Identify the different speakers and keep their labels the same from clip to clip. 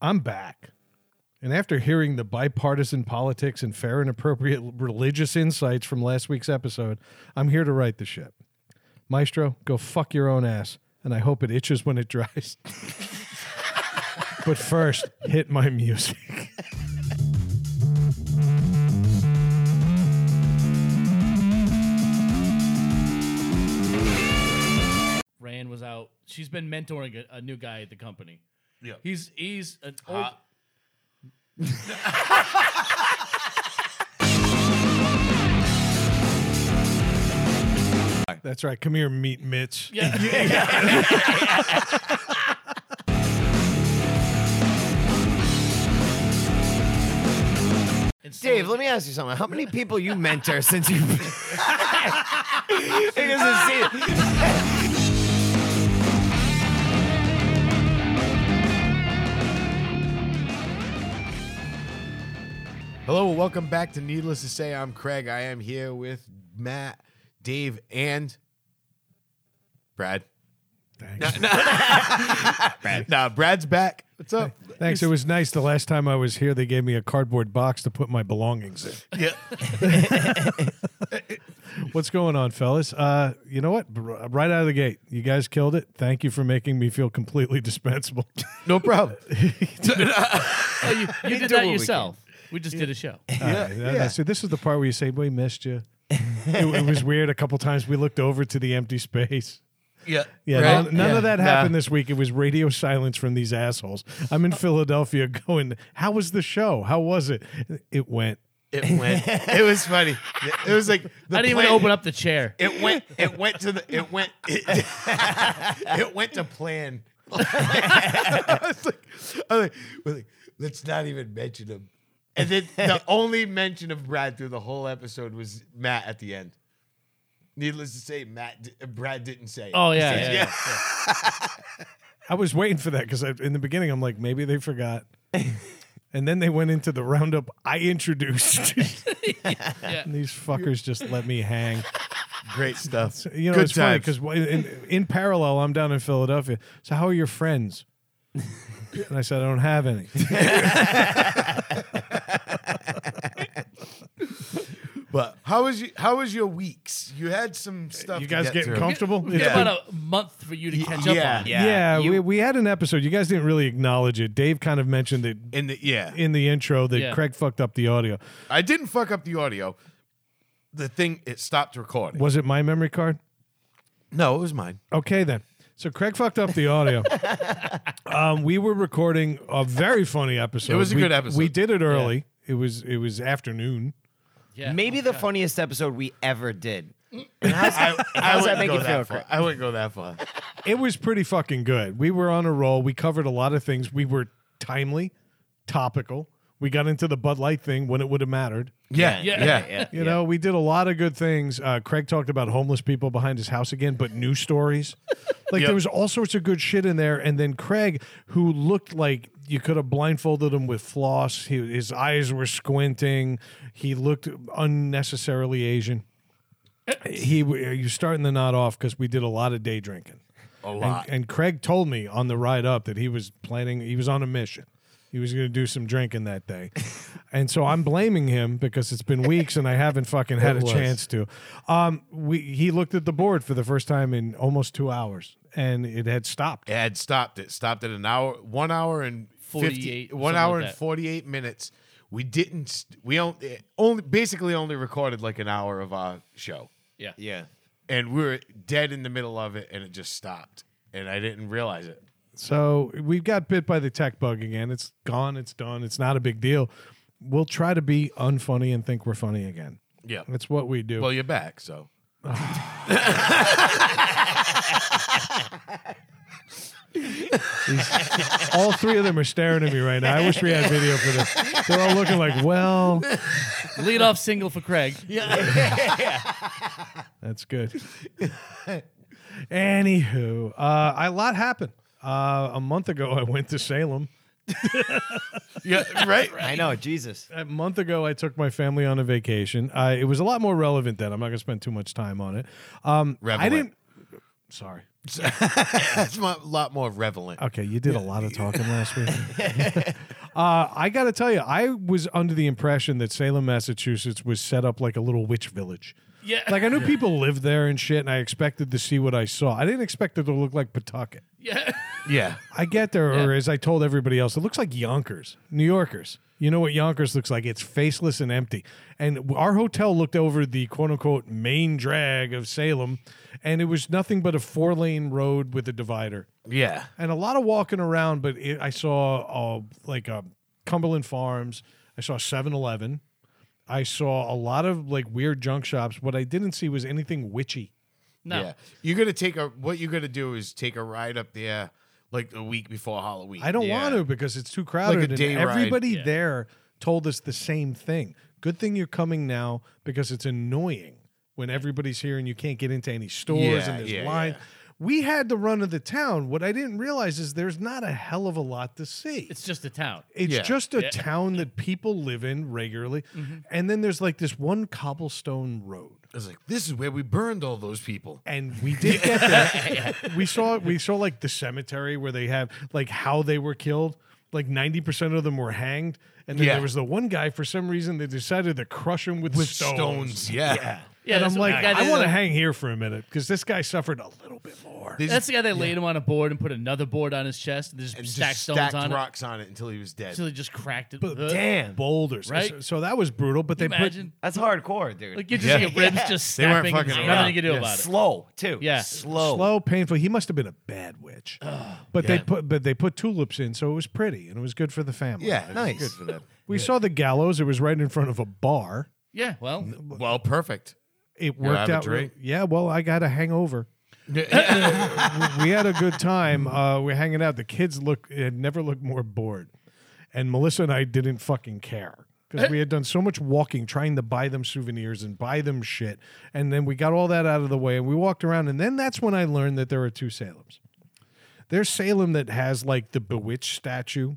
Speaker 1: I'm back. And after hearing the bipartisan politics and fair and appropriate religious insights from last week's episode, I'm here to right the ship. Maestro, go fuck your own ass, and I hope it itches when it dries. but first, hit my music.
Speaker 2: Rand was out. She's been mentoring a, a new guy at the company.
Speaker 3: Yeah.
Speaker 2: He's he's an old,
Speaker 3: Hot.
Speaker 1: That's right. Come here, meat Mitch.
Speaker 2: yeah. And so-
Speaker 4: Dave, let me ask you something. How many people you mentor since you? He doesn't see it. Hello, welcome back to Needless to Say. I'm Craig. I am here with Matt, Dave, and Brad.
Speaker 1: Thanks.
Speaker 4: Nah, Brad's back. What's up?
Speaker 1: Thanks. It was nice. The last time I was here, they gave me a cardboard box to put my belongings in. Yeah. What's going on, fellas? Uh, you know what? R- Right out of the gate, you guys killed it. Thank you for making me feel completely dispensable.
Speaker 4: No problem.
Speaker 2: Oh, you, you did
Speaker 4: do
Speaker 2: that
Speaker 4: what we
Speaker 2: yourself. We, just did a show.
Speaker 1: yeah, So this is the part where you say, "We missed you." it, it was weird. A couple times we looked over to the empty space.
Speaker 3: Yeah.
Speaker 1: Yeah,
Speaker 4: Right?
Speaker 1: none, none
Speaker 4: Yeah.
Speaker 1: of that happened
Speaker 4: Nah.
Speaker 1: this week. It was radio silence from these assholes. I'm in Philadelphia going, How was the show? How was it? It went.
Speaker 4: It went. It was funny. It was like the
Speaker 2: I didn't
Speaker 4: plan-
Speaker 2: even open up the chair.
Speaker 4: It went. It went to the. It went. It, it went to plan. I was like, I was like, we're like, let's not even mention him. And then the only mention of Brad through the whole episode was Matt at the end. Needless to say, Matt di- Brad didn't say. it.
Speaker 2: Oh
Speaker 4: He
Speaker 2: yeah,
Speaker 4: said,
Speaker 2: yeah,
Speaker 4: yeah.
Speaker 2: yeah.
Speaker 1: I was waiting for that because in the beginning, I'm like, Maybe they forgot. and then they went into the roundup I introduced. And these fuckers just let me hang.
Speaker 4: Great stuff.
Speaker 1: You know,
Speaker 4: Good
Speaker 1: it's funny
Speaker 4: times.
Speaker 1: because in, in parallel, I'm down in Philadelphia. So, how are your friends? and I said, I don't have any.
Speaker 4: But how was you? How was your weeks? You had some stuff.
Speaker 1: you
Speaker 4: to
Speaker 1: guys
Speaker 4: get
Speaker 1: getting
Speaker 4: through.
Speaker 1: comfortable?
Speaker 2: We got about a month for you to catch
Speaker 4: yeah.
Speaker 2: up on.
Speaker 4: Yeah.
Speaker 1: Yeah, we, we had an episode. You guys didn't really acknowledge it. Dave kind of mentioned it
Speaker 4: In the yeah.
Speaker 1: in the intro that
Speaker 2: Yeah.
Speaker 1: Craig fucked up the audio.
Speaker 4: I didn't fuck up the audio. The thing it stopped recording.
Speaker 1: Was it my memory card?
Speaker 4: No, it was mine.
Speaker 1: Okay, then. So Craig fucked up the audio. um, we were recording a very funny episode.
Speaker 4: It was a
Speaker 1: We-
Speaker 4: good episode.
Speaker 1: We did it early. It was it was afternoon.
Speaker 2: Yeah.
Speaker 5: Maybe the funniest episode we ever did. And how's, how's that make you feel, Craig?
Speaker 4: I wouldn't go that far.
Speaker 1: It was pretty fucking good. We were on a roll. We covered a lot of things. We were timely, topical. We got into the Bud Light thing when it would have mattered.
Speaker 4: Yeah,
Speaker 2: Yeah.
Speaker 4: yeah,
Speaker 1: You know, we did a lot of good things. Uh, Craig talked about homeless people behind his house again, but news stories. Like there was all sorts of good shit in there. And then Craig, who looked like you could have blindfolded him with floss. He, his eyes were squinting. He looked unnecessarily Asian. He, you're starting the knot off because we did a lot of day drinking.
Speaker 4: a
Speaker 1: And,
Speaker 4: lot.
Speaker 1: and Craig told me on the ride up that he was planning, he was on a mission. He was going to do some drinking that day. and so I'm blaming him because it's been weeks and I haven't fucking had a
Speaker 4: was.
Speaker 1: chance to. Um, we, he looked at the board for the first time in almost two hours and it had stopped.
Speaker 4: it had stopped. It stopped at an hour, one hour and
Speaker 2: 48,
Speaker 4: 48, one
Speaker 2: something
Speaker 4: hour
Speaker 2: like
Speaker 4: and
Speaker 2: that.
Speaker 4: forty-eight minutes. We didn't. st- We on- eh, only basically only recorded like an hour of our show,
Speaker 2: Yeah.
Speaker 5: Yeah.
Speaker 4: and we were dead in the middle of it, and it just stopped, and I didn't realize it.
Speaker 1: So we got bit by the tech bug again. It's gone. It's done. It's not a big deal. We'll try to be unfunny and think we're funny again.
Speaker 4: Yeah.
Speaker 1: That's what we do.
Speaker 4: Well, you're back, so
Speaker 1: all three of them are staring at me right now. I wish we had video for this. They're all looking like, well,
Speaker 2: Lead off single for Craig.
Speaker 1: That's good. Anywho, uh, a lot happened. Uh, a month ago, I went to Salem.
Speaker 4: yeah, right.
Speaker 5: I know, Jesus.
Speaker 1: A month ago, I took my family on a vacation. Uh, it was a lot more relevant then. I'm not going to spend too much time on it. Um, I
Speaker 4: Revelant.
Speaker 1: didn't. Sorry.
Speaker 4: That's a lot more relevant.
Speaker 1: Okay, you did a lot of talking last week. uh, I got to tell you, I was under the impression that Salem, Massachusetts was set up like a little witch village.
Speaker 2: Yeah.
Speaker 1: Like I knew people lived there and shit, and I expected to see what I saw. I didn't expect it to look like Pawtucket.
Speaker 2: yeah.
Speaker 4: Yeah.
Speaker 1: I get there, or as I told everybody else, it looks like Yonkers, New Yorkers. You know what Yonkers looks like? It's faceless and empty. And our hotel looked over the quote unquote main drag of Salem, and it was nothing but a four lane road with a divider
Speaker 4: Yeah.
Speaker 1: and a lot of walking around. But it, I saw uh, like uh, Cumberland Farms. I saw 7-Eleven. I saw a lot of like weird junk shops. What I didn't see was anything witchy.
Speaker 2: No.
Speaker 4: Yeah. You're gonna take a what you're gonna do is take a ride up there like the week before Halloween.
Speaker 1: I don't
Speaker 4: Yeah.
Speaker 1: want to because it's too crowded. and
Speaker 4: day ride.
Speaker 1: everybody
Speaker 2: Yeah.
Speaker 1: there told us the same thing. Good thing you're coming now because it's annoying when everybody's here and you can't get into any stores
Speaker 4: Yeah,
Speaker 1: and there's
Speaker 4: yeah,
Speaker 1: line.
Speaker 4: yeah.
Speaker 1: We had the run of the town. What I didn't realize is there's not a hell of a lot to see.
Speaker 2: It's just a town.
Speaker 1: It's
Speaker 4: Yeah. Mm-hmm.
Speaker 1: just a
Speaker 2: Yeah.
Speaker 1: town that people live in regularly. And then there's like this one cobblestone road.
Speaker 4: I was like, this is where we burned all those people.
Speaker 1: And we did get there. We saw we saw like the cemetery where they have like how they were killed. Like 90% of them were hanged. And then
Speaker 4: Yeah.
Speaker 1: there was the one guy for some reason they decided to crush him with, stones.
Speaker 4: Yeah.
Speaker 2: Yeah.
Speaker 1: And
Speaker 2: that's
Speaker 1: I'm
Speaker 2: what
Speaker 1: like,
Speaker 2: the guy
Speaker 1: I
Speaker 2: did.
Speaker 1: want to hang here for a minute because this guy suffered a little bit more.
Speaker 4: They
Speaker 2: That's
Speaker 4: just
Speaker 2: the guy that laid him on a board and put another board on his chest and just
Speaker 4: just
Speaker 2: stacked stones
Speaker 4: stacked
Speaker 2: on it
Speaker 4: rocks on it until he was dead.
Speaker 2: until he just cracked it.
Speaker 1: But
Speaker 2: Uh,
Speaker 4: Damn.
Speaker 1: Boulders.
Speaker 2: Right?
Speaker 1: So, so that was brutal. But they
Speaker 2: Imagine.
Speaker 5: That's hardcore, dude.
Speaker 2: Like you just
Speaker 4: Yeah.
Speaker 2: your ribs just
Speaker 4: They weren't
Speaker 2: snapping. and
Speaker 4: fucking
Speaker 2: Nothing
Speaker 4: around.
Speaker 2: you can do
Speaker 5: Yeah.
Speaker 2: about it.
Speaker 5: Slow too.
Speaker 2: Yeah.
Speaker 5: slow.
Speaker 1: slow, painful. He must have been a bad witch. but they put but they put tulips in, so it was pretty and it was good for the family.
Speaker 4: Yeah, nice. Good for them.
Speaker 1: We saw the gallows. It was right in front of a bar.
Speaker 2: Yeah. Well,
Speaker 4: Well, perfect.
Speaker 1: It worked
Speaker 4: have a
Speaker 1: out. real-
Speaker 4: drink?
Speaker 1: yeah, well, I got a hangover. we we had a good time. Uh, we're hanging out. The kids look had never looked more bored, and Melissa and I didn't fucking care because we had done so much walking, trying to buy them souvenirs and buy them shit, and then we got all that out of the way and we walked around, and then that's when I learned that there are two Salems. There's Salem that has like the bewitched statue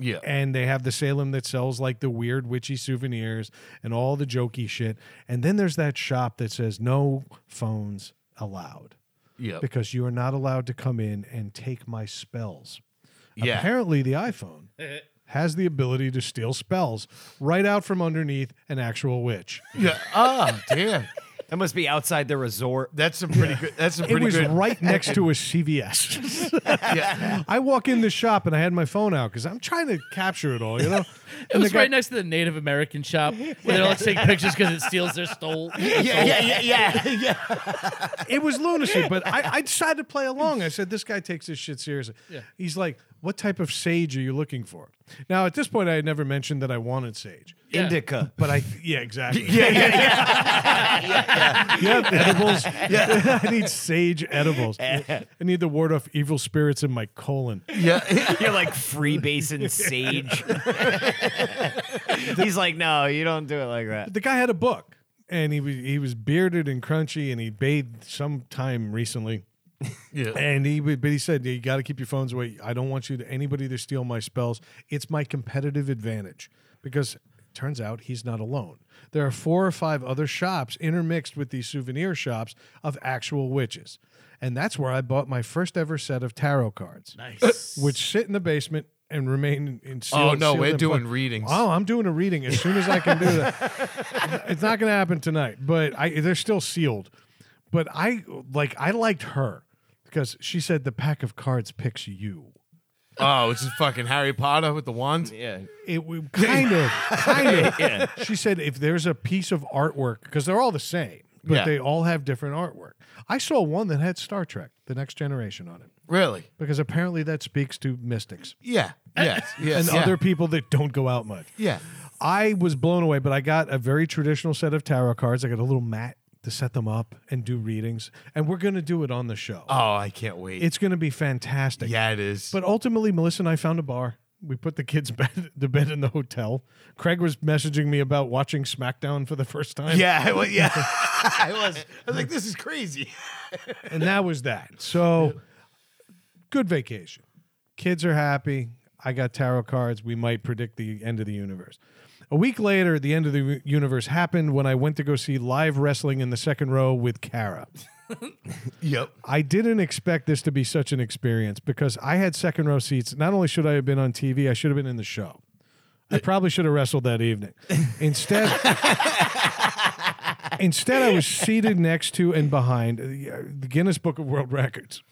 Speaker 4: Yeah.
Speaker 1: and they have the Salem that sells like the weird witchy souvenirs and all the jokey shit. And then there's that shop that says no phones allowed
Speaker 4: Yeah.
Speaker 1: because you are not allowed to come in and take my spells.
Speaker 4: Yeah.
Speaker 1: Apparently, the iPhone has the ability to steal spells right out from underneath an actual witch.
Speaker 4: yeah. Oh, damn.
Speaker 5: That must be outside the resort.
Speaker 4: That's some pretty good. That's some
Speaker 1: It
Speaker 4: pretty
Speaker 1: was
Speaker 4: good.
Speaker 1: right next to a CVS.
Speaker 4: Yeah.
Speaker 1: I walk in the shop and I had my phone out because I'm trying to capture it all, you know.
Speaker 2: it was right next to the Native American shop where they're like taking pictures because it steals their stole.
Speaker 5: Yeah, yeah, yeah, yeah.
Speaker 1: It was lunacy, but I, I decided to play along. I said, "This guy takes this shit seriously."
Speaker 2: Yeah.
Speaker 1: He's like, "What type of sage are you looking for?" Now, at this point, I had never mentioned that I wanted sage,
Speaker 2: Yeah.
Speaker 5: Indica.
Speaker 1: but I yeah exactly yeah yeah yeah, edibles yeah I need sage edibles I need to ward off evil spirits in my colon.
Speaker 4: Yeah.
Speaker 5: You're like freebasin sage. He's like, no, you don't do it like that.
Speaker 1: The guy had a book, and he was he was bearded and crunchy, and he bathed sometime recently.
Speaker 4: Yeah.
Speaker 1: And he, but he said, you got to keep your phones away. I don't want you to anybody to steal my spells. It's my competitive advantage because it turns out he's not alone. There are four or five other shops intermixed with these souvenir shops of actual witches, and that's where I bought my first ever set of tarot cards,
Speaker 2: Nice.
Speaker 1: which sit in the basement and remain in. in
Speaker 4: Oh
Speaker 1: sealed-
Speaker 4: no,
Speaker 1: sealed
Speaker 4: we're
Speaker 1: in
Speaker 4: doing
Speaker 1: pla-
Speaker 4: readings.
Speaker 1: Oh, I'm doing a reading as soon as I can do that. it's not going to happen tonight, but I they're still sealed. But I like I liked her because she said the pack of cards picks you.
Speaker 4: Oh, it's just fucking Harry Potter with the wand.
Speaker 5: Yeah.
Speaker 1: It w- kind of, kind of. She said if there's a piece of artwork because they're all the same, but
Speaker 4: Yeah.
Speaker 1: they all have different artwork. I saw one that had Star Trek: The Next Generation on it
Speaker 4: Really?
Speaker 1: because apparently that speaks to mystics
Speaker 4: Yeah. Yes. Yes.
Speaker 1: and
Speaker 4: yeah.
Speaker 1: other people that don't go out much.
Speaker 4: Yeah.
Speaker 1: I was blown away, but I got a very traditional set of tarot cards. I got a little mat to set them up and do readings, and we're going to do it on the show.
Speaker 4: Oh, I can't wait.
Speaker 1: it's going to be fantastic.
Speaker 4: yeah, it is.
Speaker 1: But ultimately, Melissa and I found a bar. We put the kids bed to bed in the hotel. Craig was messaging me about watching SmackDown for the first time.
Speaker 4: yeah, I was, yeah, I was. I was like, this is crazy.
Speaker 1: and that was that. So good vacation. Kids are happy. I got tarot cards. We might predict the end of the universe. A week later, the end of the u- universe happened when I went to go see live wrestling in the second row with Kara.
Speaker 4: Yep.
Speaker 1: I didn't expect this to be such an experience because I had second row seats. Not only should I have been on TV, I should have been in the show. I probably should have wrestled that evening. Instead, instead I was seated next to and behind uh, the Guinness Book of World Records.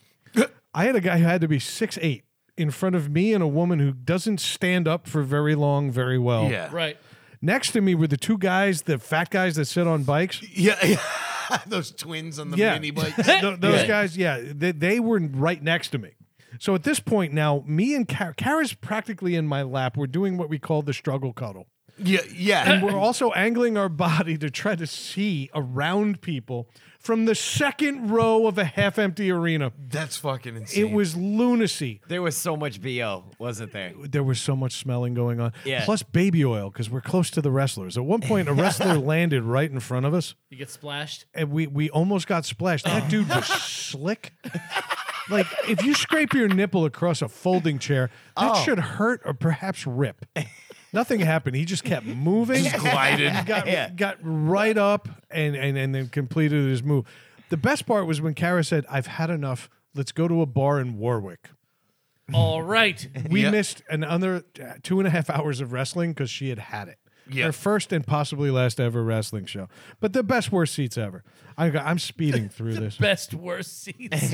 Speaker 1: I had a guy who had to be six eight in front of me and a woman who doesn't stand up for very long, very well.
Speaker 4: Yeah.
Speaker 2: Right.
Speaker 1: Next to me were the two guys, the fat guys that sit on bikes.
Speaker 4: Yeah. Those twins on the
Speaker 1: Yeah.
Speaker 4: mini bikes.
Speaker 1: Th- those
Speaker 2: Yeah.
Speaker 1: guys, yeah, they, they were right next to me. So at this point now, me and Kara, Kara's practically in my lap. We're doing what we call the struggle cuddle.
Speaker 4: Yeah. Yeah.
Speaker 1: We're also angling our body to try to see around people from the second row of a half empty arena.
Speaker 4: That's fucking insane.
Speaker 1: It was lunacy.
Speaker 5: There was so much BO, wasn't there?
Speaker 1: There was so much smelling going on.
Speaker 5: Yeah.
Speaker 1: Plus baby oil, because we're close to the wrestlers. At one point, a wrestler landed right in front of us.
Speaker 2: You get splashed.
Speaker 1: and we we almost got splashed. That dude was slick. Like if you scrape your nipple across a folding chair, that should hurt or perhaps rip. Nothing happened. He just kept moving.
Speaker 4: glided.
Speaker 1: got
Speaker 5: Yeah.
Speaker 1: got right up and and and then completed his move. The best part was when Kara said, "I've had enough. Let's go to a bar in Warwick."
Speaker 2: All right.
Speaker 1: We
Speaker 4: Yeah.
Speaker 1: missed another uh, two and a half hours of wrestling because she had had it.
Speaker 4: Yeah.
Speaker 1: Her first and possibly last ever wrestling show, but the best worst seats ever. I, I'm speeding through this.
Speaker 2: Best worst seats.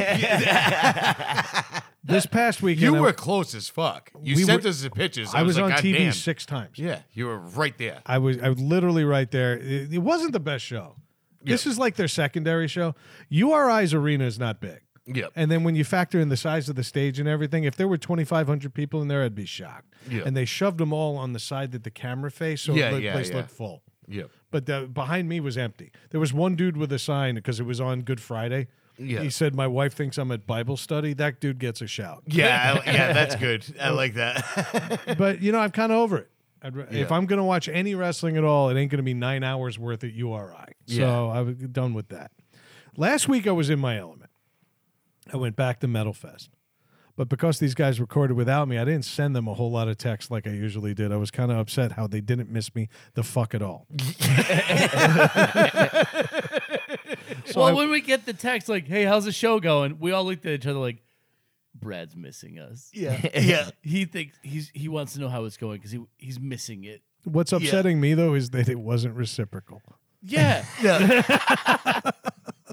Speaker 1: This past weekend,
Speaker 4: you
Speaker 1: I-
Speaker 4: were close as fuck. You
Speaker 1: We
Speaker 4: sent
Speaker 1: were-
Speaker 4: us the pictures.
Speaker 1: I, was,
Speaker 4: like,
Speaker 1: on
Speaker 4: "God
Speaker 1: TV
Speaker 4: damn."
Speaker 1: six times.
Speaker 4: Yeah. You were right there.
Speaker 1: I was I was literally right there. It, it wasn't the best show. This is like their secondary show. URI's arena is not big.
Speaker 4: Yep.
Speaker 1: And then when you factor in the size of the stage and everything, if there were 2,500 people in there, I'd be shocked.
Speaker 4: Yeah.
Speaker 1: And they shoved them all on the side that the camera faced, so
Speaker 4: Yeah,
Speaker 1: the
Speaker 4: yeah,
Speaker 1: place
Speaker 4: yeah.
Speaker 1: looked full.
Speaker 4: Yep.
Speaker 1: But the, behind me was empty. There was one dude with a sign because it was on Good Friday.
Speaker 4: Yeah.
Speaker 1: He said, "My wife thinks I'm at Bible study." That dude gets a shout.
Speaker 4: Yeah. I- yeah. That's good. I like that.
Speaker 1: but you know, I'm kind of over it. I'd, ra- If I'm going to watch any wrestling at all, it ain't going to be nine hours worth at URI.
Speaker 4: Yeah.
Speaker 1: So I was done with that. Last week I was in my element. I went back to Metal Fest, but because these guys recorded without me, I didn't send them a whole lot of text like I usually did. I was kind of upset how they didn't miss me the fuck at all.
Speaker 2: well, when we get the text like, "Hey, how's the show going?" We all looked at each other like, "Brad's missing us."
Speaker 4: yeah. Yeah.
Speaker 2: He thinks he's he wants to know how it's going because he he's missing it.
Speaker 1: What's upsetting me though is that it wasn't reciprocal.
Speaker 2: Yeah,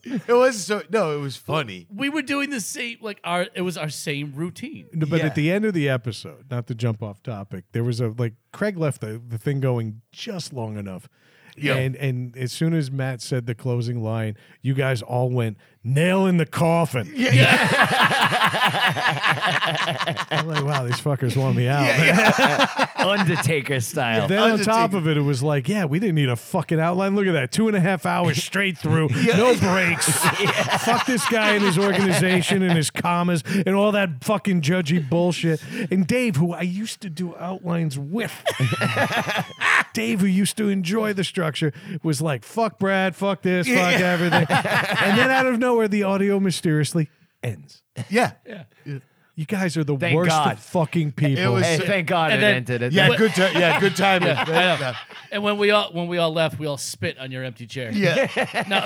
Speaker 4: It was so. No, it was funny.
Speaker 2: we were doing the same like our it was our same routine.
Speaker 1: No, But
Speaker 4: Yeah.
Speaker 1: at the end of the episode, not to jump off topic, there was a like Craig left the, the thing going just long enough.
Speaker 4: Yeah.
Speaker 1: And and as soon as Matt said the closing line, you guys all went nail in the coffin. Yeah. I'm like, wow, these fuckers want me out.
Speaker 5: Undertaker style.
Speaker 1: Then on top
Speaker 4: Undertaker.
Speaker 1: of it, it was like, yeah, we didn't need a fucking outline. Look at that. Two and a half hours straight through, no breaks. Fuck this guy and his organization and his commas and all that fucking judgy bullshit. And Dave, who I used to do outlines with, Dave, who used to enjoy the structure, was like, fuck Brad, fuck this, fuck everything. And then out of nowhere, the audio mysteriously ends.
Speaker 4: Yeah.
Speaker 1: You guys are the
Speaker 5: Thank
Speaker 1: worst
Speaker 5: God.
Speaker 1: of fucking people.
Speaker 4: was-
Speaker 5: hey, thank God
Speaker 2: And
Speaker 5: it
Speaker 2: then-
Speaker 5: ended. It
Speaker 4: Yeah.
Speaker 2: What-
Speaker 4: Good time. Yeah. Good timing.
Speaker 2: I know. And when we all when we all left, we all spit on your empty chair.
Speaker 4: Yeah.
Speaker 2: No,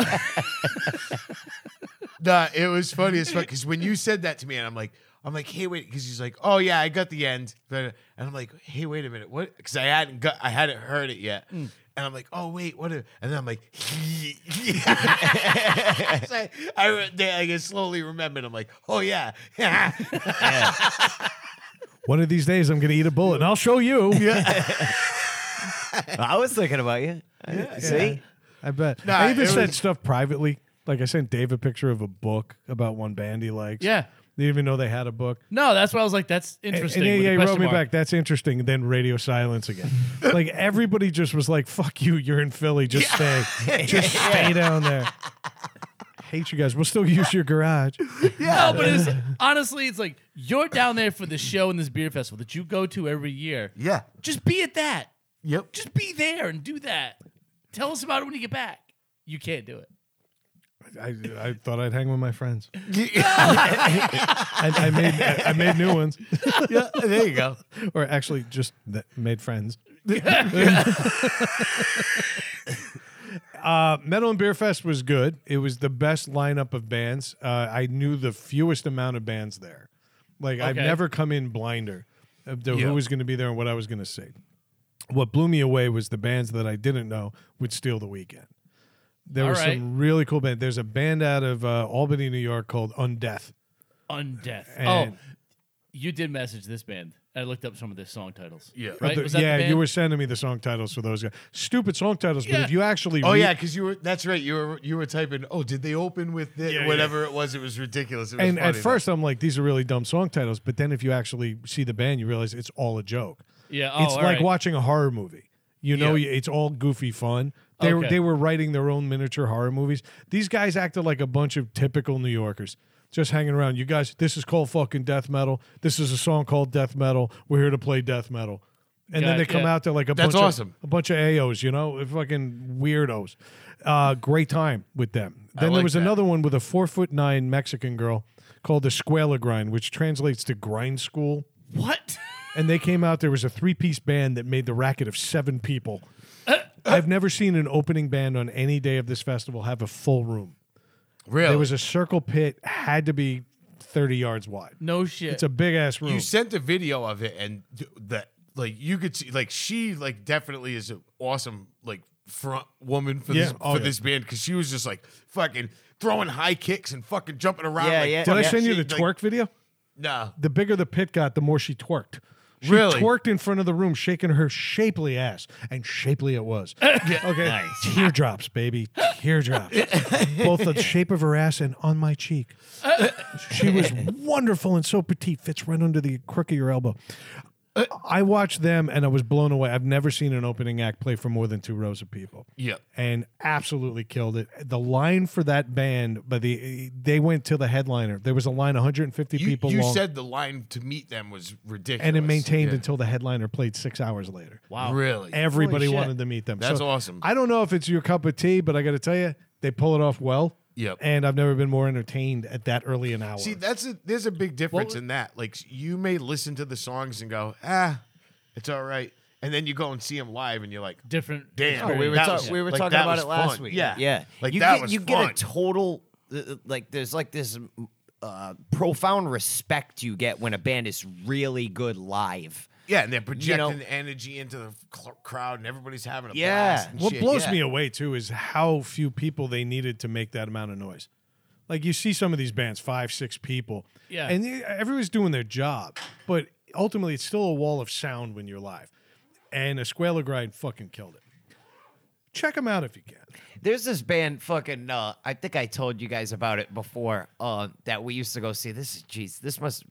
Speaker 4: Nah, it was funny as fuck because when you said that to me, and I'm like, I'm like, hey, wait, because he's like, oh yeah, I got the end, but and I'm like, hey, wait a minute, what? Because I hadn't got, I hadn't heard it yet, and I'm like, oh wait, what? a-" And then I'm like, So I, I, re- then I just slowly remembered. I'm like, oh yeah, yeah,
Speaker 1: One of these days, I'm going to eat a bullet and I'll show you.
Speaker 5: I was thinking about you. See?
Speaker 1: I bet.
Speaker 4: Nah,
Speaker 1: I even
Speaker 4: it
Speaker 1: said
Speaker 4: was-
Speaker 1: stuff privately. Like I sent Dave a picture of a book about one band he likes.
Speaker 2: Yeah.
Speaker 1: Didn't even know they had a book.
Speaker 2: no, that's why I was like, that's
Speaker 1: And-
Speaker 2: interesting.
Speaker 1: And,
Speaker 2: with
Speaker 1: yeah,
Speaker 2: a
Speaker 1: he
Speaker 2: question
Speaker 1: wrote me
Speaker 2: mark.
Speaker 1: back. That's interesting. And then radio silence again. like everybody just was like, "Fuck you, you're in Philly. Just stay, just stay down there." Hate you guys. We'll still use your garage.
Speaker 2: No, but it's honestly, it's like you're down there for the show and this beer festival that you go to every year.
Speaker 4: yeah,
Speaker 2: Just be at that.
Speaker 4: yep.
Speaker 2: Just be there and do that. Tell us about it when you get back. You can't do it.
Speaker 1: I, I thought I'd hang with my friends. I, I made I made new ones,
Speaker 4: yeah, there you go.
Speaker 1: or actually just th- made friends. uh, Metal and Beer Fest was good. It was the best lineup of bands. Uh, I knew the fewest amount of bands there. Like I've
Speaker 2: Okay.
Speaker 1: never come in blinder of the-
Speaker 2: Yeah.
Speaker 1: who was going to be there and what I was going to see. What blew me away was the bands that I didn't know would steal the weekend. There
Speaker 2: All
Speaker 1: was
Speaker 2: right.
Speaker 1: some really cool band. There's a band out of uh, Albany, New York called Undeath.
Speaker 2: Undeath.
Speaker 1: And-
Speaker 2: oh, you did message this band. I looked up some of their song titles.
Speaker 4: Yeah.
Speaker 2: right.
Speaker 1: The-
Speaker 2: Was that the
Speaker 1: yeah,
Speaker 2: band?
Speaker 1: you were sending me the song titles for those guys. Stupid song titles, but
Speaker 2: Yeah.
Speaker 1: if you actually
Speaker 4: Oh
Speaker 1: read-
Speaker 4: yeah, because you were. That's right. You were. You were typing. Oh, did they open with the,
Speaker 1: yeah.
Speaker 4: whatever it was? It was ridiculous. It was
Speaker 1: and at
Speaker 4: funny, though.
Speaker 1: first I'm like, these are really dumb song titles, but then if you actually see the band, you realize it's all a joke.
Speaker 2: Yeah. Oh,
Speaker 1: it's
Speaker 2: all
Speaker 1: like
Speaker 2: right.
Speaker 1: watching a horror movie. You know,
Speaker 2: Yeah.
Speaker 1: y- it's all goofy fun. They were
Speaker 2: Okay.
Speaker 1: they were writing their own miniature horror movies. These guys acted like a bunch of typical New Yorkers, just hanging around. You guys, this is called fucking death metal. This is a song called death metal. We're here to play death metal. And then they
Speaker 2: Gotcha.
Speaker 1: come out to like a
Speaker 4: That's
Speaker 1: bunch
Speaker 4: awesome.
Speaker 1: of a bunch of AOs, you know, fucking weirdos. Uh, great time with them. Then there
Speaker 4: like
Speaker 1: was
Speaker 4: that.
Speaker 1: another one with a four foot nine Mexican girl called the Squela Grind, which translates to grind school
Speaker 2: What?
Speaker 1: and they came out. There was a three piece band that made the racket of seven people. I've never seen an opening band on any day of this festival have a full room.
Speaker 4: really,
Speaker 1: There was a circle pit, had to be 30 yards wide.
Speaker 2: No shit.
Speaker 1: It's a big ass room.
Speaker 4: you sent a video of it, and th- that like you could see, like she like definitely is an awesome like front woman for
Speaker 1: Yeah.
Speaker 4: this
Speaker 1: Oh,
Speaker 4: for
Speaker 1: yeah.
Speaker 4: this band because she was just like fucking throwing high kicks and fucking jumping around.
Speaker 3: Yeah,
Speaker 4: like,
Speaker 3: yeah.
Speaker 1: Did I
Speaker 4: fucking
Speaker 1: send you the
Speaker 4: shit,
Speaker 1: twerk
Speaker 4: like,
Speaker 1: video?
Speaker 4: Nah.
Speaker 1: The bigger the pit got, the more she twerked. She
Speaker 4: Really?
Speaker 1: twerked in front of the room, shaking her shapely ass, and shapely it was. Okay, teardrops, baby, teardrops, both the shape of her ass and on my cheek. She was wonderful and so petite, fits right under the crook of your elbow. I watched them and I was blown away. I've never seen an opening act play for more than two rows of people.
Speaker 4: Yeah.
Speaker 1: And absolutely killed it. The line for that band, but the they went to the headliner. There was a line 150
Speaker 4: You,
Speaker 1: people
Speaker 4: you
Speaker 1: long
Speaker 4: said the line to meet them was ridiculous,
Speaker 1: and it maintained
Speaker 4: Yeah.
Speaker 1: until the headliner played six hours later.
Speaker 2: wow.
Speaker 4: really.
Speaker 1: Everybody
Speaker 2: Holy shit.
Speaker 1: wanted to meet them.
Speaker 4: That's awesome.
Speaker 1: I don't know if it's your cup of tea, but I got to tell you, they pull it off well.
Speaker 4: Yep.
Speaker 1: And I've never been more entertained at that early an hour.
Speaker 4: See, that's a, there's a big difference in that. Like you may listen to the songs and go, ah, it's all right, and then you go and see them live, and you're like,
Speaker 2: Different.
Speaker 4: Damn.
Speaker 3: Oh, we were,
Speaker 4: That
Speaker 3: talk-
Speaker 4: was-
Speaker 3: we were
Speaker 4: like,
Speaker 3: talking
Speaker 4: that
Speaker 3: about
Speaker 4: was
Speaker 3: it last
Speaker 4: fun.
Speaker 3: week.
Speaker 4: Yeah.
Speaker 3: yeah.
Speaker 4: Like,
Speaker 3: you
Speaker 4: that
Speaker 3: get,
Speaker 4: was
Speaker 3: you get
Speaker 4: fun.
Speaker 3: a total uh, like there's like this uh, profound respect you get when a band is really good live.
Speaker 4: Yeah, and they're projecting
Speaker 3: know-
Speaker 4: energy into the cl- crowd, and everybody's having a
Speaker 3: Yeah.
Speaker 4: blast. and
Speaker 1: what
Speaker 4: shit,
Speaker 1: blows
Speaker 4: yeah.
Speaker 1: me away too is how few people they needed to make that amount of noise. Like you see some of these bands, five, six people.
Speaker 2: Yeah.
Speaker 1: And they- everyone's doing their job, but ultimately it's still a wall of sound when you're live. And Escuela Grind fucking killed it. Check them out if you can.
Speaker 3: There's this band, fucking. Uh, I think I told you guys about it before. Uh, that we used to go see. This is jeez. This must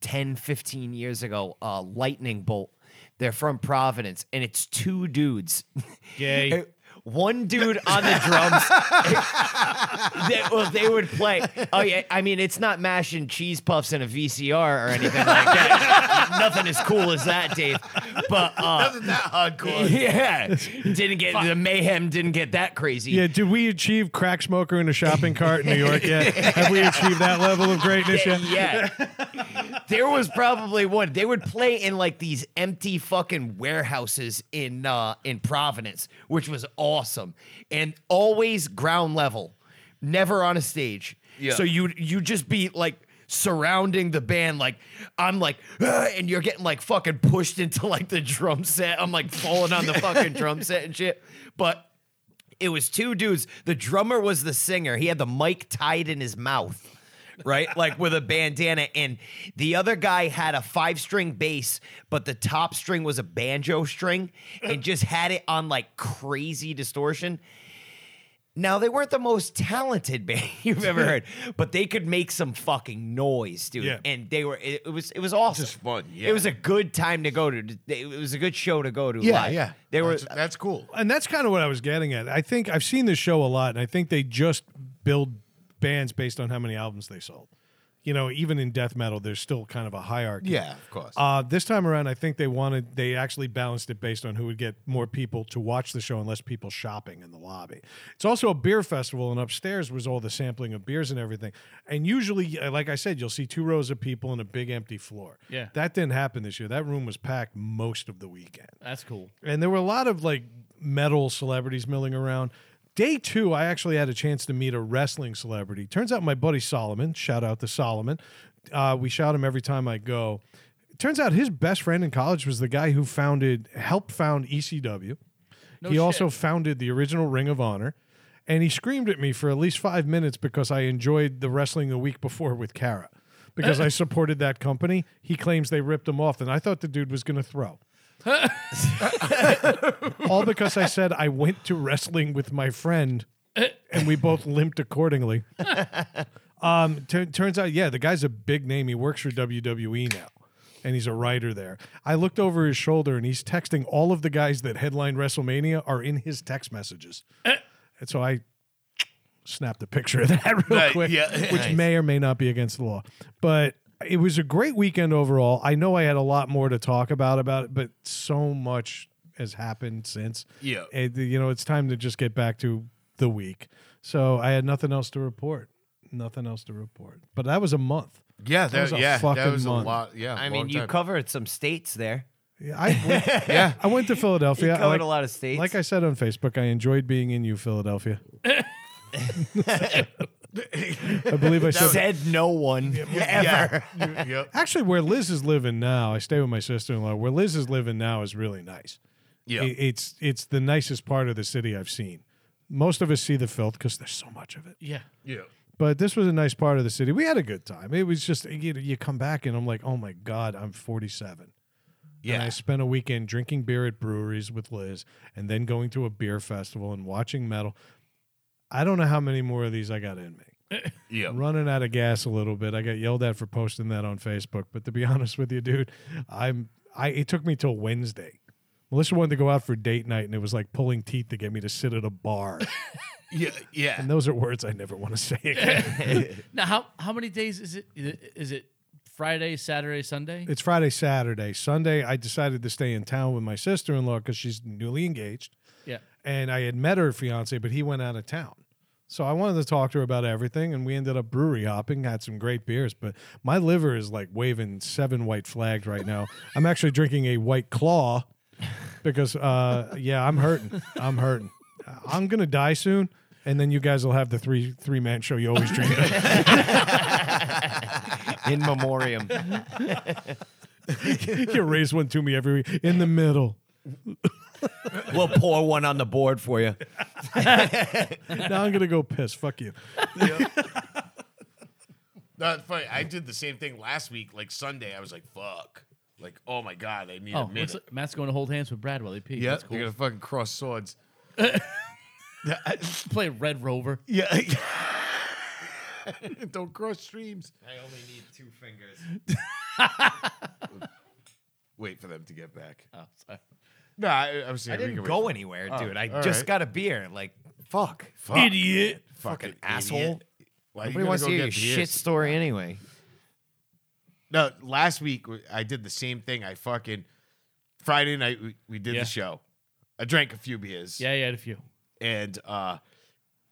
Speaker 3: 10, 15 years ago. Uh, Lightning Bolt. They're from Providence, and it's two dudes.
Speaker 2: Gay.
Speaker 3: One dude on the drums. they, well, they would play. Oh yeah, I mean it's not mash and cheese puffs and a VCR or anything like that. Nothing as cool as that, Dave. But uh,
Speaker 4: Nothing that hardcore.
Speaker 3: yeah, didn't get the mayhem. Didn't get that crazy.
Speaker 1: Yeah, did we achieve crack smoker in a shopping cart in New York yet? Have we achieved that level of greatness yet?
Speaker 3: yeah. there was probably one. They would play in like these empty fucking warehouses in uh in Providence, which was awesome. And always ground level, never on a stage.
Speaker 4: Yeah.
Speaker 3: So you you just be like surrounding the band like I'm like "Ugh," and you're getting like fucking pushed into like the drum set. I'm like falling on the fucking drum set and shit. But it was two dudes. The drummer was the singer. He had the mic tied in his mouth, right? like with a bandana. And the other guy had a five string bass, but the top string was a banjo string and just had it on like crazy distortion. Now, they weren't the most talented band you've ever heard, but they could make some fucking noise, dude.
Speaker 1: Yeah.
Speaker 3: And they were, it, it was, it was awesome.
Speaker 4: Just fun, yeah.
Speaker 3: It was a good time to go to. It was a good show to go to.
Speaker 4: yeah,
Speaker 3: live.
Speaker 4: yeah.
Speaker 3: They were,
Speaker 4: that's, that's cool.
Speaker 1: And that's kind of what I was getting at. I think I've seen this show a lot, and I think they just build bands based on how many albums they sold. you know, even in death metal, there's still kind of a hierarchy.
Speaker 4: Yeah, of course.
Speaker 1: Uh, this time around, I think they wanted they actually balanced it based on who would get more people to watch the show and less people shopping in the lobby. It's also a beer festival, and upstairs was all the sampling of beers and everything. And usually, uh, like I said, you'll see two rows of people and a big empty floor.
Speaker 2: Yeah.
Speaker 1: that didn't happen this year. That room was packed most of the weekend
Speaker 2: That's cool.
Speaker 1: and there were a lot of like metal celebrities milling around. Day two, I actually had a chance to meet a wrestling celebrity. Turns out my buddy Solomon, shout out to Solomon, uh, we shout him every time I go. Turns out his best friend in college was the guy who founded, helped found ECW. he
Speaker 2: shit.
Speaker 1: also founded the original Ring of Honor. And he screamed at me for at least five minutes because I enjoyed the wrestling the week before with Kara because I supported that company. He claims they ripped him off, and I thought the dude was going to throw. All because I said I went to wrestling with my friend and we both limped accordingly. Um, tu- turns out, yeah, the guy's a big name. He works for WWE now and he's a writer there. I looked over his shoulder and he's texting all of the guys that headline WrestleMania are in his text messages. and so I snapped a picture of that real
Speaker 5: Right,
Speaker 1: quick,
Speaker 5: yeah.
Speaker 1: which
Speaker 5: Nice.
Speaker 1: may or may not be against the law. But it was a great weekend overall. I know I had a lot more to talk about about it, but so much has happened since.
Speaker 5: Yeah.
Speaker 1: And, you know, it's time to just get back to the week. So I had nothing else to report. Nothing else to report. But that was a month.
Speaker 4: yeah, that,
Speaker 1: was a
Speaker 4: yeah,
Speaker 1: fucking
Speaker 4: that was
Speaker 1: month.
Speaker 4: a lot. Yeah,
Speaker 3: I
Speaker 4: long
Speaker 3: mean, you
Speaker 4: time.
Speaker 3: covered some states there.
Speaker 1: Yeah, I went,
Speaker 4: yeah,
Speaker 1: I went to
Speaker 3: You
Speaker 1: Philadelphia. I
Speaker 3: covered
Speaker 1: like-
Speaker 3: a lot of states.
Speaker 1: Like I said on Facebook, I enjoyed being in you, Philadelphia. I believe I said.
Speaker 3: said no one ever.
Speaker 4: yeah. yep.
Speaker 1: Actually, where Liz is living now, I stay with my sister in law. Where Liz is living now is really nice.
Speaker 5: Yeah.
Speaker 1: It- it's it's the nicest part of the city I've seen. Most of us see the filth because there's so much of it.
Speaker 2: Yeah.
Speaker 5: Yeah.
Speaker 1: But this was a nice part of the city. We had a good time. It was just you, know, you come back and I'm like, oh my god, I'm 47. And I
Speaker 5: Yeah.
Speaker 1: spent a weekend drinking beer at breweries with Liz and then going to a beer festival and watching metal. I don't know how many more of these I got in me.
Speaker 5: Yeah.
Speaker 1: Running out of gas a little bit. I got yelled at for posting that on Facebook, but to be honest with you, dude, I'm I it took me till Wednesday. Melissa wanted to go out for date night and it was like pulling teeth to get me to sit at a bar.
Speaker 5: Yeah. Yeah.
Speaker 1: and those are words I never want to say again.
Speaker 2: Now, how how many days is it? Is it Friday, Saturday, Sunday?
Speaker 1: it's Friday, Saturday. Sunday I decided to stay in town with my sister-in-law cuz she's newly engaged.
Speaker 2: yeah.
Speaker 1: and I had met her fiance, but he went out of town. So I wanted to talk to her about everything, and we ended up brewery hopping, had some great beers. But my liver is like waving seven white flags right now. I'm actually drinking a white claw because, uh, yeah, I'm hurting. I'm hurting. I'm gonna die soon, and then you guys will have the three three man show you always dream of.
Speaker 3: In memoriam.
Speaker 1: you raise one to me every week in the middle.
Speaker 3: we'll pour one on the board for you.
Speaker 1: Now I'm gonna go piss. Fuck you.
Speaker 5: No, it's funny. I did the same thing last week. Like Sunday, I was like, "Fuck!" Like, oh my god, I need
Speaker 2: Oh,
Speaker 5: a
Speaker 2: looks
Speaker 5: minute.
Speaker 2: like Matt's going to hold hands with Brad while he pees.
Speaker 5: Yeah,
Speaker 2: That's cool.
Speaker 5: You're gonna fucking cross swords.
Speaker 2: Play Red Rover.
Speaker 5: Yeah. Don't cross streams.
Speaker 3: I only need two fingers.
Speaker 5: Wait for them to get back.
Speaker 2: Oh, sorry.
Speaker 5: No, I, I was.
Speaker 3: I
Speaker 5: saying we
Speaker 3: didn't
Speaker 5: can
Speaker 3: go
Speaker 5: wait
Speaker 3: Oh,
Speaker 5: for-
Speaker 3: anywhere, dude. I
Speaker 5: all
Speaker 3: just
Speaker 5: right.
Speaker 3: got a beer. Like, fuck.
Speaker 5: Fuck.
Speaker 2: Idiot.
Speaker 5: Fucking
Speaker 3: asshole.
Speaker 5: idiot. Why are you
Speaker 3: Nobody
Speaker 5: gonna
Speaker 3: wants
Speaker 5: go
Speaker 3: to hear
Speaker 5: get
Speaker 3: your shit
Speaker 5: beers?
Speaker 3: story anyway.
Speaker 5: No, last week w- I did the same thing. I fucking Friday night we, we did
Speaker 2: Yeah.
Speaker 5: the show. I drank a few beers.
Speaker 2: Yeah, yeah, I had a few.
Speaker 5: And uh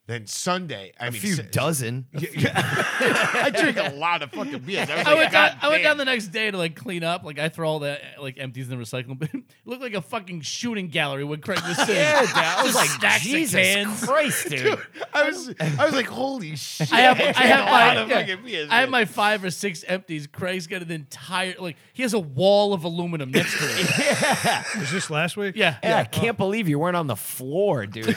Speaker 5: then Sunday, I
Speaker 3: A
Speaker 5: mean
Speaker 3: few
Speaker 5: Sa-
Speaker 3: dozen.
Speaker 5: I drink a lot of fucking beers. I was
Speaker 2: I
Speaker 5: like,
Speaker 2: went, down,
Speaker 5: "God
Speaker 2: I went
Speaker 5: damn."
Speaker 2: down the next day to like clean up. Like I throw all the like empties in the recycling bin. It looked like a fucking shooting gallery when Craig was sitting.
Speaker 3: Yeah, dude. I was
Speaker 2: Just
Speaker 3: like,
Speaker 2: stacks of
Speaker 3: Jesus
Speaker 2: cans.
Speaker 3: Christ, dude.
Speaker 5: I was I was like, holy shit.
Speaker 2: I have, I have
Speaker 5: a
Speaker 2: my,
Speaker 5: lot of
Speaker 2: yeah,
Speaker 5: fucking beers.
Speaker 2: I have
Speaker 5: man.
Speaker 2: my five or six empties. Craig's got an entire like he has a wall of aluminum next to him.
Speaker 1: Is this last week?
Speaker 2: yeah,
Speaker 3: Yeah, I can't believe you weren't on the floor, dude.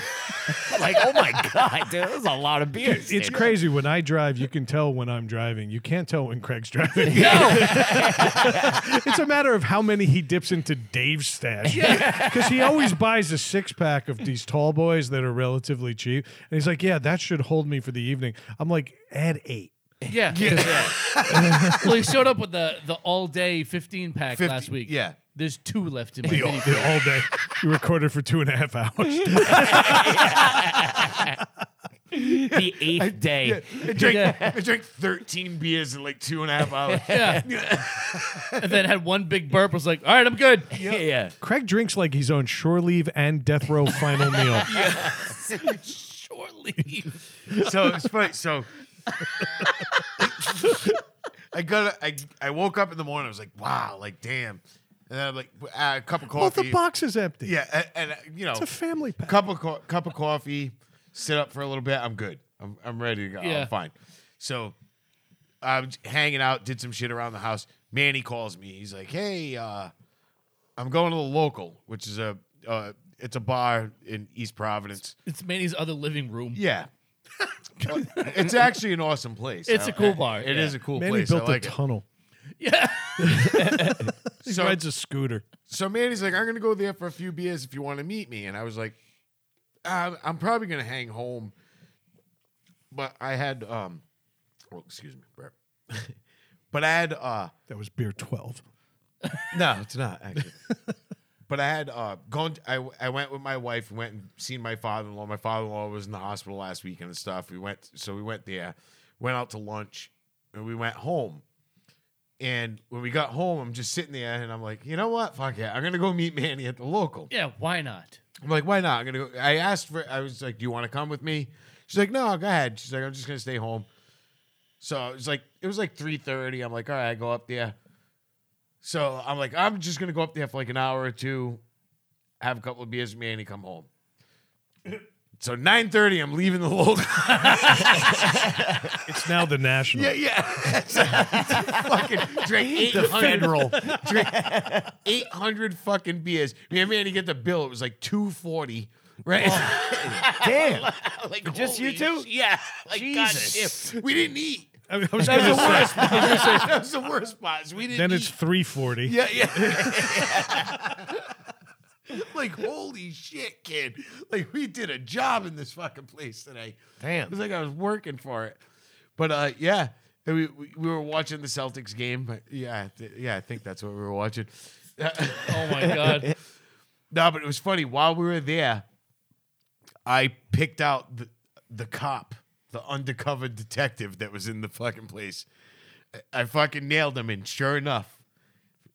Speaker 3: like, oh my God, dude. That was a lot of beers.
Speaker 1: It's
Speaker 3: dude.
Speaker 1: crazy when I drive. You can tell when I'm driving. You can't tell when Craig's driving. it's a matter of how many he dips into Dave's stash because he always buys a six pack of these tall boys that are relatively cheap, and he's like, "Yeah, that should hold me for the evening." I'm like, "Add eight.
Speaker 2: yeah. well, he showed up with the the all day fifteen pack
Speaker 5: Fifty-
Speaker 2: last week.
Speaker 5: yeah.
Speaker 2: there's two left in my
Speaker 1: The all,
Speaker 2: mini
Speaker 1: the all day. You recorded for two and a half hours."
Speaker 3: the eighth day.
Speaker 4: I drank, I drank 13 beers in like two and a half hours.
Speaker 2: Yeah. and then had one big burp. Was like, all right, I'm good.
Speaker 3: Yeah. yeah.
Speaker 1: Craig drinks like he's on shore leave and death row final meal.
Speaker 2: Shortly.
Speaker 4: so it's funny. So I got I I woke up in the morning. I was like, wow, like damn. And then I'm like, uh, a cup of
Speaker 1: Well, the
Speaker 4: coffee.
Speaker 1: box is empty.
Speaker 4: yeah, and, and uh, you know,
Speaker 1: It's a family pack.
Speaker 4: cup of co- cup of coffee, sit up for a little bit. I'm good. I'm, I'm ready to go.
Speaker 2: Yeah.
Speaker 4: I'm fine. So I'm j- hanging out, did some shit around the house. Manny calls me. He's like, "Hey, uh, I'm going to the local, which is a uh, it's a bar in East Providence.
Speaker 2: It's Manny's other living room.
Speaker 4: Yeah, it's actually an awesome place.
Speaker 2: It's
Speaker 4: I-
Speaker 2: a cool bar,
Speaker 4: It is
Speaker 2: yeah.
Speaker 4: a cool
Speaker 1: Man, he
Speaker 4: place.
Speaker 1: built
Speaker 4: I like
Speaker 1: a
Speaker 4: it.
Speaker 1: tunnel.
Speaker 2: Yeah.
Speaker 1: He
Speaker 4: So-
Speaker 1: rides a scooter.
Speaker 4: So Manny's like, I'm gonna go there for a few beers if you want to meet me, and I was like, I'm, I'm probably gonna hang home, but I had um, well, excuse me, Brett, but I had uh,
Speaker 1: That was beer 12.
Speaker 4: no, it's not actually. but I had uh gone. I I went with my wife. Went and seen my father in law. My father in law was in the hospital last weekend and stuff. We went. So we went there. Went out to lunch, and we went home. And when we got home, I'm just sitting there, and I'm like, you know what? Fuck yeah, I'm gonna go meet Manny at the local.
Speaker 2: Yeah. Why not?
Speaker 4: I'm like, why not? I'm gonna go. I asked for. I was like, do you want to come with me? She's like, no, go ahead. She's like, I'm just gonna stay home. So it was like, it was like three thirty. I'm like, all right, I go up there. So I'm like, I'm just gonna go up there for like an hour or two, have a couple of beers with me, and come home. So nine thirty, I'm leaving the local.
Speaker 1: It's now the national.
Speaker 4: yeah, yeah. fucking drank eight hundred
Speaker 3: Federal.
Speaker 4: drink 800 fucking beers. Me and Manny get the bill. It was like 240. Right?
Speaker 3: Damn.
Speaker 4: like,
Speaker 3: Just you
Speaker 4: holy
Speaker 3: two?
Speaker 4: sh- Yeah. Like,
Speaker 3: Jesus.
Speaker 4: goddamn. We didn't eat.
Speaker 1: I, mean, I was
Speaker 4: That
Speaker 1: gonna
Speaker 4: was the
Speaker 1: say,
Speaker 4: worst. that was the worst part. is We didn't
Speaker 1: then
Speaker 4: eat.
Speaker 1: it's 340.
Speaker 4: Yeah, yeah. like, holy shit, kid. Like, we did a job in this fucking place today.
Speaker 3: Damn.
Speaker 4: It was like I was working for it. But uh, yeah, and we, we, we were watching the Celtics game. But yeah, th- yeah, I think that's what we were watching.
Speaker 2: Oh my God.
Speaker 4: No, but it was funny. While we were there, I picked out the, the cop, the undercover detective that was in the fucking place. I- I fucking nailed him, and sure enough,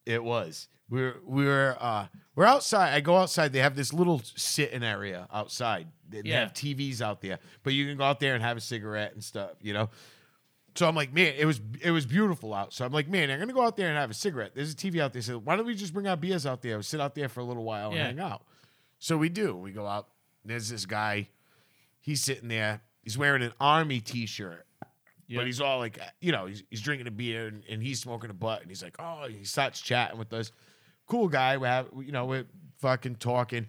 Speaker 4: it was. We were we were uh, we're outside. I go outside. They have this little sitting area outside. They they
Speaker 2: Yeah.
Speaker 4: have TVs out there, but you can go out there and have a cigarette and stuff. You know. So I'm like, man, it was it was beautiful out. So I'm like, man, I'm gonna go out there and have a cigarette. There's a TV out there. So why don't we just bring our beers out there, sit out there for a little while and
Speaker 2: Yeah.
Speaker 4: hang out? So we do. We go out. There's this guy. He's sitting there. He's wearing an army T-shirt,
Speaker 2: Yeah.
Speaker 4: but he's all like, uh, you know, he's, he's drinking a beer and, and he's smoking a butt, and he's like, oh, and he starts chatting with us. Cool guy. We have, you know, we're fucking talking.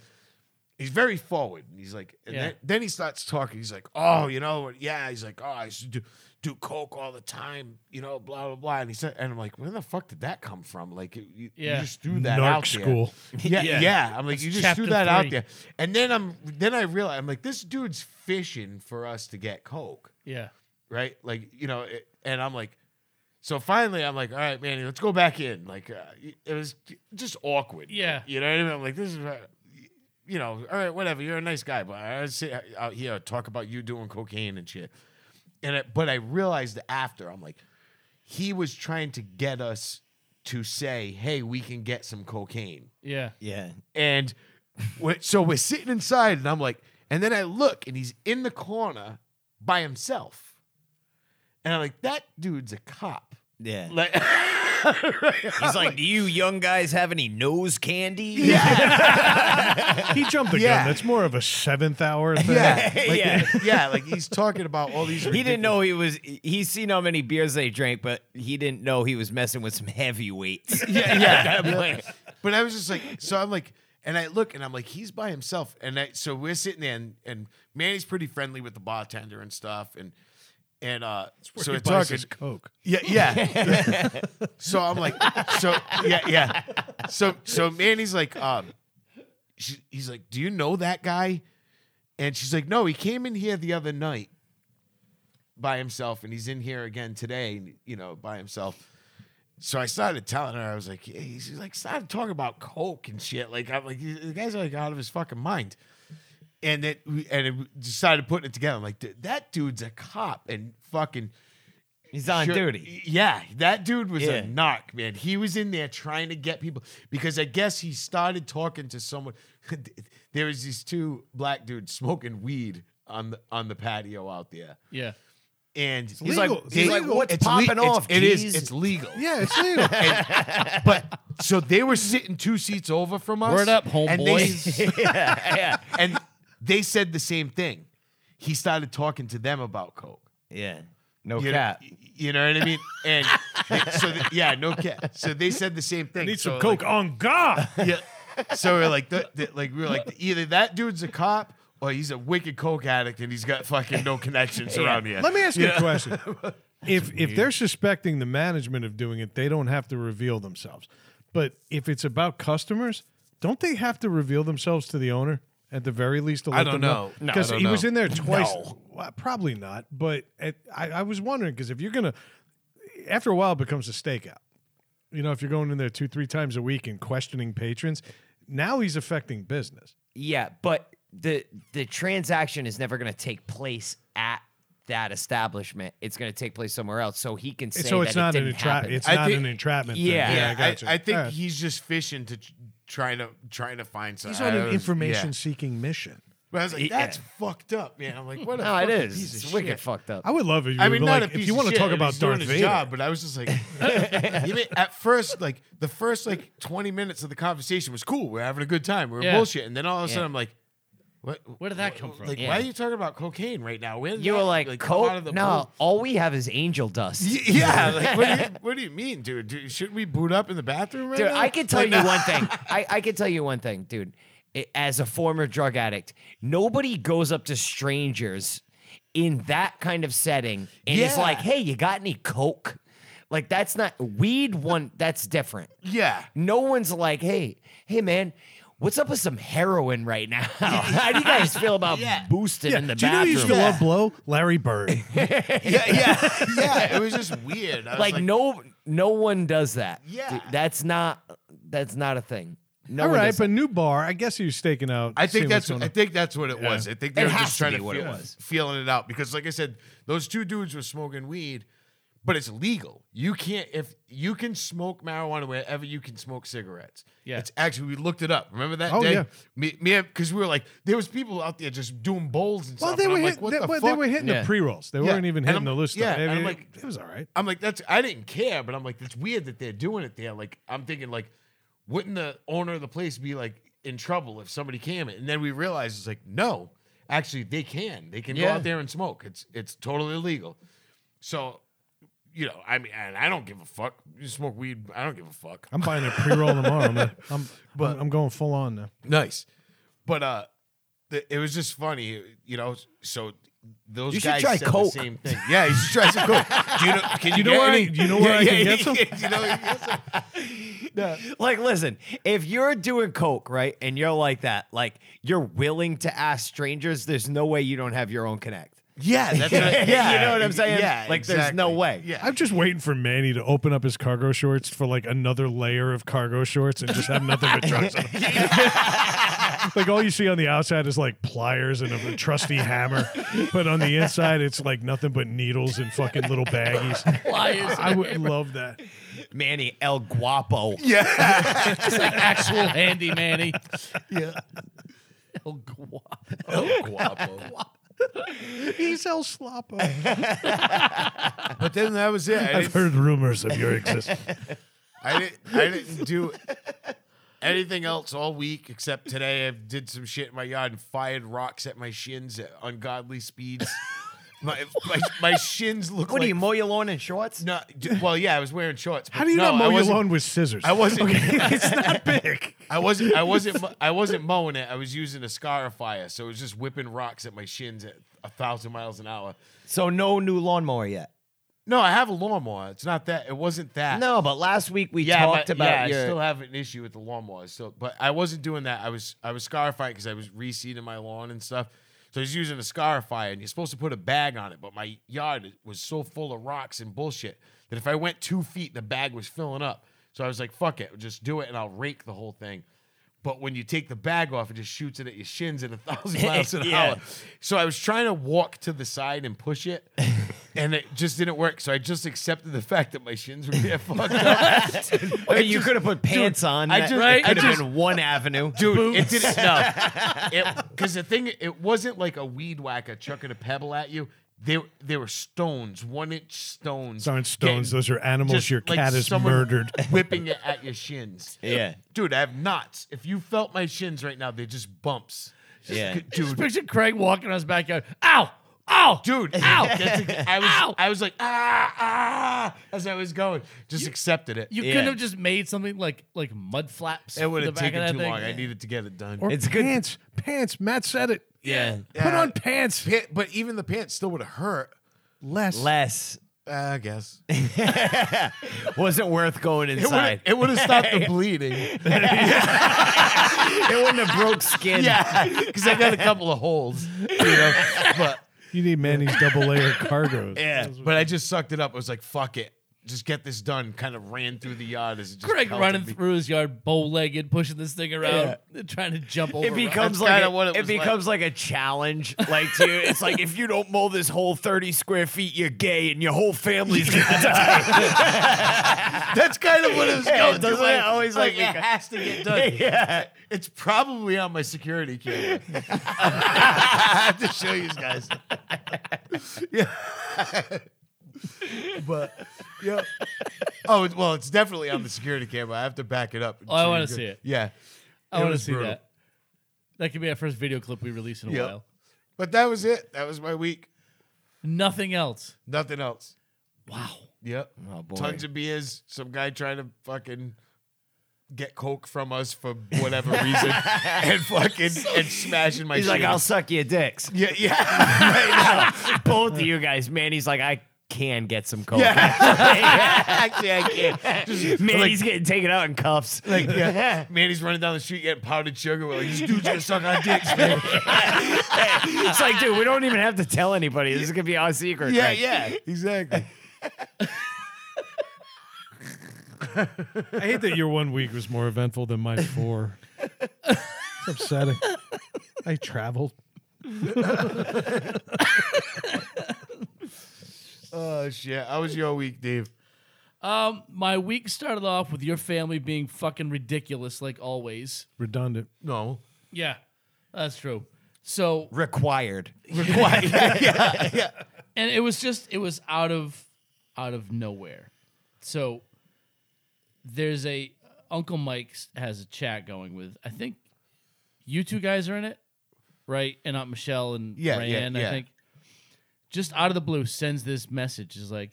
Speaker 4: He's very forward. And he's like, and
Speaker 2: Yeah.
Speaker 4: then, then he starts talking. He's like, oh, you know, yeah. He's like, oh, I used to do, do coke all the time, you know, blah blah blah. And he said, and I'm like, where the fuck did that come from? Like, you, you- you
Speaker 2: Yeah.
Speaker 4: just threw that
Speaker 1: Narc
Speaker 4: out there.
Speaker 1: school.
Speaker 4: Yeah, yeah,
Speaker 2: Yeah.
Speaker 4: I'm like,
Speaker 2: That's
Speaker 4: you just
Speaker 2: chapter
Speaker 4: threw that out
Speaker 2: three.
Speaker 4: there. And then I'm, then I realize, I'm like, this dude's fishing for us to get coke
Speaker 2: Yeah.
Speaker 4: right? Like, you know, it, and I'm like, so finally, I'm like, all right, Manny, let's go back in. Like, uh, it was just awkward.
Speaker 2: Yeah.
Speaker 4: You know what I mean? I'm like, this is, uh, you know, all right, whatever. You're a nice guy, but I was sit uh, out here talk about you doing cocaine and shit. And it, but I realized after, I'm like, he was trying to get us to say, hey, we can get some cocaine.
Speaker 2: Yeah.
Speaker 3: Yeah.
Speaker 4: And we so we're sitting inside, and I'm like, and then I look, and he's in the corner by himself. And I'm like, that dude's a cop.
Speaker 3: Yeah.
Speaker 4: Like,
Speaker 3: He's like, do you young guys have any nose candy?
Speaker 1: He jumped the
Speaker 4: Yeah.
Speaker 1: gun. That's more of a seventh hour thing.
Speaker 4: yeah, like,
Speaker 3: Yeah.
Speaker 4: yeah, like he's talking about all these.
Speaker 3: He didn't know he was. He's seen how many beers they drank, but he didn't know he was messing with some heavyweights.
Speaker 4: yeah, yeah. I'm like- but I was just like, so I'm like, and I look and I'm like, he's by himself. And I, so we're sitting there, and, and Manny's pretty friendly with the bartender and stuff. And, and, uh, so
Speaker 1: he
Speaker 4: we're
Speaker 1: buys
Speaker 4: talking.
Speaker 1: his Coke.
Speaker 4: Yeah, yeah. so I'm like, so yeah, yeah. So so Manny's like, um, she, he's like, do you know that guy? And she's like, no, he came in here the other night by himself, and he's in here again today, you know, by himself. So I started telling her, I was like, yeah, he's she's like, started talking about coke and shit. Like I'm like, the guy's like out of his fucking mind. and it and it decided putting it together. I'm like, "Dude, that dude's a cop and fucking
Speaker 3: He's on
Speaker 4: Sure.
Speaker 3: duty.
Speaker 4: Yeah, that dude was
Speaker 3: Yeah.
Speaker 4: a knock, man. He was in there trying to get people because I guess he started talking to someone. there was these two black dudes smoking weed on the on the patio out there,
Speaker 2: Yeah.
Speaker 4: and he's
Speaker 1: legal.
Speaker 4: like,
Speaker 1: It's
Speaker 4: they-
Speaker 1: legal.
Speaker 3: What's
Speaker 4: it's le-
Speaker 3: popping
Speaker 4: it's-
Speaker 3: off,
Speaker 4: It is.
Speaker 3: geez?
Speaker 4: It's legal.
Speaker 1: Yeah, it's legal.
Speaker 4: But so they were sitting two seats over from us.
Speaker 2: Word up,
Speaker 4: and they-
Speaker 2: homeboys.
Speaker 3: yeah,
Speaker 4: and they said the same thing. He started talking to them about coke.
Speaker 3: yeah. No
Speaker 4: You know-
Speaker 3: cap.
Speaker 4: you know what I mean? And so, th- yeah, no cap. So they said the same thing.
Speaker 1: Need some
Speaker 4: So,
Speaker 1: coke on God.
Speaker 4: like, yeah. So we're like, the, the- like we were like, either that dude's a cop or he's a wicked coke addict and he's got fucking no connections around here.
Speaker 1: Let me ask you a question. If if they're suspecting the management of doing it, they don't have to reveal themselves. But if it's about customers, don't they have to reveal themselves to the owner at the very least? To let
Speaker 4: don't
Speaker 1: them
Speaker 4: know. No, I
Speaker 1: because
Speaker 4: don't
Speaker 1: he was
Speaker 4: know.
Speaker 1: in there twice. Well, probably not. But at, I, I was wondering because if you're gonna, after a while, it becomes a stakeout. You know, if you're going in there two, three times a week and questioning patrons, now he's affecting business.
Speaker 3: Yeah, but the the transaction is never going to take place at that establishment. It's going to take place somewhere else, so he can say
Speaker 1: so it's
Speaker 3: that
Speaker 1: not
Speaker 3: it
Speaker 1: an
Speaker 3: didn't
Speaker 1: entrap.
Speaker 3: happen.
Speaker 1: It's
Speaker 4: I
Speaker 1: not
Speaker 4: think-
Speaker 1: an entrapment. thing.
Speaker 3: Yeah.
Speaker 1: yeah,
Speaker 4: yeah, I,
Speaker 1: gotcha.
Speaker 4: I think
Speaker 1: All right.
Speaker 4: he's just fishing to tr- trying to trying to find something.
Speaker 1: He's on an information seeking mission.
Speaker 4: But I was like,
Speaker 3: Yeah.
Speaker 4: that's fucked up, man. I'm like, what? A
Speaker 3: no, it
Speaker 4: fucking
Speaker 3: is.
Speaker 4: Piece of
Speaker 3: It's wicked
Speaker 4: shit.
Speaker 3: fucked up.
Speaker 1: I would love if you
Speaker 4: I mean,
Speaker 1: were
Speaker 4: not
Speaker 1: like,
Speaker 4: a piece
Speaker 1: if you
Speaker 4: of
Speaker 1: want to
Speaker 4: shit,
Speaker 1: talk
Speaker 4: and
Speaker 1: about
Speaker 4: he's doing
Speaker 1: Darth
Speaker 4: his
Speaker 1: Vader,
Speaker 4: job, but I was just like, you mean, at first, like the first like twenty minutes of the conversation was cool. We're having a good time. We're
Speaker 2: Yeah.
Speaker 4: bullshit, and then all of a sudden, I'm like, what?
Speaker 2: Where did that come from?
Speaker 4: Like,
Speaker 3: Yeah.
Speaker 4: why are you talking about cocaine right now? Where did
Speaker 3: you
Speaker 4: that,
Speaker 3: were like,
Speaker 4: come out
Speaker 3: Coke?
Speaker 4: of the
Speaker 3: No,
Speaker 4: blue?"
Speaker 3: all we have is angel dust.
Speaker 4: Y- Yeah, like what do you, what do you mean, dude? dude should we boot up in the bathroom right
Speaker 3: dude,
Speaker 4: now?
Speaker 3: I can tell
Speaker 4: Like,
Speaker 3: you one thing. I, I can tell you one thing, dude. I- As a former drug addict, nobody goes up to strangers in that kind of setting and is
Speaker 4: Yeah.
Speaker 3: like, "Hey, you got any coke?" Like that's not weed. One that's different.
Speaker 4: Yeah.
Speaker 3: No one's like, "Hey, hey, man." What's up with some heroin right now? How do you guys feel about boosting in the
Speaker 1: Do you know
Speaker 3: bathroom?
Speaker 1: who used to love blow? Larry Bird.
Speaker 4: yeah, yeah, yeah. It was just weird. I was
Speaker 3: like, no, no one does that.
Speaker 4: Yeah.
Speaker 3: Dude, that's not that's not a thing. No
Speaker 1: All
Speaker 3: one
Speaker 1: right,
Speaker 3: does
Speaker 1: but new bar. I guess he was staking out.
Speaker 4: I
Speaker 1: seeing
Speaker 4: think
Speaker 1: what's
Speaker 4: that's
Speaker 1: going
Speaker 4: I
Speaker 1: on.
Speaker 4: think that's what it was. I think they
Speaker 3: It
Speaker 4: were
Speaker 3: has
Speaker 4: just
Speaker 3: to
Speaker 4: trying to
Speaker 3: be what it
Speaker 4: feel-
Speaker 3: was.
Speaker 4: feeling it out because, like I said, those two dudes were smoking weed, but it's legal. You can't if you can smoke marijuana wherever you can smoke cigarettes.
Speaker 2: Yeah.
Speaker 4: it's actually we looked it up. Remember that
Speaker 1: Oh,
Speaker 4: day?
Speaker 1: yeah.
Speaker 4: Me, me, because we were like, there was people out there just doing bowls and
Speaker 1: Well,
Speaker 4: stuff.
Speaker 1: they
Speaker 4: and
Speaker 1: were,
Speaker 4: I'm
Speaker 1: hit,
Speaker 4: like, what
Speaker 1: they,
Speaker 4: the
Speaker 1: well,
Speaker 4: fuck?
Speaker 1: they were hitting
Speaker 2: Yeah.
Speaker 1: the pre rolls. They
Speaker 4: Yeah.
Speaker 1: weren't even
Speaker 4: And
Speaker 1: hitting the
Speaker 4: I'm-
Speaker 1: list.
Speaker 4: yeah,
Speaker 1: I
Speaker 4: and I'm
Speaker 1: mean,
Speaker 4: like-
Speaker 1: it was all right.
Speaker 4: I'm like, that's I didn't care, but I'm like, it's weird that they're doing it there. Like, I'm thinking, like, wouldn't the owner of the place be like in trouble if somebody came? And then we realized it's like, no, actually, they can. They can go
Speaker 3: Yeah.
Speaker 4: out there and smoke. It's it's totally illegal. So, you know, I mean, and I don't give a fuck. You smoke weed, I don't give a fuck.
Speaker 1: I'm buying a pre roll tomorrow, man. I'm, I'm, I'm going full on now.
Speaker 4: Nice, but uh, the, it was just funny, you know. So. Those
Speaker 3: You should
Speaker 4: guys
Speaker 3: try
Speaker 4: said
Speaker 3: Coke.
Speaker 4: the same thing. Yeah, you should try some coke. Do you know, can you,
Speaker 1: know
Speaker 4: get
Speaker 1: where I-
Speaker 4: any?
Speaker 1: do you know where I can get some?
Speaker 4: Do you know where you can get some?
Speaker 3: Like, listen, if you're doing coke, right, and you're like that, like you're willing to ask strangers, there's no way you don't have your own connect.
Speaker 4: Yeah, that's what I,
Speaker 3: Yeah,
Speaker 4: yeah,
Speaker 3: you know what I'm saying?
Speaker 4: Yeah,
Speaker 3: Like, there's no way.
Speaker 4: Yeah,
Speaker 1: I'm just waiting for Manny to open up his cargo shorts for like another layer of cargo shorts and just have nothing but trucks on. them. like all you see on the outside is like pliers and a trusty hammer, but on the inside it's like nothing but needles and fucking little baggies.
Speaker 2: Pliers.
Speaker 1: I would love that.
Speaker 3: Manny El Guapo.
Speaker 2: It's like actual handy Manny. Yeah. El Guapo.
Speaker 1: He's El Slopo.
Speaker 4: but then that was it. I
Speaker 1: I've heard
Speaker 4: didn't,
Speaker 1: rumors of your existence.
Speaker 4: I didn't, I didn't do anything else all week except today. I did some shit in my yard and fired rocks at my shins at ungodly speeds. My my, my shins look
Speaker 3: What
Speaker 4: like
Speaker 3: do you mow your lawn in shorts?
Speaker 4: no, d- well, yeah, I was wearing shorts.
Speaker 1: How do you
Speaker 4: no,
Speaker 1: not
Speaker 4: I
Speaker 1: mow your
Speaker 4: wasn't-
Speaker 1: lawn with scissors?
Speaker 4: I wasn't.
Speaker 1: it's not big.
Speaker 4: I wasn't. I wasn't. mo- I wasn't mowing it. I was using a scarifier, so it was just whipping rocks at my shins at a thousand miles an hour.
Speaker 3: So no new lawnmower yet.
Speaker 4: No, I have a lawnmower. It's not that. It wasn't that.
Speaker 3: No, but last week we
Speaker 4: yeah,
Speaker 3: talked
Speaker 4: but,
Speaker 3: about
Speaker 4: yeah, I
Speaker 3: your.
Speaker 4: still have an issue with the lawnmower. So, but I wasn't doing that. I was I was scarified because I was reseeding my lawn and stuff. So I was using a scarifier, and you're supposed to put a bag on it, but my yard was so full of rocks and bullshit that if I went two feet, the bag was filling up. So I was like, "Fuck it, just do it, and I'll rake the whole thing." But when you take the bag off, it just shoots it at your shins at a thousand miles an
Speaker 3: Yeah.
Speaker 4: hour. So I was trying to walk to the side and push it, and it just didn't work. So I just accepted the fact that my shins were getting fucked up.
Speaker 3: I mean, you could have put pants on.
Speaker 4: I
Speaker 3: That
Speaker 4: just-
Speaker 2: Right? I
Speaker 3: could have
Speaker 4: just-
Speaker 3: been one avenue.
Speaker 4: Dude, it didn't. No, because the thing, it wasn't like a weed whacker chucking a pebble at you. They they were stones, one inch stones.
Speaker 1: Those aren't stones. Those are animals
Speaker 4: just
Speaker 1: your
Speaker 4: like
Speaker 1: cat has
Speaker 4: someone
Speaker 1: murdered.
Speaker 4: Whipping it at your shins.
Speaker 3: Yeah.
Speaker 4: Dude, I have knots. If you felt my shins right now, they're just bumps. Just-
Speaker 3: Yeah.
Speaker 2: Just
Speaker 4: Dude,
Speaker 2: picture Craig walking on his backyard. Ow! Ow!
Speaker 4: dude,
Speaker 2: Ow!
Speaker 4: That's ex- I was,
Speaker 2: Ow!
Speaker 4: I was like, ah, ah, as I was going. Just accepted it.
Speaker 2: You
Speaker 3: Yeah.
Speaker 2: couldn't have just made something like like mud flaps.
Speaker 4: it would
Speaker 2: for
Speaker 4: have
Speaker 2: the back of
Speaker 4: taken
Speaker 2: that
Speaker 4: too
Speaker 2: thing.
Speaker 4: long. I needed to get it done.
Speaker 1: Or
Speaker 3: It's good-
Speaker 1: pants. Pants. Matt said it.
Speaker 3: Yeah.
Speaker 1: Put on pants.
Speaker 4: Pant- but even the pants still would have hurt.
Speaker 1: Less.
Speaker 3: Less
Speaker 4: Uh, I guess.
Speaker 3: wasn't worth going inside.
Speaker 4: It would have stopped the bleeding.
Speaker 3: It wouldn't have broke skin.
Speaker 4: yeah, because I got a couple of holes, you know. But
Speaker 1: You need Manny's double layer cargos.
Speaker 3: Yeah.
Speaker 4: but I just sucked it up. I was like, "Fuck it, just get this done." Kind of ran through the yard as it just
Speaker 2: Craig
Speaker 4: pelted
Speaker 2: running
Speaker 4: me.
Speaker 2: through his yard, bow-legged, pushing this thing around, trying to jump over.
Speaker 3: It becomes
Speaker 4: That's
Speaker 3: like
Speaker 4: kinda
Speaker 3: a,
Speaker 4: what
Speaker 3: it,
Speaker 4: it was like.
Speaker 3: becomes like. a challenge. Like to you, it's like if you don't mow this whole thirty square feet, you're gay and your whole family's gonna die.
Speaker 4: That's kind of what it was
Speaker 3: Yeah,
Speaker 4: going.
Speaker 3: doesn't
Speaker 4: through. Oh,
Speaker 3: it always, like,
Speaker 4: it
Speaker 3: become-
Speaker 4: has to get done?
Speaker 3: yeah.
Speaker 4: It's probably on my security camera. I have to show you guys. yeah. but yeah. Oh it- well, it's definitely on the security camera. I have to back it up. and
Speaker 2: Oh, I
Speaker 4: show you
Speaker 2: wanna
Speaker 4: guys.
Speaker 2: see it.
Speaker 4: Yeah.
Speaker 2: I
Speaker 4: It
Speaker 2: want to
Speaker 4: was
Speaker 2: see
Speaker 4: brutal.
Speaker 2: that. That could be our first video clip we release in a
Speaker 4: Yep.
Speaker 2: while.
Speaker 4: But that was it. That was my week.
Speaker 2: Nothing else.
Speaker 4: Nothing else.
Speaker 2: Wow.
Speaker 4: Yep.
Speaker 3: Oh, boy.
Speaker 4: Tons of beers. Some guy trying to fucking get coke from us for whatever reason, and fucking and smashing my.
Speaker 3: He's like,
Speaker 4: shit.
Speaker 3: I'll suck your dicks.
Speaker 4: Yeah, yeah.
Speaker 3: Both of you guys, Manny's like, I can get some coke.
Speaker 4: Actually, I can't. Just,
Speaker 3: Manny's getting taken out in cuffs.
Speaker 4: like, yeah. Manny's running down the street getting powdered sugar. We're like, these dudes gonna suck our dicks, man.
Speaker 3: it's like, dude, we don't even have to tell anybody. This is gonna be our secret.
Speaker 4: yeah,
Speaker 3: Craig.
Speaker 4: yeah, exactly.
Speaker 1: I hate that your one week was more eventful than my four. it's upsetting. I traveled.
Speaker 4: Oh shit! How was your week, Dave?
Speaker 2: Um, my week started off with your family being fucking ridiculous, like always.
Speaker 1: Redundant.
Speaker 4: No,
Speaker 2: Yeah, that's true. So,
Speaker 3: Required.
Speaker 2: and it was just, it was out of, out of nowhere. So, there's a Uncle Mike has a chat going with. I think you two guys are in it, right? And Aunt Michelle and
Speaker 4: Yeah, yeah,
Speaker 2: Ryan, I
Speaker 4: yeah.
Speaker 2: think. Just out of the blue, sends this message. Is like,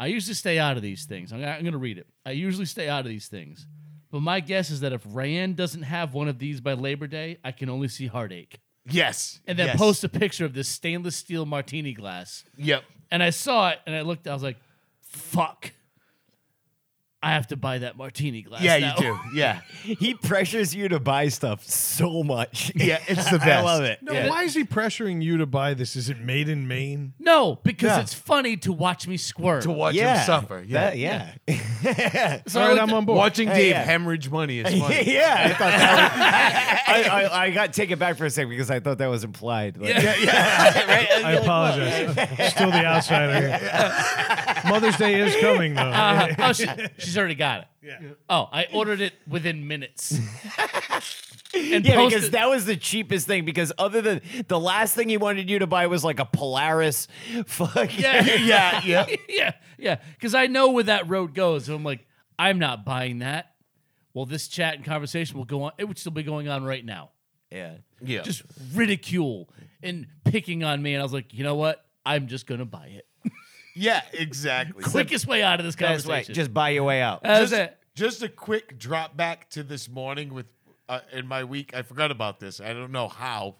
Speaker 2: I usually stay out of these things. I'm, gonna- I'm going to read it. I usually stay out of these things. But my guess is that if Ryan doesn't have one of these by Labor Day, I can only see heartache.
Speaker 4: yes,
Speaker 2: And then
Speaker 4: yes.
Speaker 2: post a picture of this stainless steel martini glass.
Speaker 4: Yep.
Speaker 2: And I saw it and I looked, I was like, fuck. I have to buy that martini glass.
Speaker 4: Yeah,
Speaker 2: now.
Speaker 4: you do. Yeah,
Speaker 3: He pressures you to buy stuff so much.
Speaker 4: yeah. It's the best.
Speaker 3: I love it.
Speaker 1: No, why is he pressuring you to buy this? Is it made in Maine?
Speaker 2: No, because
Speaker 4: Yeah.
Speaker 2: it's funny to watch me squirt.
Speaker 4: To watch him suffer. Yeah.
Speaker 3: That- yeah.
Speaker 2: So I
Speaker 1: All right,
Speaker 2: looked-
Speaker 1: I'm on board.
Speaker 4: Watching
Speaker 3: Hey,
Speaker 4: Dave
Speaker 3: yeah.
Speaker 4: hemorrhage money is funny.
Speaker 3: yeah, I thought that was, I, I, I got taken back for a second because I thought that was implied. Like,
Speaker 2: Yeah.
Speaker 1: I apologize. Still the outsider. Mother's Day is coming, though.
Speaker 2: Uh-huh. Oh, she, she's already got it. Oh, I ordered it within minutes. and
Speaker 3: Yeah,
Speaker 2: posted,
Speaker 3: because that was the cheapest thing. Because other than the last thing he wanted you to buy was like a Polaris, fuck
Speaker 2: Yeah.
Speaker 4: yeah, yeah.
Speaker 2: yeah, yeah. Because I know where that road goes. So I'm like, I'm not buying that. Well, this chat and conversation will go on. It would still be going on right now.
Speaker 3: yeah.
Speaker 4: Yeah.
Speaker 2: Just ridicule and picking on me. And I was like, you know what? I'm just going to buy it.
Speaker 4: yeah, exactly.
Speaker 2: Quickest way out of this
Speaker 3: That's right.
Speaker 2: conversation.
Speaker 3: Just buy your way out.
Speaker 2: That was
Speaker 4: just,
Speaker 2: it.
Speaker 4: just a quick drop back to this morning with uh, in my week. I forgot about this. I don't know how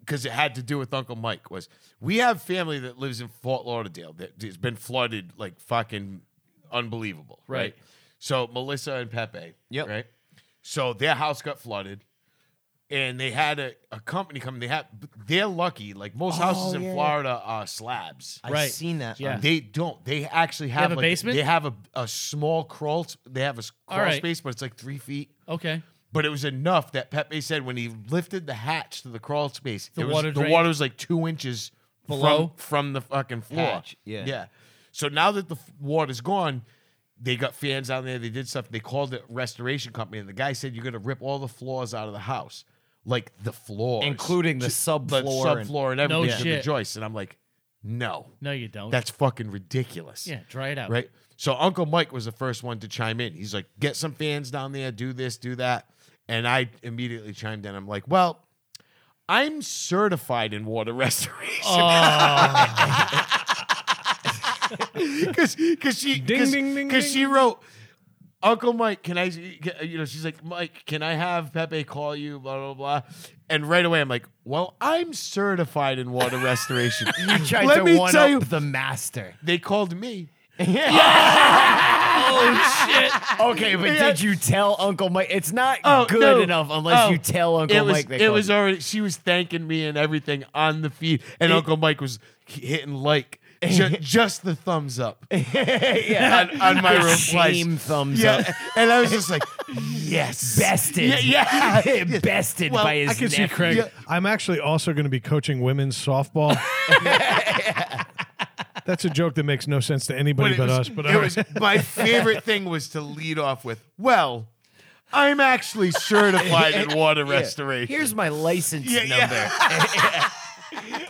Speaker 4: because it had to do with Uncle Mike. Was we have family that lives in Fort Lauderdale that has been flooded like fucking unbelievable, right?
Speaker 2: Right.
Speaker 4: So Melissa and Pepe,
Speaker 3: Yep.
Speaker 4: right. So their house got flooded. And they had a, a company come. They had they're lucky. Like most houses
Speaker 2: Oh,
Speaker 4: in Florida are slabs.
Speaker 2: right.
Speaker 3: that.
Speaker 2: Yeah.
Speaker 4: They don't. They actually have,
Speaker 2: have a
Speaker 4: like,
Speaker 2: basement?
Speaker 4: They have a, a small crawl. s- They have a s-
Speaker 2: All
Speaker 4: crawl
Speaker 2: right.
Speaker 4: space, but it's like three feet.
Speaker 2: Okay.
Speaker 4: But it was enough that Pepe said when he lifted the hatch to the crawl space,
Speaker 2: The
Speaker 4: it was-
Speaker 2: water
Speaker 4: the
Speaker 2: drain?
Speaker 4: water was like two inches from-
Speaker 2: Below?
Speaker 4: from, the fucking floor.
Speaker 3: Hatch, yeah.
Speaker 4: yeah. So now that the f- water's gone, they got fans out there. They did stuff. They called it restoration company, and the guy said you're gonna rip all the floors out of the house, like the floors,
Speaker 3: Including the
Speaker 4: the
Speaker 3: subfloor and-
Speaker 4: subfloor, and,
Speaker 2: No
Speaker 4: everything, to the
Speaker 2: shit.
Speaker 4: joists. And I'm like, no,
Speaker 2: No, you don't.
Speaker 4: that's fucking ridiculous.
Speaker 2: yeah, dry it out.
Speaker 4: Right. So Uncle Mike was the first one to chime in. He's like, get some fans down there, do this, do that. And I immediately chimed in. I'm like, well, I'm certified in water restoration
Speaker 2: Oh,
Speaker 4: because she
Speaker 1: Ding,
Speaker 4: cause,
Speaker 1: ding, ding,
Speaker 4: 'cause
Speaker 1: ding.
Speaker 4: she wrote Uncle Mike, can I you know she's like Mike, can I have Pepe call you blah blah blah, and right away I'm like, well, I'm certified in water restoration.
Speaker 3: You tried
Speaker 4: Let
Speaker 3: to
Speaker 4: me
Speaker 3: one
Speaker 4: tell
Speaker 3: up
Speaker 4: you-
Speaker 3: the master.
Speaker 4: they called me.
Speaker 3: Okay, but
Speaker 4: Oh, Yeah.
Speaker 3: did you tell Uncle Mike? It's not
Speaker 4: Oh,
Speaker 3: good
Speaker 4: no.
Speaker 3: enough unless
Speaker 4: Oh,
Speaker 3: you tell Uncle
Speaker 4: it was,
Speaker 3: Mike. They
Speaker 4: It
Speaker 3: called
Speaker 4: was
Speaker 3: you.
Speaker 4: already. She was thanking me and everything on the feed, and Uncle Mike was hitting like ju- just the thumbs up
Speaker 3: yeah.
Speaker 4: on, on my replies.
Speaker 3: Shame thumbs up.
Speaker 4: Yeah, and I was just like, yes,
Speaker 3: Bested.
Speaker 4: Yeah, yeah.
Speaker 3: Bested
Speaker 4: Well,
Speaker 3: by his
Speaker 1: I can see
Speaker 3: nephew.
Speaker 1: Craig.
Speaker 4: Yeah.
Speaker 1: I'm actually also going to be coaching women's softball. That's a joke that makes no sense to anybody
Speaker 4: it
Speaker 1: but,
Speaker 4: was-
Speaker 1: us. But
Speaker 4: it
Speaker 1: all
Speaker 4: was-
Speaker 1: right.
Speaker 4: my favorite thing was to lead off with, well, I'm actually certified in water restoration.
Speaker 3: Here's my license
Speaker 4: Yeah,
Speaker 3: number.
Speaker 4: yeah.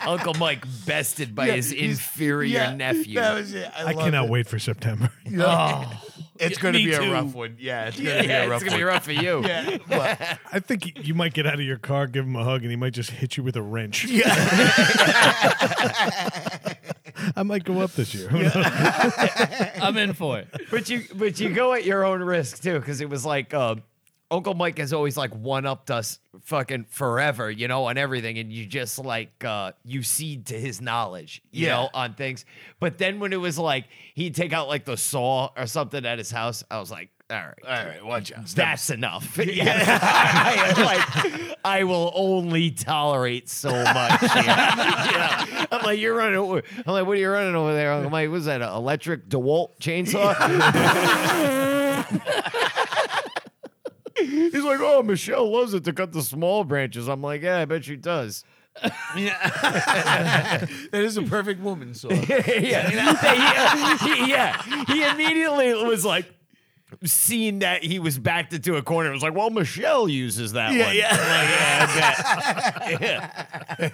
Speaker 3: Uncle Mike bested by
Speaker 4: Yeah,
Speaker 3: his
Speaker 4: he's-
Speaker 3: inferior
Speaker 4: yeah,
Speaker 3: nephew.
Speaker 4: That was it. I,
Speaker 1: I
Speaker 4: loved
Speaker 1: cannot
Speaker 4: it.
Speaker 1: wait for September.
Speaker 4: It's going to
Speaker 2: me
Speaker 4: be a
Speaker 2: too.
Speaker 4: rough one. Yeah, it's going to
Speaker 3: yeah,
Speaker 4: be
Speaker 3: yeah,
Speaker 4: a rough
Speaker 3: it's gonna be
Speaker 4: one.
Speaker 3: rough for you.
Speaker 4: Yeah, but-
Speaker 1: I think you might get out of your car, give him a hug, and he might just hit you with a wrench. Yeah. I might go up this year. Who knows?
Speaker 2: I'm in for it.
Speaker 3: But you but you go at your own risk too, because it was like uh, Uncle Mike has always like one upped us fucking forever, you know, on everything, and you just like uh you cede to his knowledge, you
Speaker 4: Yeah.
Speaker 3: know, on things. But then when it was like he'd take out like the saw or something at his house, I was like, all right.
Speaker 4: all right, watch out.
Speaker 3: That's enough. Yeah. I, am like, I will only tolerate so much. here. Yeah. I'm like, you're running. Over. I'm like, what are you running over there? I'm like, what's that? An electric DeWalt chainsaw? He's like, oh, Michelle loves it to cut the small branches. I'm like, yeah, I bet she does.
Speaker 4: That is a perfect woman saw.
Speaker 3: yeah. yeah. He, he- uh, yeah. He immediately was like, seeing that he was backed into a corner, was like, well, Michelle uses that one.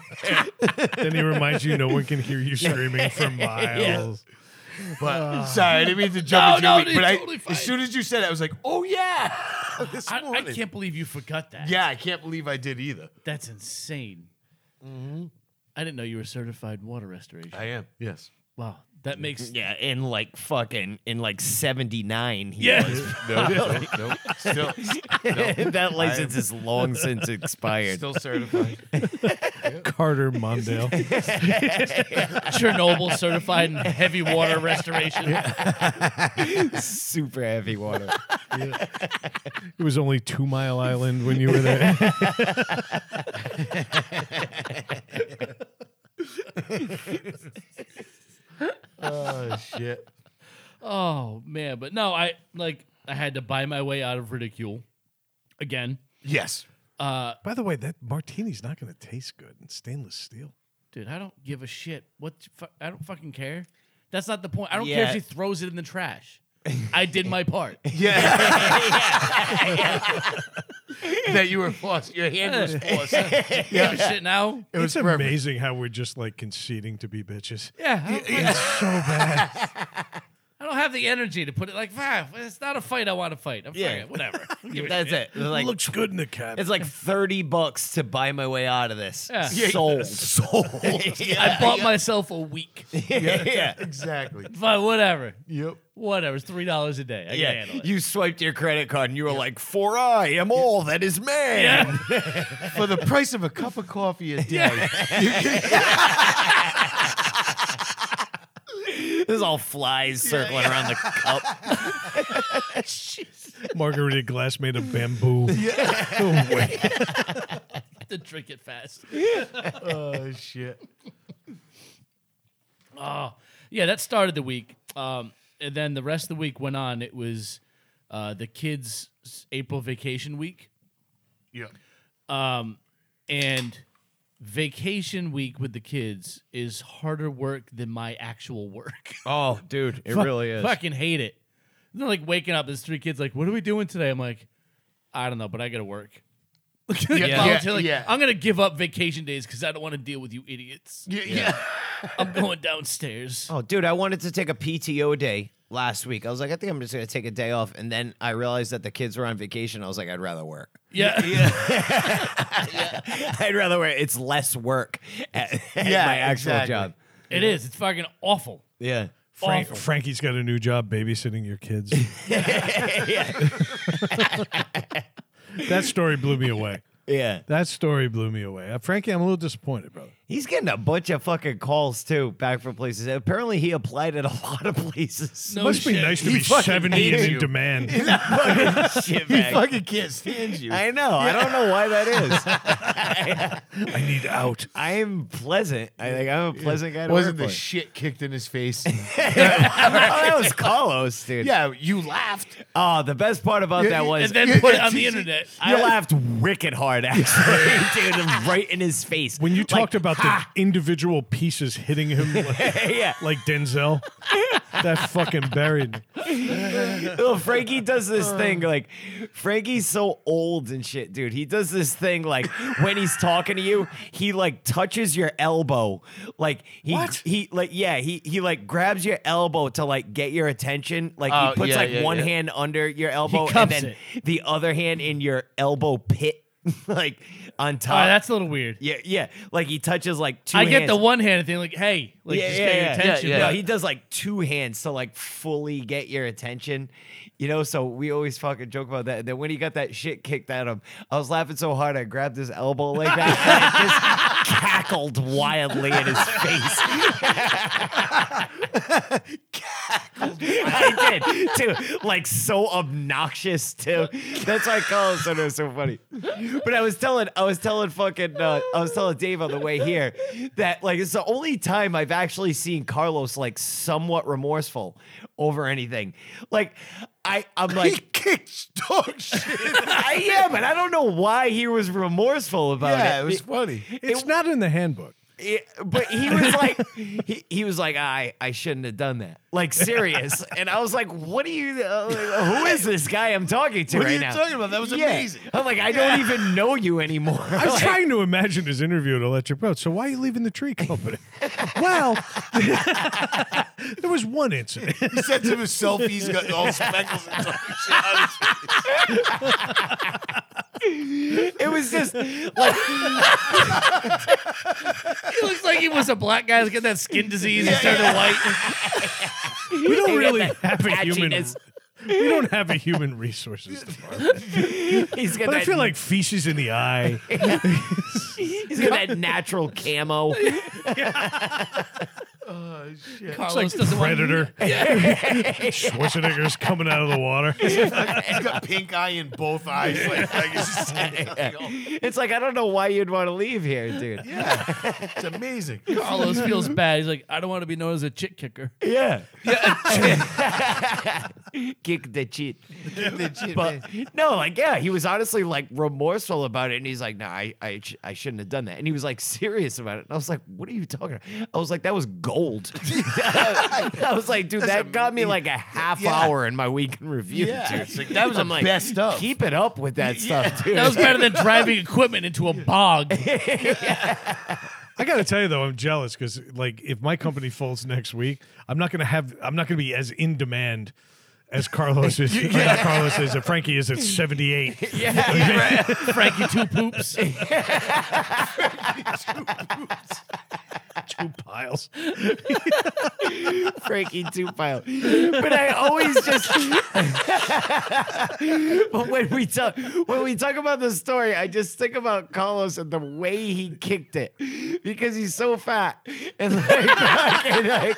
Speaker 4: yeah.
Speaker 1: then he reminds you no one can hear you screaming for miles.
Speaker 4: But sorry, I didn't mean to jump
Speaker 2: No,
Speaker 4: into
Speaker 2: no,
Speaker 4: your week. But
Speaker 2: it's
Speaker 4: I,
Speaker 2: totally fine.
Speaker 4: as soon as you said it, I was like, oh yeah, this
Speaker 2: I, I
Speaker 4: morning.
Speaker 2: can't believe you forgot that.
Speaker 4: Yeah, I can't believe I did either.
Speaker 2: That's insane. I didn't know you were certified water restoration.
Speaker 4: Mm-hmm. I am. Yes.
Speaker 2: wow. That makes
Speaker 3: Yeah, in like fucking in like '79. He
Speaker 2: Yeah.
Speaker 3: was.
Speaker 4: No. no, no. Still,
Speaker 3: that license is long since expired.
Speaker 4: still certified.
Speaker 1: Carter Mondale.
Speaker 2: Chernobyl certified in heavy water restoration.
Speaker 3: Super heavy water.
Speaker 1: It was only Two Mile Island when you were there.
Speaker 4: oh shit.
Speaker 2: Oh man, but no, I like I had to buy my way out of ridicule again.
Speaker 4: Yes.
Speaker 2: Uh
Speaker 1: By the way, that martini's not going to taste good. It's stainless steel.
Speaker 2: dude, I don't give a shit. What the fu- I don't fucking care. That's not the point. I don't care if
Speaker 3: Yeah.
Speaker 2: she throws it in the trash. I did my part.
Speaker 4: Yeah. that you were forced. Your hand was forced.
Speaker 2: yeah. Shit now.
Speaker 1: It was
Speaker 4: was
Speaker 1: it's
Speaker 4: perfect.
Speaker 1: amazing how we're just like conceding to be bitches.
Speaker 2: Yeah. I don't,
Speaker 1: So bad.
Speaker 2: I don't have the energy to put it like, ah, it's not a fight I want to fight. I'm
Speaker 3: Yeah.
Speaker 2: yeah. whatever. I don't give a
Speaker 3: That's
Speaker 2: shit.
Speaker 3: it. Like
Speaker 1: Looks good in the cap.
Speaker 3: it's like thirty bucks to buy my way out of this.
Speaker 2: Yeah. Yeah.
Speaker 3: Sold. Sold. yeah.
Speaker 2: I bought myself a week.
Speaker 3: yeah.
Speaker 4: Exactly.
Speaker 2: but whatever.
Speaker 4: Yep.
Speaker 2: Whatever. It's three dollars a day. I
Speaker 3: Yeah.
Speaker 2: can handle it.
Speaker 3: You swiped your credit card and you were like, "For I am all that is man."
Speaker 2: yeah.
Speaker 4: For the price of a cup of coffee a day.
Speaker 3: There's all flies circling around the cup.
Speaker 1: Margarita glass made of bamboo. Oh, wait.
Speaker 2: to drink it fast.
Speaker 4: Oh shit.
Speaker 2: Oh, yeah, that started the week. Um, and then the rest of the week went on. It was uh, the kids' April vacation week.
Speaker 4: Yeah.
Speaker 2: Um, and vacation week with the kids is harder work than my actual work.
Speaker 3: Oh, dude, it really is.
Speaker 2: Fucking hate it. They're like waking up. There's three kids. Like, what are we doing today? I'm like, I don't know, but I gotta work. Like, volunteer, like,
Speaker 4: yeah.
Speaker 2: I'm gonna give up vacation days because I don't want to deal with you idiots.
Speaker 4: Yeah. yeah.
Speaker 2: I'm going downstairs.
Speaker 3: Oh, dude, I wanted to take a PTO day last week. I was like, I think I'm just gonna take a day off, and then I realized that the kids were on vacation. I was like, I'd rather work.
Speaker 2: yeah.
Speaker 3: I'd rather work. It's less work at, at
Speaker 4: Yeah,
Speaker 3: my actual
Speaker 4: exactly.
Speaker 3: job.
Speaker 2: it is. It's fucking awful.
Speaker 3: Yeah.
Speaker 1: Frank,
Speaker 2: awful.
Speaker 1: Frankie's got a new job babysitting your kids. that story blew me away.
Speaker 3: Yeah.
Speaker 1: That story blew me away. Uh, Frankie, I'm a little disappointed, brother.
Speaker 3: He's getting a bunch of fucking calls too back from places. Apparently, he applied at a lot of places.
Speaker 2: No
Speaker 1: Must
Speaker 2: shit.
Speaker 1: be nice to
Speaker 4: He
Speaker 1: be
Speaker 4: fucking
Speaker 1: 70 and
Speaker 4: hates
Speaker 1: in
Speaker 4: you.
Speaker 1: demand.
Speaker 3: Shit,
Speaker 4: He
Speaker 3: man.
Speaker 4: fucking can't stand you.
Speaker 3: I know. I don't know why that is.
Speaker 1: I need out.
Speaker 3: I'm pleasant. I think I'm a pleasant guy. To
Speaker 4: Wasn't
Speaker 3: work
Speaker 4: the
Speaker 3: for.
Speaker 4: shit kicked in his face?
Speaker 3: oh, that was Carlos, dude.
Speaker 4: yeah, you laughed.
Speaker 3: Oh, the best part about that was
Speaker 2: and then
Speaker 4: Yeah,
Speaker 2: put it
Speaker 4: yeah,
Speaker 2: on the
Speaker 4: yeah.
Speaker 2: internet.
Speaker 3: I laughed wicked hard, actually, dude, right in his face.
Speaker 1: When you
Speaker 3: Like,
Speaker 1: talked about the individual pieces hitting him like,
Speaker 3: yeah,
Speaker 1: like Denzel, that fucking buried me.
Speaker 3: Well, Oh, Frankie does this thing like Frankie's so old and shit, dude. He does this thing like when he's talking to you, he like touches your elbow. Like he he like yeah, he he like grabs your elbow to like get your attention. Like
Speaker 4: Oh,
Speaker 3: he puts
Speaker 4: yeah,
Speaker 3: like
Speaker 4: yeah,
Speaker 3: one
Speaker 4: yeah.
Speaker 3: hand under your elbow and
Speaker 2: cups
Speaker 3: then the other hand in your elbow pit like on
Speaker 2: Oh,
Speaker 3: top.
Speaker 2: that's a little weird.
Speaker 3: yeah, yeah. Like he touches like two
Speaker 2: I get the
Speaker 3: hands.
Speaker 2: one handed thing, like, hey, like just get your attention.
Speaker 3: No,
Speaker 2: but-
Speaker 3: he does like two hands to like fully get your attention. You know, so we always fucking joke about that. And then when he got that shit kicked at him, I was laughing so hard I grabbed his elbow like that and it just cackled wildly in his face. I did too. Like so obnoxious too. That's why I call it so, it was so funny. But I was telling, I was telling fucking, uh, I was telling Dave on the way here that like it's the only time I've actually seen Carlos like somewhat remorseful over anything. Like I, I'm
Speaker 4: He
Speaker 3: like.
Speaker 4: kicked dog shit.
Speaker 3: I am, and I don't know why he was remorseful about
Speaker 4: yeah,
Speaker 3: it.
Speaker 4: it was funny.
Speaker 1: It's not in the handbook.
Speaker 3: Yeah, but he was like, he, he was like, I, I shouldn't have done that. Like serious, and I was like, what are you? Uh, who is this guy I'm talking to
Speaker 4: What are
Speaker 3: right
Speaker 4: you
Speaker 3: now?
Speaker 4: talking about? That was
Speaker 3: Yeah.
Speaker 4: amazing.
Speaker 3: I'm like, I don't even know you anymore.
Speaker 1: I was
Speaker 3: Like,
Speaker 1: trying to imagine his interview at Electric Boat. So why are you leaving the tree company? well, there was one incident.
Speaker 4: He sent him a selfie. He's got all speckles and dog shit on his face.
Speaker 3: it was just
Speaker 2: He looks like he was a black guy that's got that skin disease and started to white.
Speaker 1: We don't really
Speaker 3: that
Speaker 1: have a human.
Speaker 3: patchiness.
Speaker 1: We don't have a human resources department.
Speaker 3: he's got
Speaker 1: But I
Speaker 3: that,
Speaker 1: feel like feces in the eye.
Speaker 3: he's got that natural camo.
Speaker 2: Carlos
Speaker 1: It's like
Speaker 2: Oh, doesn't want to-
Speaker 1: Predator. Schwarzenegger's coming out of the water.
Speaker 4: He's got pink eye in both eyes. Like, like it's, just,
Speaker 3: It's like I don't know why you'd want to leave here, dude. Yeah,
Speaker 4: it's amazing.
Speaker 2: Carlos feels bad. He's like, I don't want to be known as a chick kicker.
Speaker 3: yeah. Kick the cheat. but no, like yeah, he was honestly like remorseful about it, and he's like, "No, I, I, sh- I shouldn't have done that," and he was like serious about it. And I was like, "What are you talking?" about? I was like, "That was gold." I was like, "Dude, that got me like a half
Speaker 4: Yeah.
Speaker 3: hour in my week in review."
Speaker 4: Yeah,
Speaker 3: dude.
Speaker 4: it's like, that was
Speaker 3: I'm
Speaker 4: the
Speaker 3: like,
Speaker 4: best of.
Speaker 3: Keep it up with that stuff, dude.
Speaker 2: That was better than driving equipment into a bog.
Speaker 1: I gotta tell you though, I'm jealous because like if my company folds next week, I'm not gonna have I'm not gonna be as in demand as Carlos is. or not Carlos is. If Frankie is at 78.
Speaker 2: Frankie two poops.
Speaker 1: Two piles.
Speaker 3: Frankie two pile. But I always just. but when we talk when we talk about the story, I just think about Carlos and the way he kicked it because he's so fat and like, fucking, like,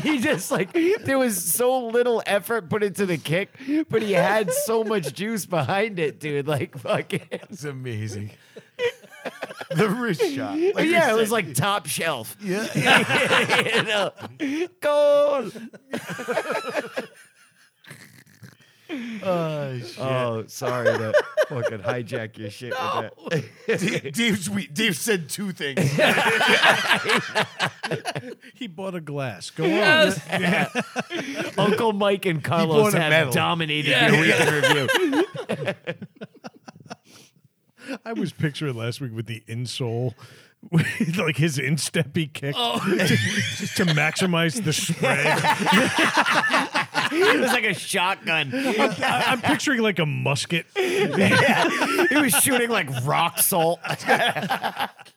Speaker 3: he just like there was so little effort put into the kick, but he had so much juice behind it, dude. Like fucking.
Speaker 4: It's amazing. The wrist shot. Like you
Speaker 3: yeah, it
Speaker 4: said.
Speaker 3: was like top shelf.
Speaker 4: Yeah.
Speaker 3: you know, goal.
Speaker 5: Oh, sorry to fucking hijack your shit with that.
Speaker 4: Deeps, we, Deeps said two things.
Speaker 1: He bought a glass. Go on.
Speaker 2: Yes.
Speaker 3: Uncle Mike and Carlos
Speaker 4: a
Speaker 3: have
Speaker 4: medal.
Speaker 3: dominated
Speaker 2: Yeah.
Speaker 3: your week in review.
Speaker 1: I was picturing last week with the insole, with, like his instep he kicked
Speaker 2: Oh.
Speaker 1: just to maximize the spread.
Speaker 3: It was like a shotgun.
Speaker 1: I, I'm picturing like a musket.
Speaker 3: He was shooting like rock salt.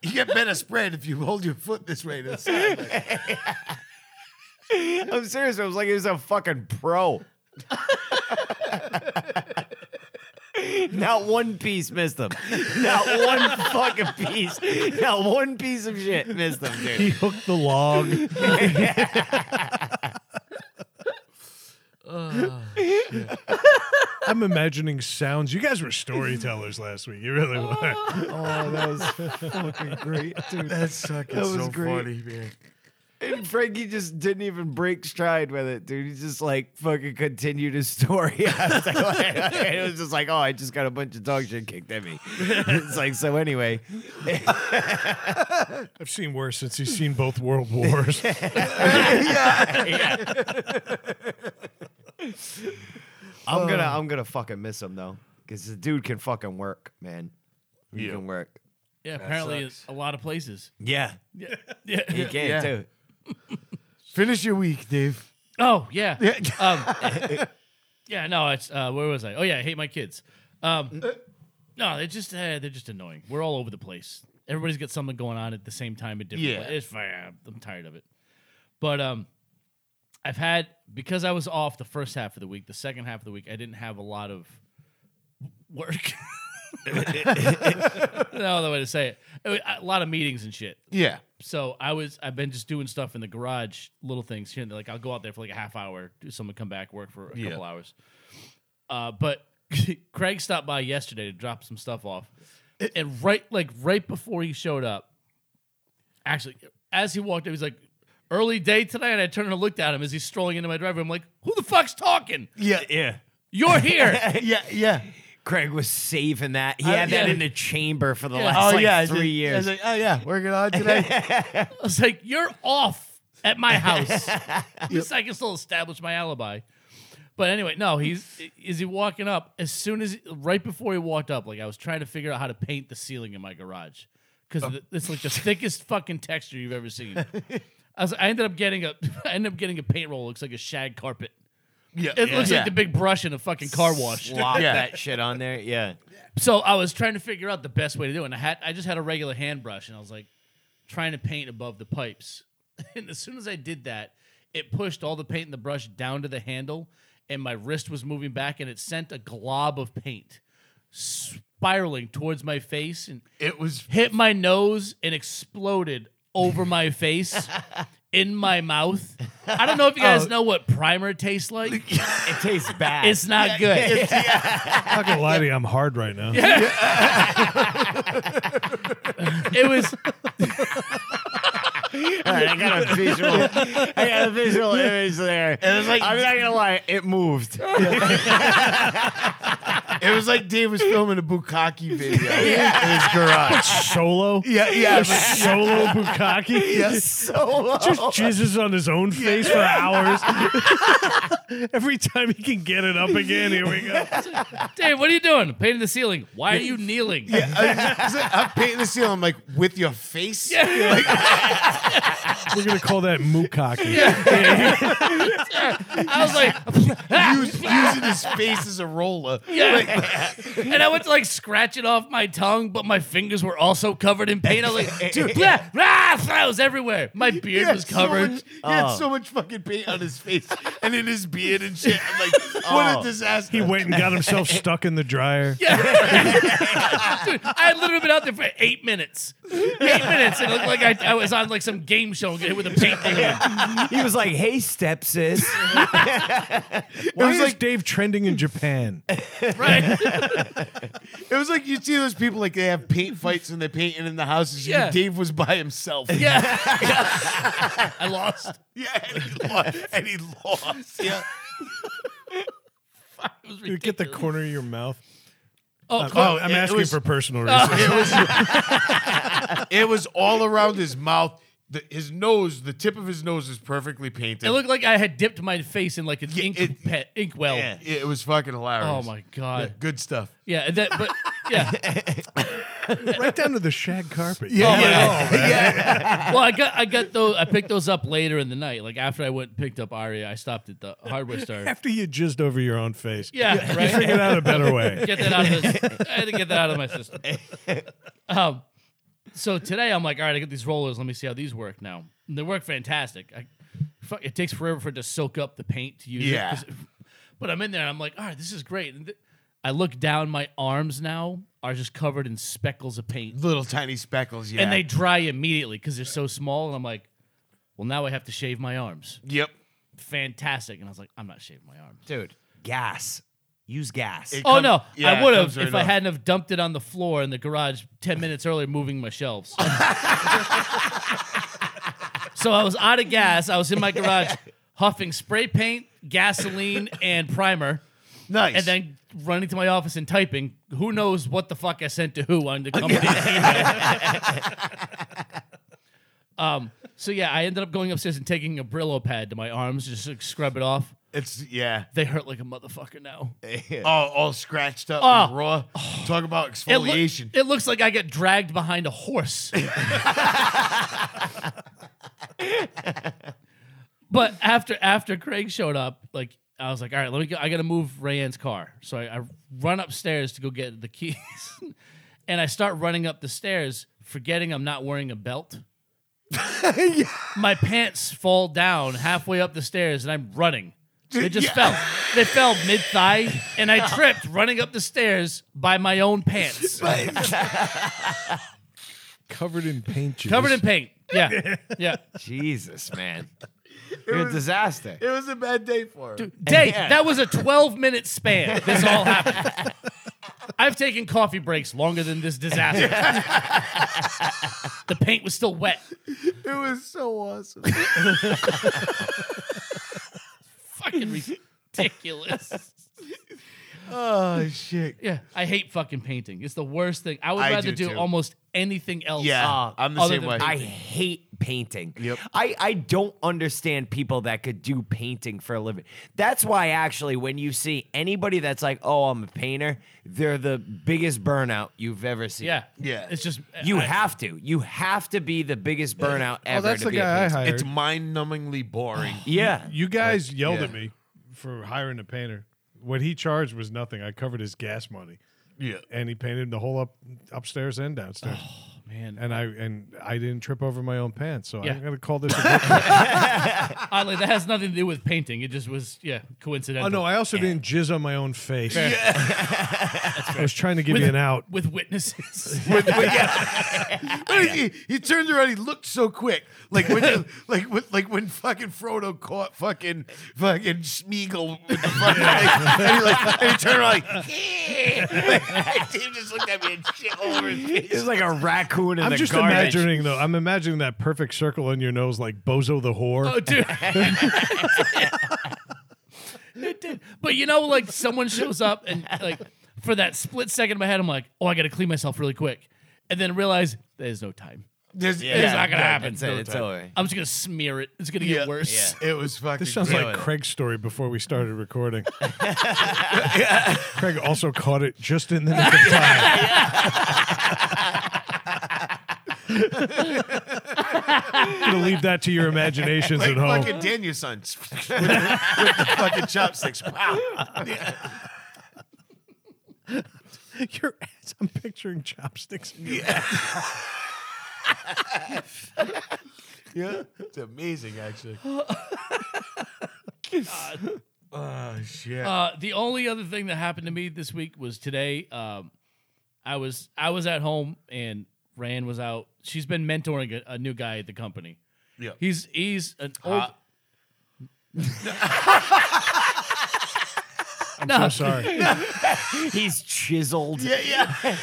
Speaker 4: You get better spread if you hold your foot this way to the side. like-
Speaker 3: I'm serious. It was like he was a fucking pro. Not one piece missed them. Not one fucking piece. Not one piece of shit missed them,
Speaker 1: He
Speaker 3: dude.
Speaker 1: hooked the log. Ah, I'm imagining sounds. You guys were storytellers last week. You really were.
Speaker 4: Ah.
Speaker 5: Oh, that was fucking great, dude.
Speaker 4: That's fucking
Speaker 5: was
Speaker 4: so
Speaker 5: great.
Speaker 4: funny, man.
Speaker 3: And Frankie just didn't even break stride with it, dude. He just like fucking continued his story. I was like, it was just like, oh, I just got a bunch of dog shit kicked at me. It's like, so anyway,
Speaker 1: I've seen worse since he's seen both world wars.
Speaker 5: I'm gonna
Speaker 4: Oh.
Speaker 5: I'm gonna fucking miss him though. Cause the dude can fucking work, man. He
Speaker 4: Yeah.
Speaker 5: can work.
Speaker 2: Yeah, apparently
Speaker 4: sucks.
Speaker 2: a lot of places.
Speaker 5: Yeah.
Speaker 2: Yeah. yeah.
Speaker 3: he can
Speaker 4: Yeah.
Speaker 3: too.
Speaker 4: Finish your week, Dave.
Speaker 2: Oh yeah. Um, yeah. No, it's uh, where was I? Oh yeah, I hate my kids. Um, no, they're just uh, they're just annoying. We're all over the place. Everybody's got something going on at the same time at different.
Speaker 4: Yeah.
Speaker 2: pla- It's fine. I'm tired of it. But um, I've had because I was off the first half of the week. The second half of the week, I didn't have a lot of work. no other way to say it. I mean, A lot of meetings and shit
Speaker 4: Yeah.
Speaker 2: so I was I've been just doing stuff in the garage, little things here and there. Like I'll go out there for like a half hour, do someone come back, work for a
Speaker 4: Yeah.
Speaker 2: couple hours. Uh, but Craig stopped by yesterday to drop some stuff off, and right like right before he showed up, actually as he walked up, he's like. Early day today, and I turned and looked at him as he's strolling into my driveway. I'm like, "Who the fuck's talking?
Speaker 4: Yeah. Yeah.
Speaker 2: You're here."
Speaker 4: Yeah. Yeah.
Speaker 3: Craig was saving that. He
Speaker 2: I-
Speaker 3: had that
Speaker 2: yeah.
Speaker 3: in the chamber for the
Speaker 2: Yeah.
Speaker 3: last Oh, like
Speaker 4: I
Speaker 3: three
Speaker 4: did- I
Speaker 3: years.
Speaker 4: was like, oh yeah, working on today.
Speaker 2: I was like, "You're off at my house." at least I can still establish my alibi. But anyway, no, he's is he walking up as soon as right before he walked up. Like I was trying to figure out how to paint the ceiling in my garage because
Speaker 4: Oh.
Speaker 2: it's like the thickest fucking texture you've ever seen. I, was, I ended up getting a I ended up getting a paint roll. It looks like a shag carpet.
Speaker 4: yeah.
Speaker 2: It looks
Speaker 4: yeah.
Speaker 2: like the big brush in a fucking car wash.
Speaker 3: Slop
Speaker 4: Yeah.
Speaker 3: that shit on there. Yeah.
Speaker 2: So I was trying to figure out the best way to do it. And I had I just had a regular hand brush and I was like trying to paint above the pipes. And as soon as I did that, it pushed all the paint in the brush down to the handle and my wrist was moving back and it sent a glob of paint spiraling towards my face and
Speaker 4: It was
Speaker 2: hit my nose and exploded over my face in my mouth. I don't know if you guys know what primer tastes like.
Speaker 3: It tastes bad.
Speaker 2: It's not good.
Speaker 1: I'm not gonna lie to you, I'm hard right now.
Speaker 2: it was
Speaker 3: All right, I got a visual. I got a visual image there.
Speaker 4: It was like-
Speaker 3: I'm not gonna lie, it moved.
Speaker 4: it was like Dave was filming a bukkake video in his garage.
Speaker 1: Solo,
Speaker 4: Yeah, yeah.
Speaker 1: solo Bukaki.
Speaker 4: so
Speaker 1: Just jizzes on his own face for hours. Every time he can get it up again, here we go.
Speaker 2: Dave, what are you doing? Painting the ceiling. Why are you kneeling? Yeah.
Speaker 4: I'm painting the ceiling like with your face.
Speaker 1: We're gonna call that Mukaki.
Speaker 2: I was like, "Ah!"
Speaker 4: Use- using his face as a roller.
Speaker 2: yeah. and I went to like scratch it off my tongue, but my fingers were also covered in paint. I was like, dude, blah, blah, blah, it was everywhere. My beard
Speaker 4: He had
Speaker 2: was
Speaker 4: so
Speaker 2: covered.
Speaker 4: much- he had so much fucking paint on his face and in his beard and shit. I'm like, what a disaster.
Speaker 1: He went and got himself stuck in the dryer.
Speaker 2: Dude, I had literally been out there for eight minutes. Eight minutes. It looked like I, I was on like some game show and got hit with a paint can.
Speaker 3: He was like, "Hey, stepsis."
Speaker 1: Why is Dave trending in Japan?
Speaker 2: Right.
Speaker 4: It was like you see those people like they have paint fights and they're painting in the houses.
Speaker 2: Yeah.
Speaker 4: Yeah. Dave was by himself.
Speaker 2: Yeah. I lost.
Speaker 4: Yeah, and he lost. And he lost. Yeah.
Speaker 2: It was
Speaker 1: You get the
Speaker 2: ridiculous.
Speaker 1: corner of your mouth.
Speaker 2: Oh,
Speaker 1: Uh,
Speaker 2: Clark,
Speaker 1: oh, I'm
Speaker 4: it
Speaker 1: asking
Speaker 4: was-
Speaker 1: for personal reasons.
Speaker 4: It was all around his mouth. The, his nose, the tip of his nose, is perfectly painted.
Speaker 2: it looked like I had dipped my face in like an ink
Speaker 4: it-
Speaker 2: pet ink well.
Speaker 4: Yeah, it, it was fucking hilarious.
Speaker 2: Oh my
Speaker 4: Yeah,
Speaker 2: god.
Speaker 4: good stuff.
Speaker 2: Yeah, and that but yeah.
Speaker 1: right down to the shag carpet.
Speaker 4: Yeah,
Speaker 2: Well, I got I got those I picked those up later in the night. Like after I went and picked up Aria, I stopped at the hardware store.
Speaker 1: After you jizzed over your own face.
Speaker 2: Yeah, right.
Speaker 1: Figure out a better way.
Speaker 2: get that out of this. I had to get that out of my system. Um, so today I'm like, all right, I got these rollers. Let me see how these work now. And they work fantastic. I, fuck, it takes forever for it to soak up the paint to use. it,
Speaker 4: Yeah.
Speaker 2: 'cause- but I'm in there and I'm like, all right, this is great. And th- I look down, my arms now are just covered in speckles of paint,
Speaker 4: Little tiny speckles. Yeah.
Speaker 2: and they dry immediately because they're so small. And I'm like, well, now I have to shave my arms.
Speaker 4: Yep.
Speaker 2: Fantastic. And I was like, I'm not shaving my arms.
Speaker 3: dude. Gas. Use gas.
Speaker 4: It
Speaker 2: Oh
Speaker 4: comes-
Speaker 2: no,
Speaker 4: yeah,
Speaker 2: I
Speaker 4: it
Speaker 2: would
Speaker 4: comes
Speaker 2: have
Speaker 4: right
Speaker 2: if I
Speaker 4: off.
Speaker 2: hadn't have dumped it on the floor in the garage ten minutes earlier, moving my shelves. so I was out of gas. I was in my garage huffing spray paint, gasoline, and primer,
Speaker 4: Nice.
Speaker 2: and then running to my office and typing. Who knows what the fuck I sent to who on the company? um. So yeah, I ended up going upstairs and taking a Brillo pad to my arms just to scrub it off.
Speaker 4: it's yeah.
Speaker 2: They hurt like a motherfucker now.
Speaker 4: All, all scratched up
Speaker 2: Oh.
Speaker 4: and raw. Talk about
Speaker 2: It, loo-
Speaker 4: exfoliation.
Speaker 2: it looks like I get dragged behind a horse. but after after Craig showed up, like I was like, all right, let me go. I gotta move Rayanne's car. So I, I run upstairs to go get the keys. and I start running up the stairs, forgetting I'm not wearing a belt. My pants fall down halfway up the stairs and I'm running. They just fell. They fell mid thigh, and I tripped running up the stairs by my own pants.
Speaker 1: Covered in paint. Jizz.
Speaker 2: Covered in paint. Yeah. Yeah.
Speaker 3: Jesus, man. You're a disaster.
Speaker 4: It was a bad day for her.
Speaker 2: Day, that was a 12 minute span. This all happened. I've taken coffee breaks longer than this disaster. the paint was still wet.
Speaker 4: It was so awesome.
Speaker 2: Fucking ridiculous.
Speaker 4: oh shit.
Speaker 2: Yeah. I hate fucking painting. It's the worst thing. I would
Speaker 4: I
Speaker 2: rather
Speaker 4: do
Speaker 2: do,
Speaker 4: too.
Speaker 2: almost anything else. uh,
Speaker 4: Yeah, I'm the
Speaker 2: other
Speaker 4: same
Speaker 2: than
Speaker 4: way.
Speaker 2: painting.
Speaker 3: I hate painting.
Speaker 4: Yep.
Speaker 3: I, I don't understand people that could do painting for a living. That's why actually when you see anybody that's like, oh, I'm a painter, they're the biggest burnout you've ever seen.
Speaker 2: yeah.
Speaker 4: Yeah.
Speaker 2: It's just.
Speaker 3: You
Speaker 2: I-
Speaker 3: have to. You have to be the biggest burnout ever.
Speaker 1: Oh, that's
Speaker 3: to
Speaker 1: the
Speaker 3: be a
Speaker 1: guy I
Speaker 3: painter.
Speaker 1: hired.
Speaker 4: It's mind-numbingly boring.
Speaker 3: Yeah.
Speaker 1: you guys yelled
Speaker 4: yeah.
Speaker 1: at me for hiring a painter. What he charged was nothing. I covered his gas money,
Speaker 4: yeah.
Speaker 1: and he painted the whole up upstairs and downstairs.
Speaker 2: Man.
Speaker 1: And I and I didn't trip over my own pants, so
Speaker 2: Yeah.
Speaker 1: I'm gonna call this. A
Speaker 2: Oddly, that has nothing to do with painting. It just was, yeah, coincidental.
Speaker 1: oh no, I also didn't jizz on my own face. I was trying to give you an out.
Speaker 2: with witnesses.
Speaker 4: He, he turned around. He looked so quick, like when, like when, like when fucking Frodo caught fucking fucking Smeagol with the fucking thing, and he like and he turned around like, Dave just looked at me and shit all over his face.
Speaker 3: It's like a raccoon in
Speaker 1: I'm
Speaker 3: the
Speaker 1: just
Speaker 3: garbage.
Speaker 1: imagining though. I'm imagining that perfect circle on your nose, like Bozo the whore.
Speaker 2: Oh, dude. it did. But you know, like someone shows up and like for that split second in my head, I'm like, oh, I got to clean myself really quick, and then realize there's no time.
Speaker 4: There's-
Speaker 2: It's
Speaker 4: yeah,
Speaker 2: not gonna
Speaker 4: no,
Speaker 2: happen.
Speaker 3: That's it. It's over.
Speaker 2: I'm just gonna smear it. It's gonna
Speaker 4: Yeah,
Speaker 2: get worse.
Speaker 4: It was fucking.
Speaker 1: This sounds
Speaker 4: great.
Speaker 1: like Craig's story before we started recording. Craig also caught it just in the nick of time. I'm gonna leave that to your imaginations at home.
Speaker 4: fucking Danielson with, the- with the fucking chopsticks. Wow.
Speaker 1: your ass. I'm picturing chopsticks.
Speaker 4: Yeah, it's amazing actually. oh shit.
Speaker 2: Uh, the only other thing that happened to me this week was today. Um, I was I was at home and Rand was out. She's been mentoring a, a new guy at the company.
Speaker 4: Yeah.
Speaker 2: he's he's an old.
Speaker 1: I'm so sorry.
Speaker 3: He's chiseled.
Speaker 4: yeah, yeah.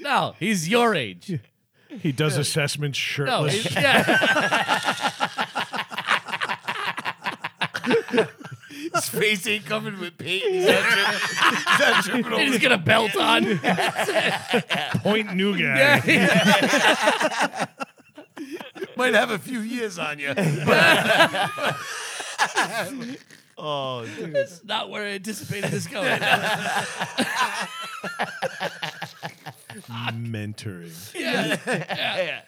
Speaker 2: No, he's your age.
Speaker 1: He does assessments
Speaker 2: No,
Speaker 1: shirtless.
Speaker 2: he's, yeah.
Speaker 4: His face ain't covered with paint. He's not tripping, he's not tripping over
Speaker 2: He's just gonna belt on.
Speaker 1: Point new guy.
Speaker 4: Might have a few years on you. oh, dude.
Speaker 2: That's not where I anticipated this going.
Speaker 1: Mentoring.
Speaker 2: yeah. yeah.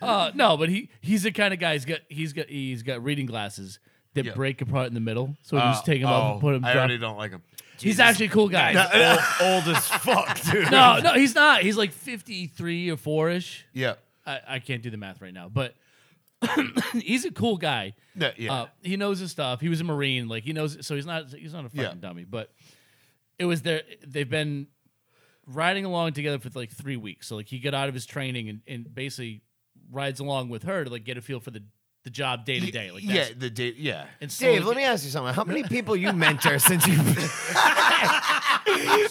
Speaker 2: Uh, no, but he he's the kind of guy. He's got he's got he's got reading glasses that
Speaker 4: Yeah.
Speaker 2: break apart in the middle. So we just take them
Speaker 4: oh,
Speaker 2: off and put them.
Speaker 4: I
Speaker 2: down.
Speaker 4: already don't like him.
Speaker 2: He's actually a cool guy.
Speaker 4: old, old as fuck, dude.
Speaker 2: no, no, he's not. He's like fifty three or four ish.
Speaker 4: Yeah.
Speaker 2: I, I can't do the math right now, but he's a cool guy.
Speaker 4: No, yeah.
Speaker 2: Uh, he knows his stuff. He was a marine, like he knows. So he's not he's not a fucking
Speaker 4: Yeah.
Speaker 2: dummy. But it was their they've been riding along together for like three weeks. So like he got out of his training and, and basically rides along with her to like get a feel for the the job day to day. Like
Speaker 4: yeah,
Speaker 2: that's,
Speaker 4: the day. Yeah.
Speaker 2: and slowly
Speaker 3: Dave, let me ask you something. How many people you mentor since you? because,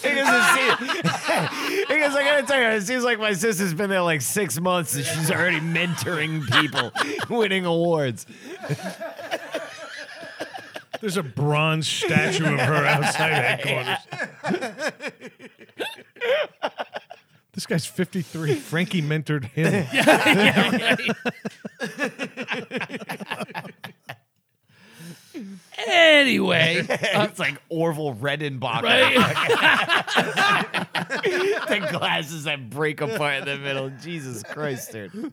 Speaker 3: it seems, because I gotta tell you, it seems like my sister's been there like six months and she's already mentoring people, winning awards.
Speaker 1: There's a bronze statue of her outside headquarters. this guy's 53. Frankie mentored him.
Speaker 2: anyway, uh,
Speaker 3: It's like Orville Redenbacher,
Speaker 2: right?
Speaker 3: the glasses that break apart in the middle. Jesus Christ, dude.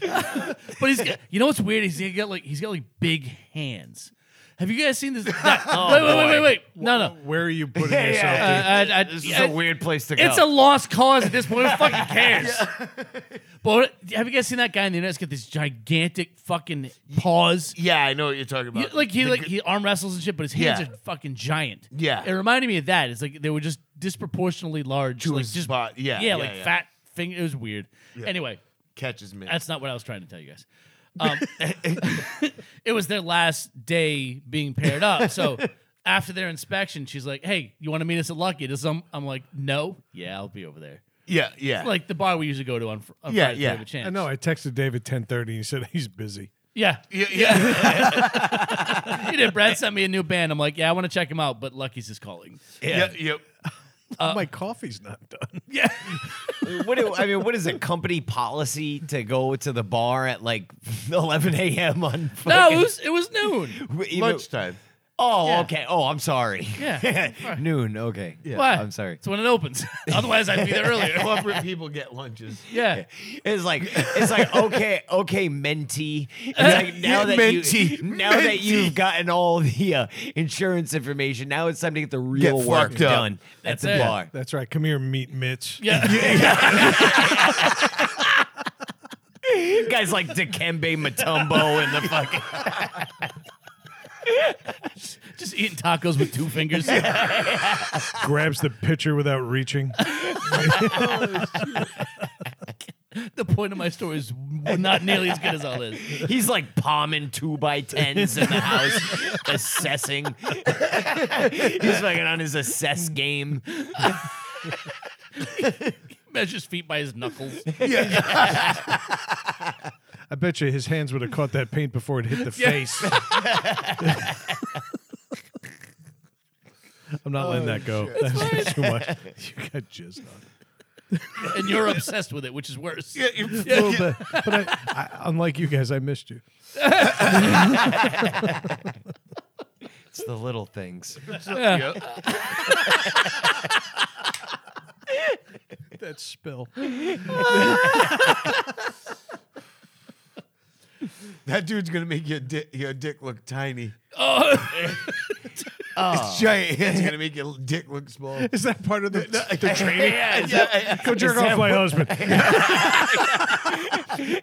Speaker 2: but he's got, you know what's weird is he got like he's got like big hands. Have you guys seen this? that-
Speaker 4: Oh,
Speaker 2: wait, wait, wait, wait, wait. No, no.
Speaker 1: Where are you putting
Speaker 3: Yeah,
Speaker 1: yourself?
Speaker 2: Uh,
Speaker 3: yeah.
Speaker 2: I- I-
Speaker 3: This is
Speaker 2: I-
Speaker 3: a weird place to go.
Speaker 2: It's a lost cause at this point. Who fucking cares? But have you guys seen that guy in the internet's got these gigantic fucking paws?
Speaker 4: Yeah, I know what you're talking about.
Speaker 2: You- like he
Speaker 4: The
Speaker 2: like
Speaker 4: gr-
Speaker 2: he arm wrestles and shit, but his hands
Speaker 4: Yeah.
Speaker 2: are fucking giant.
Speaker 4: Yeah.
Speaker 2: it reminded me of that. It's like they were just disproportionately large.
Speaker 4: To
Speaker 2: like
Speaker 4: his
Speaker 2: just
Speaker 4: body. Yeah,
Speaker 2: yeah,
Speaker 4: yeah,
Speaker 2: like
Speaker 4: yeah.
Speaker 2: fat finger. It was weird. Anyway,
Speaker 4: catches me.
Speaker 2: that's not what I was trying to tell you guys. Um, it was their last day being paired up. So after their inspection, she's like, "Hey, you want to meet us at Lucky?" Does I'm, I'm like, "No, yeah, I'll be over there."
Speaker 4: yeah, yeah.
Speaker 2: like the bar we usually go to on, fr- on
Speaker 4: Yeah,
Speaker 2: Fridays.
Speaker 4: yeah.
Speaker 2: We have a chance.
Speaker 1: I know. I texted Dave at 10:30 and he said he's busy.
Speaker 2: Yeah.
Speaker 4: yeah, yeah.
Speaker 2: He did. Brad sent me a new band. I'm like, yeah, I want to check him out, but Lucky's just calling.
Speaker 4: yeah. Yep.
Speaker 1: My coffee's not done.
Speaker 2: Yeah.
Speaker 3: what do, I mean, what is it? Company policy to go to the bar at like 11 a.m. on
Speaker 2: no, it
Speaker 3: fucking-
Speaker 2: was it was noon.
Speaker 3: even-
Speaker 4: Lunchtime.
Speaker 3: Oh,
Speaker 2: Yeah.
Speaker 3: okay. Oh, I'm sorry.
Speaker 2: Yeah.
Speaker 3: Noon. Okay. Yeah.
Speaker 2: Why?
Speaker 3: I'm sorry.
Speaker 2: It's when it opens. Otherwise, I'd be there earlier.
Speaker 4: Corporate people get lunches.
Speaker 2: Yeah.
Speaker 3: It's like it's like okay, okay, mentee. It's like now that
Speaker 4: Mentee.
Speaker 3: you now that you've gotten all the uh, insurance information, now it's time to get the real work
Speaker 4: fucked up.
Speaker 3: done at
Speaker 2: That's
Speaker 3: the
Speaker 2: it.
Speaker 3: bar.
Speaker 1: That's right. Come here, meet Mitch.
Speaker 2: Yeah.
Speaker 3: Guys like Dikembe Matumbo and the fucking
Speaker 2: just eating tacos with two fingers.
Speaker 1: Grabs the pitcher without reaching.
Speaker 2: The point of my story is not nearly as good as all this.
Speaker 3: He's like palming two by tens in the house, assessing. He's fucking on his assess game.
Speaker 2: Measures feet by his knuckles.
Speaker 1: I bet you his hands would have caught that paint before it hit the face. I'm not letting that go. That's too much. You got jizz on. it.
Speaker 2: And you're obsessed with it, which is worse.
Speaker 4: Yeah, you-
Speaker 1: A little bit. But I, I, unlike you guys, I missed you.
Speaker 3: It's the little things.
Speaker 2: Yeah.
Speaker 1: That spill.
Speaker 4: That dude's gonna make your dick your dick look tiny.
Speaker 2: Oh,
Speaker 4: It's giant. It's gonna make your dick look small.
Speaker 1: Is that part of the, the training?
Speaker 4: Yeah, yeah.
Speaker 1: Go jerk
Speaker 3: Is that
Speaker 1: off my husband.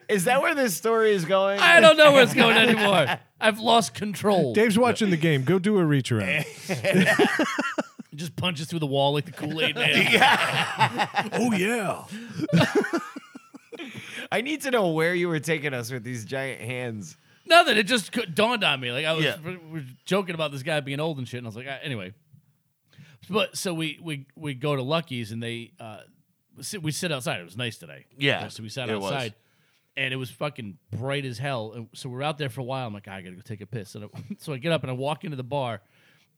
Speaker 3: Is that where this story is going?
Speaker 2: I don't know where it's going anymore. I've lost control.
Speaker 1: Dave's watching the game. Go do a reach around.
Speaker 2: It just punches through the wall like the Kool Aid man.
Speaker 1: oh, yeah.
Speaker 3: I need to know where you were taking us with these giant hands.
Speaker 2: Nothing. It just co- dawned on me. Like I was
Speaker 4: Yeah.
Speaker 2: we we're joking about this guy being old and shit, and I was like, "Ah, anyway. But so we we we go to Lucky's and they uh, sit, we sit outside. It was nice today.
Speaker 4: Yeah,
Speaker 2: so we sat
Speaker 4: it was.
Speaker 2: outside, and it was fucking bright as hell. And so we're out there for a while. I'm like, "Ah, I gotta go take a piss. And I, so I get up and I walk into the bar,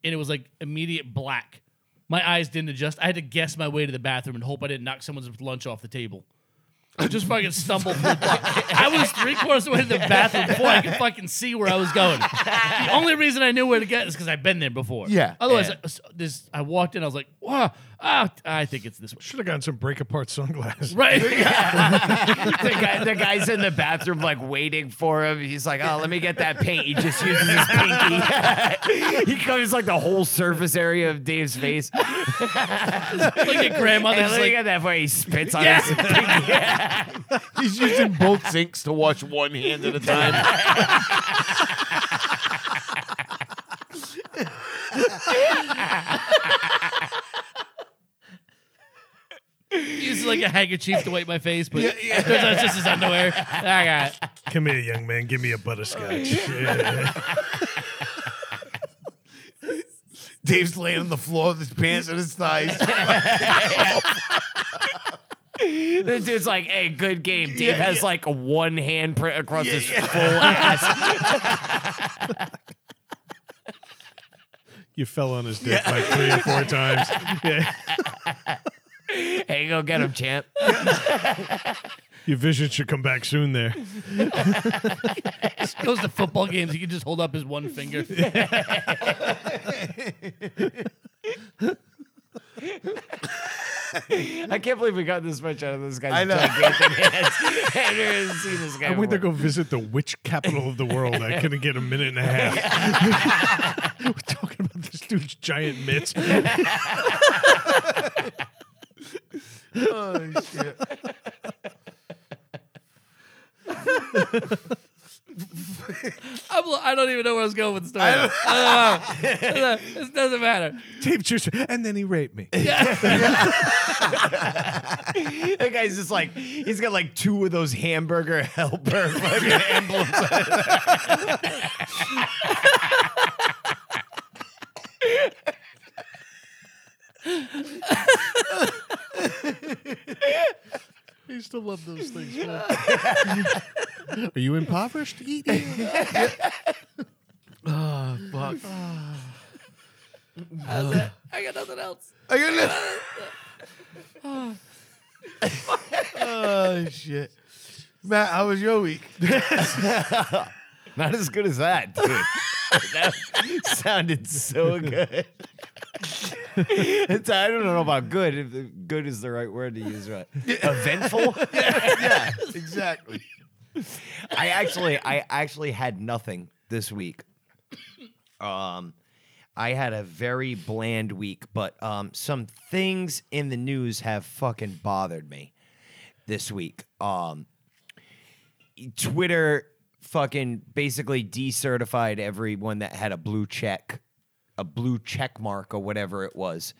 Speaker 2: and it was like immediate black. My eyes didn't adjust. I had to guess my way to the bathroom and hope I didn't knock someone's lunch off the table. I just fucking stumbled through. the block. I was three quarters away to the bathroom before I could fucking see where I was going. The only reason I knew where to get is because I've been there before.
Speaker 4: Yeah.
Speaker 2: Otherwise,
Speaker 5: Yeah.
Speaker 2: I, this I walked in. I was like, "Wow, ah, I think it's this way."
Speaker 1: Should have gotten some break apart sunglasses.
Speaker 2: Right.
Speaker 5: the, guy, the guy's in the bathroom, like waiting for him. He's like, "Oh, let me get that paint." He just uses his pinky.
Speaker 3: he covers like the whole surface area of Dave's face. And
Speaker 2: like your grandmother's
Speaker 3: let me
Speaker 2: like,
Speaker 3: get that way he spits on his
Speaker 4: He's using both sinks to wash one hand at a time.
Speaker 2: used like a handkerchief to wipe my face, but turns out it's just his underwear. I got it.
Speaker 1: Come here, young man. Give me a butterscotch. Yeah.
Speaker 4: Dave's laying on the floor with his pants on his thighs.
Speaker 3: The dude's like, hey, good game. Dave has like a one hand print across his
Speaker 1: you fell on his dick like three or four times. Yeah.
Speaker 3: Hey, go get him, champ.
Speaker 1: Your vision should come back soon there.
Speaker 2: Goes to football games. He can just hold up his one finger.
Speaker 3: I can't believe we got this much out of this guy's
Speaker 4: I know.
Speaker 3: gigantic hands. I never even seen this guy.
Speaker 1: I went to
Speaker 3: before.
Speaker 1: go visit the witch capital of the world. I couldn't get a minute and a half. We're talking about this dude's giant mitts.
Speaker 4: oh, shit.
Speaker 2: I'm, l- I don't even know where I was going with the story. I don't, know. This doesn't matter.
Speaker 1: Tape just, and then he raped me.
Speaker 3: That guy's just like, he's got like two of those hamburger helper fucking emblems.
Speaker 1: I used to love those things. Are you impoverished? Eat it.
Speaker 2: I got nothing else.
Speaker 4: I got nothing. oh shit, Matt, how was your week?
Speaker 3: Not as good as that, dude. that sounded so good. It's- I don't know about good. If the- good is the right word to use, right? Eventful.
Speaker 4: yeah, exactly.
Speaker 3: I actually, I actually had nothing this week. Um, I had a very bland week, but um, some things in the news have fucking bothered me this week. Um, Twitter fucking basically decertified everyone that had a blue check, a blue check mark or whatever it was.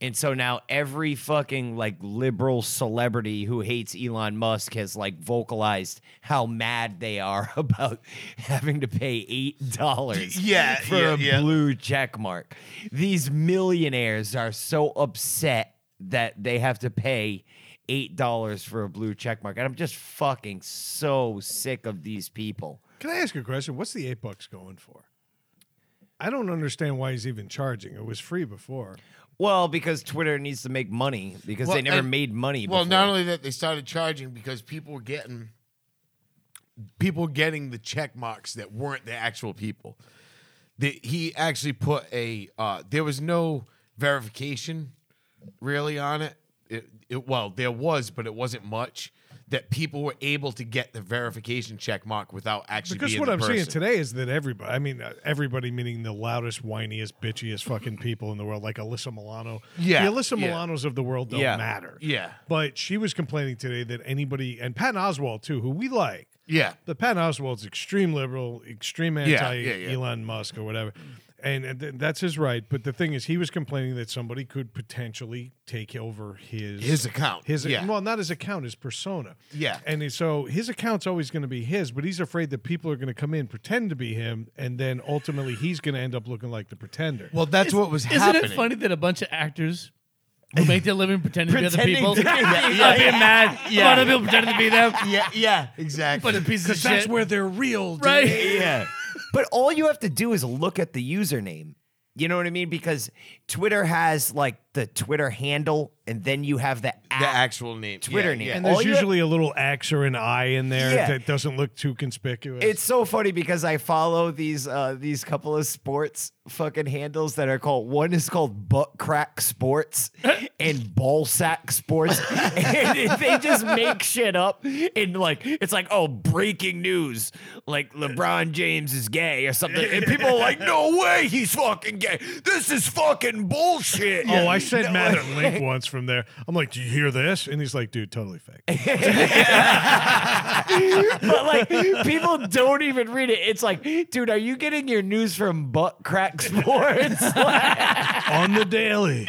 Speaker 3: And so now every fucking like liberal celebrity who hates Elon Musk has like vocalized how mad they are about having to pay eight dollars
Speaker 4: Yeah,
Speaker 3: for
Speaker 4: yeah,
Speaker 3: a
Speaker 4: yeah.
Speaker 3: blue check mark. These millionaires are so upset that they have to pay eight dollars for a blue check mark. And I'm just fucking so sick of these people.
Speaker 1: Can I ask you a question? What's the eight bucks going for? I don't understand why he's even charging. It was free before.
Speaker 3: Well, because Twitter needs to make money because
Speaker 4: Well,
Speaker 3: they never
Speaker 4: and-
Speaker 3: made money.
Speaker 4: Well,
Speaker 3: before.
Speaker 4: not only that, they started charging because people were getting people were getting the check marks that weren't the actual people. The, he actually put a uh, there was no verification really on it. It, it. Well, there was, but it wasn't much. That people were able to get the verification check mark without actually
Speaker 1: Because
Speaker 4: being
Speaker 1: what
Speaker 4: the
Speaker 1: I'm seeing
Speaker 4: person.
Speaker 1: today is that everybody, I mean, uh, everybody meaning the loudest, whiniest, bitchiest fucking people in the world, like Alyssa Milano.
Speaker 4: Yeah,
Speaker 1: The Alyssa
Speaker 4: yeah.
Speaker 1: Milanos of the world don't
Speaker 3: Yeah,
Speaker 1: matter.
Speaker 4: yeah.
Speaker 1: But she was complaining today that anybody, and Patton Oswald too, who we like.
Speaker 4: Yeah.
Speaker 1: But Patton Oswald's extreme liberal, extreme
Speaker 4: yeah,
Speaker 1: anti
Speaker 4: yeah.
Speaker 1: Elon Musk or whatever. And, and th- that's his right. But the thing is, he was complaining that somebody could potentially take over his
Speaker 4: His account,
Speaker 1: His
Speaker 4: yeah.
Speaker 1: well, not his account, his persona.
Speaker 4: Yeah.
Speaker 1: And he- so his account's always going to be his, but he's afraid that people are going to come in, pretend to be him, and then ultimately he's going to end up looking like the pretender.
Speaker 4: Well, that's what was
Speaker 2: Isn't
Speaker 4: happening.
Speaker 2: it funny that a bunch of actors who make their living pretending,
Speaker 3: Pretending
Speaker 2: to be other people
Speaker 3: to be- yeah,
Speaker 2: are being mad?
Speaker 4: yeah.
Speaker 2: Other people pretending to be them.
Speaker 4: Yeah, yeah, exactly.
Speaker 2: But a piece of shit.
Speaker 1: that's where they're real, dude.
Speaker 2: right.
Speaker 3: yeah. But all you have to do is look at the username You know what I mean? Because Twitter has like the Twitter handle, and then you have the
Speaker 4: the
Speaker 3: app.
Speaker 4: actual name.
Speaker 3: Twitter
Speaker 4: yeah,
Speaker 3: name.
Speaker 4: Yeah.
Speaker 1: And there's
Speaker 3: All you-
Speaker 1: usually a little X or an I in there
Speaker 3: Yeah.
Speaker 1: that doesn't look too conspicuous.
Speaker 3: It's so funny because I follow these uh, these couple of sports fucking handles that are called. One is called Butt Crack Sports and Ball Sack Sports, and they just make shit up.
Speaker 5: And like it's like oh breaking news like LeBron James is gay or something and people are like no way he's fucking gay this is fucking bullshit
Speaker 1: Oh, I sent Matt a link once from there. I'm like, "Do you hear this?" And he's like, "Dude, totally fake."
Speaker 3: But like people don't even read it. It's like, dude, are you getting your news from Butt Crack Sports?
Speaker 1: On the daily.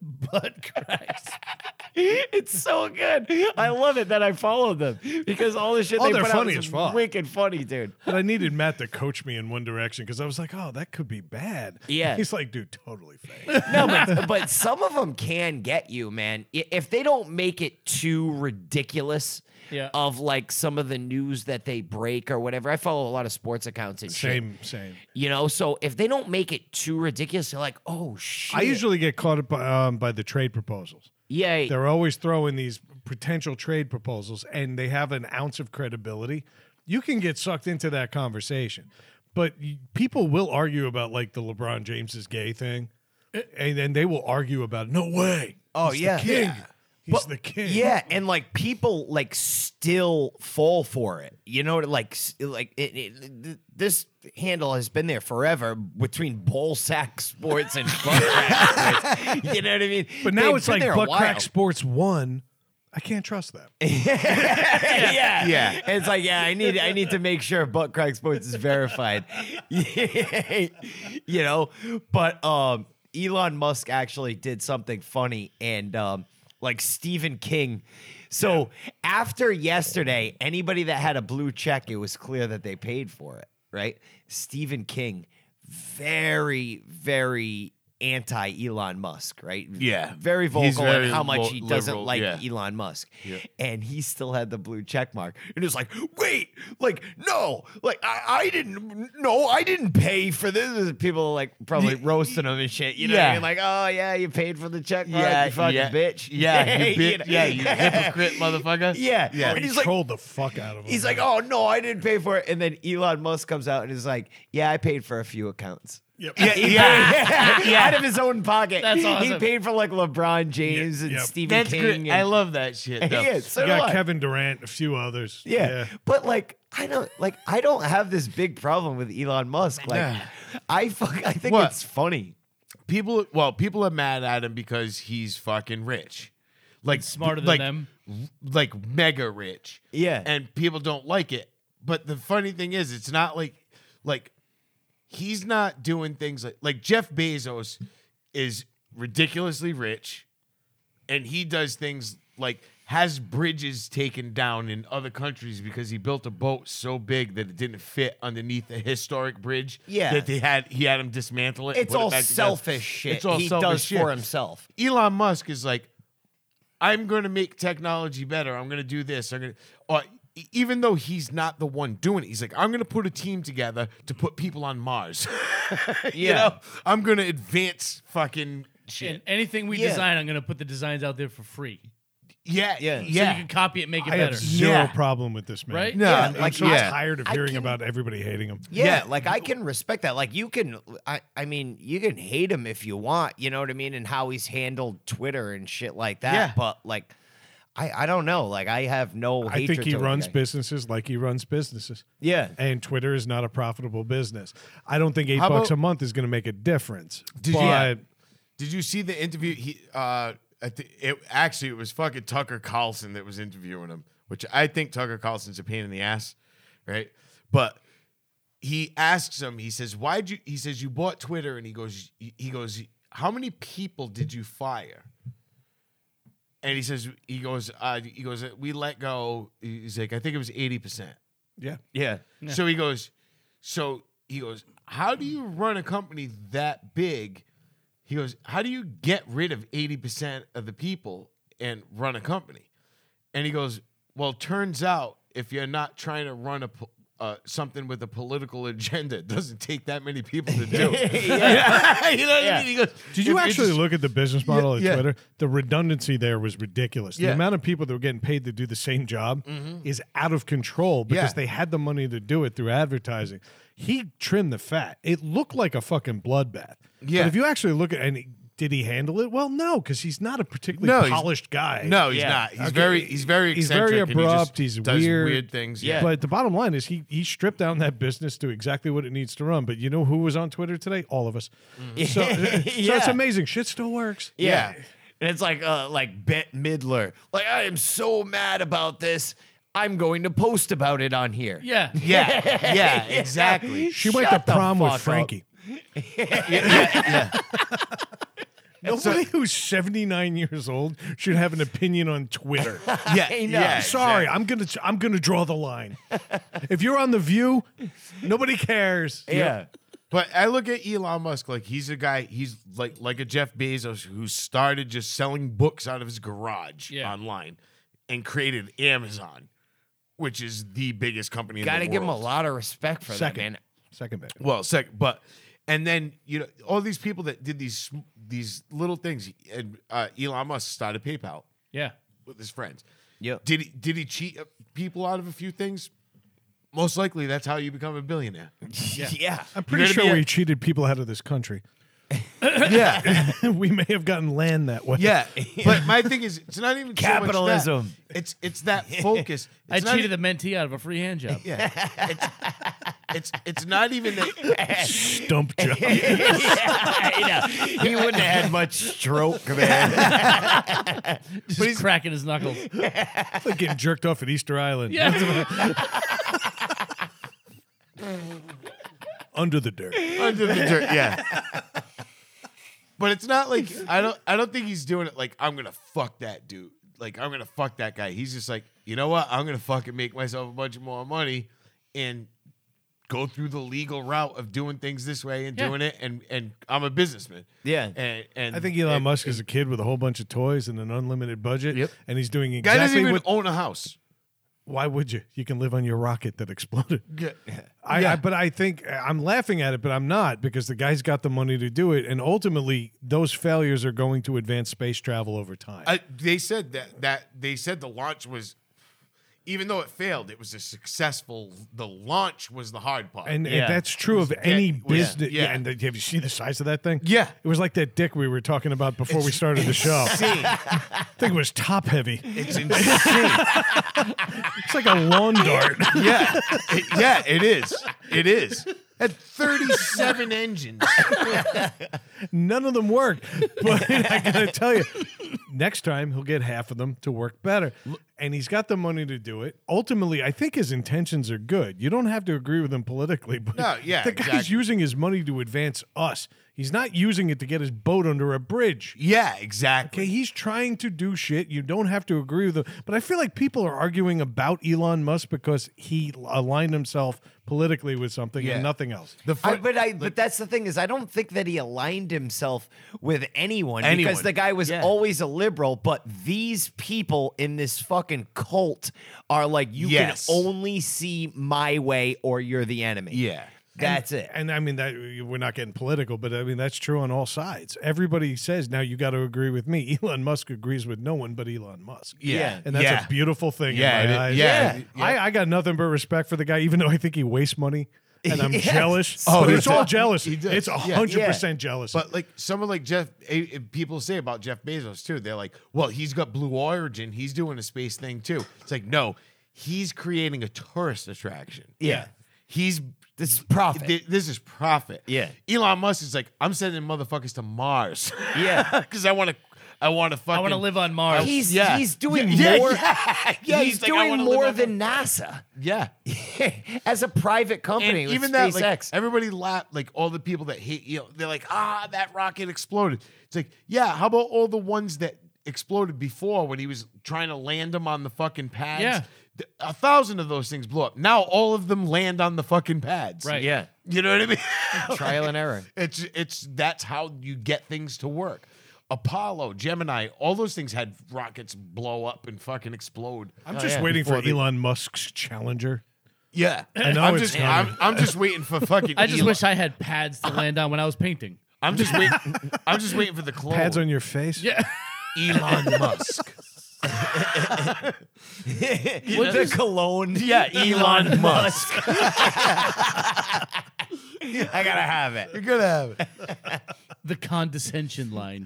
Speaker 2: Butt cracks.
Speaker 3: it's so good. I love it that I followed them because all the shit
Speaker 1: Oh,
Speaker 3: they
Speaker 1: they're
Speaker 3: put
Speaker 1: funny
Speaker 3: out
Speaker 1: as
Speaker 3: was
Speaker 1: fuck.
Speaker 3: wicked funny, dude.
Speaker 1: But I needed Matt to coach me in one direction because I was like, "Oh, that could be bad."
Speaker 3: Yeah.
Speaker 1: He's like, "Dude, totally fake."
Speaker 3: No, but, but some of them can get you, man. I- If they don't make it too ridiculous
Speaker 2: Yeah.
Speaker 3: of like some of the news that they break or whatever. I follow a lot of sports accounts and shit.
Speaker 1: same, same.
Speaker 3: You know, so if they don't make it too ridiculous, you're like, oh shit.
Speaker 1: I usually get caught up um, by the trade proposals.
Speaker 3: yeah.
Speaker 1: They're always throwing these potential trade proposals and they have an ounce of credibility. You can get sucked into that conversation. But y- people will argue about like the LeBron James is gay thing.
Speaker 3: Eh.
Speaker 1: And then they will argue about no way.
Speaker 5: Oh,
Speaker 1: He's
Speaker 5: yeah.
Speaker 1: The king.
Speaker 5: Yeah.
Speaker 1: He's
Speaker 5: But-
Speaker 1: the king.
Speaker 5: Yeah, and like people like still fall for it. You know, like s- like it, it, th- this handle has been there forever between ball sack sports and butt crack sports. You know what I mean?
Speaker 1: But now
Speaker 5: They've
Speaker 1: it's
Speaker 5: been
Speaker 1: like
Speaker 5: there a
Speaker 1: Buck Crack
Speaker 5: while.
Speaker 1: Sports One. I can't trust them.
Speaker 3: yeah. yeah.
Speaker 4: Yeah.
Speaker 3: It's like, yeah, I need I need to make sure butt crack sports is verified. you know, but um Elon Musk actually did something funny and um like Stephen King. So after yesterday, anybody that had a blue check, it was clear that they paid for it, right? Stephen King, very, very anti Elon Musk, right?
Speaker 4: Yeah.
Speaker 3: Very
Speaker 4: He's
Speaker 3: vocal on
Speaker 4: very
Speaker 3: how much he
Speaker 4: lo-
Speaker 3: doesn't
Speaker 4: liberal,
Speaker 3: like
Speaker 4: yeah.
Speaker 3: Elon Musk. And he still had the blue check mark.
Speaker 5: and it's like, wait, like no, like I, I didn't, no, I didn't pay for this.
Speaker 3: People like probably roasting him and shit. You know
Speaker 5: Yeah.
Speaker 3: what I mean? Like, oh yeah, you paid for the check mark,
Speaker 5: Yeah,
Speaker 3: you fucking
Speaker 4: yeah.
Speaker 3: bitch.
Speaker 4: Yeah, you
Speaker 3: You
Speaker 4: bit,
Speaker 3: know?
Speaker 4: yeah, you hypocrite motherfucker.
Speaker 3: Yeah.
Speaker 4: Yeah.
Speaker 3: And
Speaker 1: He
Speaker 3: he's like
Speaker 1: trolled the fuck out of him.
Speaker 3: he's like, Oh no, I didn't pay for it. And then Elon Musk comes out and is like, Yeah, I paid for a few accounts.
Speaker 1: Yep.
Speaker 3: Yeah. Out of his own pocket.
Speaker 2: That's
Speaker 3: He
Speaker 2: awesome.
Speaker 3: paid for like LeBron James and
Speaker 1: yep.
Speaker 3: Stephen
Speaker 4: That's
Speaker 3: King.
Speaker 4: good.
Speaker 3: And,
Speaker 4: I love that shit. Though.
Speaker 3: yeah, so
Speaker 1: You
Speaker 3: do
Speaker 1: got
Speaker 3: I.
Speaker 1: Kevin Durant, a few others.
Speaker 3: Yeah. But like I don't like I don't have this big problem with Elon Musk. Like
Speaker 4: Yeah.
Speaker 3: I fuck I think
Speaker 4: What?
Speaker 3: it's funny.
Speaker 4: People, well, people are mad at him because he's fucking rich, like
Speaker 2: Smarter than
Speaker 4: like,
Speaker 2: them.
Speaker 4: like mega rich.
Speaker 3: Yeah.
Speaker 4: and people don't like it. But the funny thing is, it's not like like he's not doing things like like Jeff Bezos is ridiculously rich, and he does things like has bridges taken down in other countries because he built a boat so big that it didn't fit underneath a historic bridge.
Speaker 3: Yeah.
Speaker 4: that they had he had him dismantle it. and
Speaker 3: It's
Speaker 4: put it
Speaker 3: all
Speaker 4: back together.
Speaker 3: selfish shit
Speaker 4: It's all
Speaker 3: he
Speaker 4: selfish
Speaker 3: does
Speaker 4: shit.
Speaker 3: for himself.
Speaker 4: Elon Musk is like, I'm going to make technology better. I'm going to do this. I'm going to, or e- even though he's not the one doing it, he's like, I'm going to put a team together to put people on Mars. you
Speaker 3: Yeah.
Speaker 4: know, I'm going to advance fucking shit.
Speaker 2: And anything we
Speaker 3: Yeah.
Speaker 2: design, I'm gonna put the designs out there for free.
Speaker 4: yeah,
Speaker 3: Yeah.
Speaker 4: yeah,
Speaker 3: So
Speaker 2: So you can copy it, make it
Speaker 1: I have
Speaker 2: better.
Speaker 1: zero
Speaker 4: Yeah.
Speaker 1: problem with this man.
Speaker 2: Right?
Speaker 4: no,
Speaker 3: Yeah,
Speaker 4: I'm- I'm
Speaker 3: like,
Speaker 1: So
Speaker 4: sure-
Speaker 1: I'm
Speaker 4: yeah.
Speaker 1: tired of
Speaker 3: I
Speaker 1: hearing
Speaker 3: can-
Speaker 1: about everybody hating him.
Speaker 3: Yeah,
Speaker 4: Yeah.
Speaker 3: like I can respect that. Like you can I I mean, you can hate him if you want, you know what I mean, and how he's handled Twitter and shit like that.
Speaker 4: Yeah.
Speaker 3: But like I, I don't know. Like I have no
Speaker 1: I
Speaker 3: hatred
Speaker 1: think he
Speaker 3: toward the
Speaker 1: runs
Speaker 3: guy.
Speaker 1: businesses like he runs businesses.
Speaker 3: Yeah.
Speaker 1: And Twitter is not a profitable business. I don't think eight
Speaker 4: How
Speaker 1: bucks
Speaker 4: about-
Speaker 1: a month is going to make a difference.
Speaker 4: Did you-
Speaker 1: but
Speaker 4: Did you see the interview? He, uh, I thi- it actually it was fucking Tucker Carlson that was interviewing him, which I think Tucker Carlson's a pain in the ass, right? But he asks him, he says, "Why'd you?" He says, "You bought Twitter," and he goes, "He goes, how many people did you fire?" And he says, "He goes, uh, he goes, we let go." He's like, "I think it was eighty percent."
Speaker 1: yeah.
Speaker 3: Yeah.
Speaker 4: So he goes, so he goes, how do you run a company that big? He goes, how do you get rid of 80% of the people and run a company? And he goes, well, turns out if you're not trying to run a, po- uh, something with a political agenda. It doesn't take that many people to do. it. you know what I mean? He goes,
Speaker 1: Did you
Speaker 4: "If it
Speaker 1: actually
Speaker 4: just-
Speaker 1: look at the business model at
Speaker 4: yeah.
Speaker 1: Twitter? The redundancy there was ridiculous. The
Speaker 4: Yeah. Mm-hmm.
Speaker 1: amount of people that were getting paid to do the same job is out of control because
Speaker 4: Yeah.
Speaker 1: they had the money to do it through advertising. He trimmed the fat. It looked like a fucking bloodbath.
Speaker 4: Yeah.
Speaker 1: But if you actually look at and he- did he handle it? Well, no, because he's not a particularly
Speaker 4: No, he's-
Speaker 1: polished guy.
Speaker 4: No, he's
Speaker 5: Yeah.
Speaker 4: not. He's very he's very
Speaker 1: He's very
Speaker 4: eccentric and he just
Speaker 1: abrupt. He's
Speaker 4: does
Speaker 1: weird.
Speaker 4: things.
Speaker 5: Yeah.
Speaker 1: But the bottom line is he he stripped down that business to exactly what it needs to run. But you know who was on Twitter today? All of us.
Speaker 4: Mm-hmm.
Speaker 1: So, so it's
Speaker 5: Yeah.
Speaker 1: amazing. Shit still works.
Speaker 5: Yeah. And it's like uh like Bette Midler. Like I am so mad about this. I'm going to post about it on here.
Speaker 2: Yeah.
Speaker 4: Yeah. Yeah, exactly.
Speaker 1: She went to
Speaker 5: Shut the
Speaker 1: prom
Speaker 5: fuck
Speaker 1: with
Speaker 5: up.
Speaker 1: Frankie. Nobody who's 79 years old should have an opinion on Twitter.
Speaker 4: Yeah. yeah.
Speaker 1: Sorry, I'm going to I'm going to draw the line. if you're on the view, nobody cares.
Speaker 5: Yeah.
Speaker 4: But I look at Elon Musk like he's a guy, he's like like a Jeff Bezos who started just selling books out of his garage
Speaker 2: Yeah.
Speaker 4: online and created Amazon, which is the biggest company in
Speaker 5: Gotta
Speaker 4: the world.
Speaker 5: give him a lot of respect for
Speaker 1: Second.
Speaker 5: that, man.
Speaker 1: Second bit.
Speaker 4: Well, second, but and then you know all these people that did these sm- these little things and uh, Elon Musk started PayPal.
Speaker 2: Yeah.
Speaker 4: with his friends.
Speaker 5: Yeah.
Speaker 4: Did he did he cheat uh, people out of a few things? Most likely, that's how you become a billionaire.
Speaker 5: Yeah.
Speaker 1: I'm pretty
Speaker 4: You're gonna
Speaker 1: sure
Speaker 4: be
Speaker 1: we
Speaker 4: a-
Speaker 1: cheated people out of this country.
Speaker 4: Yeah,
Speaker 1: we may have gotten land that way.
Speaker 4: yeah. But my thing is, it's not even so much that.
Speaker 5: Capitalism.
Speaker 4: It's it's that focus.
Speaker 2: I
Speaker 4: It's not
Speaker 2: cheated
Speaker 4: e-
Speaker 2: the mentee out of a free hand job.
Speaker 4: Yeah, it's, it's it's not even that.
Speaker 1: Stump job.
Speaker 5: You know, he wouldn't have had much stroke, man.
Speaker 2: Just cracking his knuckles.
Speaker 1: like getting jerked off at Easter Island.
Speaker 2: Yeah.
Speaker 1: Under the dirt.
Speaker 4: under the dirt. Yeah. But it's not like I don't I don't think he's doing it like I'm gonna fuck that dude. Like I'm gonna fuck that guy. He's just like, you know what? I'm gonna fucking make myself a bunch of more money and go through the legal route of doing things this way and
Speaker 2: Yeah.
Speaker 4: doing it and and I'm a businessman.
Speaker 5: Yeah.
Speaker 4: And and
Speaker 1: I think Elon
Speaker 4: and-
Speaker 1: Musk is a kid with a whole bunch of toys and an unlimited budget.
Speaker 5: Yep.
Speaker 1: And he's doing
Speaker 4: guy doesn't
Speaker 1: exactly
Speaker 4: even
Speaker 1: what.
Speaker 4: own a house.
Speaker 1: Why would you? You can live on your rocket that exploded.
Speaker 4: Yeah.
Speaker 1: I, I, but I think I'm laughing at it, but I'm not because the guy's got the money to do it. And ultimately, those failures are going to advance space travel over time.
Speaker 4: I, they said that that they said the launch was even though it failed, it was a successful the launch was the hard part.
Speaker 1: and, and
Speaker 5: Yeah.
Speaker 1: that's true of
Speaker 4: yeah,
Speaker 1: any
Speaker 4: it was-
Speaker 1: business.
Speaker 4: yeah.
Speaker 1: Yeah. And the, have you seen the size of that thing?
Speaker 4: Yeah.
Speaker 1: It was like that dick we were talking about before we started the show.
Speaker 4: Insane.
Speaker 1: I think it was top heavy.
Speaker 4: It's insane.
Speaker 1: It's like a lawn dart.
Speaker 4: yeah, it, yeah, it is. It is. At 37 engines.
Speaker 1: None of them work. But I gotta tell you, next time he'll get half of them to work better. And he's got the money to do it. Ultimately, I think his intentions are good. You don't have to agree with him politically, but
Speaker 4: No, yeah,
Speaker 1: the guy's
Speaker 4: exactly.
Speaker 1: using his money to advance us. He's not using it to get his boat under a bridge.
Speaker 4: Yeah,
Speaker 1: Okay,
Speaker 4: exactly.
Speaker 1: he's trying to do shit. You don't have to agree with him. But I feel like people are arguing about Elon Musk because he aligned himself politically with something
Speaker 4: Yeah.
Speaker 1: and nothing else.
Speaker 4: The
Speaker 5: I,
Speaker 4: fir-
Speaker 5: but I but that's the thing is I don't think that he aligned himself with anyone,
Speaker 4: Anyone.
Speaker 5: because the guy was
Speaker 4: Yeah.
Speaker 5: always a liberal. But these people in this fucking cult are like, you
Speaker 4: Yes.
Speaker 5: can only see my way or you're the enemy.
Speaker 4: yeah.
Speaker 5: that's it.
Speaker 1: and I mean that we're not getting political, but I mean that's true on all sides. Everybody says now you got to agree with me. Elon Musk agrees with no one but Elon Musk.
Speaker 4: Yeah.
Speaker 1: and that's
Speaker 4: Yeah.
Speaker 1: a beautiful thing.
Speaker 4: Yeah,
Speaker 1: in
Speaker 4: it-
Speaker 1: my eyes.
Speaker 4: yeah. Yeah.
Speaker 1: I, I got nothing but respect for the guy, even though I think he wastes money. And I'm
Speaker 5: Yeah.
Speaker 1: jealous.
Speaker 5: Oh,
Speaker 1: but
Speaker 4: he
Speaker 1: it's all
Speaker 4: does.
Speaker 1: jealousy.
Speaker 4: He does.
Speaker 1: It's
Speaker 4: Yeah.
Speaker 1: hundred percent jealous.
Speaker 4: But like someone like Jeff, eh, eh, people say about Jeff Bezos too. They're like, well, he's got Blue Origin. He's doing a space thing too. It's like, no, he's creating a tourist attraction.
Speaker 5: Yeah.
Speaker 4: He's
Speaker 5: This is profit.
Speaker 4: Th- this is profit.
Speaker 5: Yeah.
Speaker 4: Elon Musk is like, I'm sending motherfuckers to Mars
Speaker 5: yeah.
Speaker 4: because I want to. I want to fucking.
Speaker 2: I want to live on Mars.
Speaker 5: He's
Speaker 4: Yeah.
Speaker 5: he's doing
Speaker 4: Yeah,
Speaker 5: more.
Speaker 4: yeah, yeah.
Speaker 5: he's,
Speaker 4: He's like, I
Speaker 5: doing
Speaker 4: wanna live
Speaker 5: more
Speaker 4: on
Speaker 5: than NASA
Speaker 4: Yeah.
Speaker 5: as a private company.
Speaker 4: And
Speaker 5: with
Speaker 4: even that,
Speaker 5: SpaceX.
Speaker 4: like, everybody laughed, like all the people that hate you, they're like, ah, that rocket exploded. It's like, yeah, how about all the ones that exploded before when he was trying to land them on the fucking pads?
Speaker 2: Yeah.
Speaker 4: Th- A thousand of those things blew up. Now all of them land on the fucking pads.
Speaker 2: Right.
Speaker 5: yeah,
Speaker 4: You know what I mean?
Speaker 5: trial and error.
Speaker 4: It's it's that's how you get things to work. Apollo, Gemini, all those things had rockets blow up and fucking explode.
Speaker 1: I'm just
Speaker 5: yeah.
Speaker 1: waiting for
Speaker 4: oh, Before they-
Speaker 1: Elon Musk's challenger.
Speaker 4: Yeah, I
Speaker 1: know
Speaker 4: am
Speaker 1: it's
Speaker 4: just,
Speaker 1: coming.
Speaker 4: I'm, I'm just waiting for fucking.
Speaker 2: I just
Speaker 4: Elon.
Speaker 2: wish I had pads to land on when I was painting.
Speaker 4: I'm just waiting. I'm just waiting for the clone.
Speaker 1: Pads on your face.
Speaker 2: Yeah.
Speaker 4: Elon Musk.
Speaker 3: With the cologne.
Speaker 5: Yeah, Elon Musk.
Speaker 3: I gotta have it.
Speaker 4: You're gonna have it.
Speaker 2: The condescension line.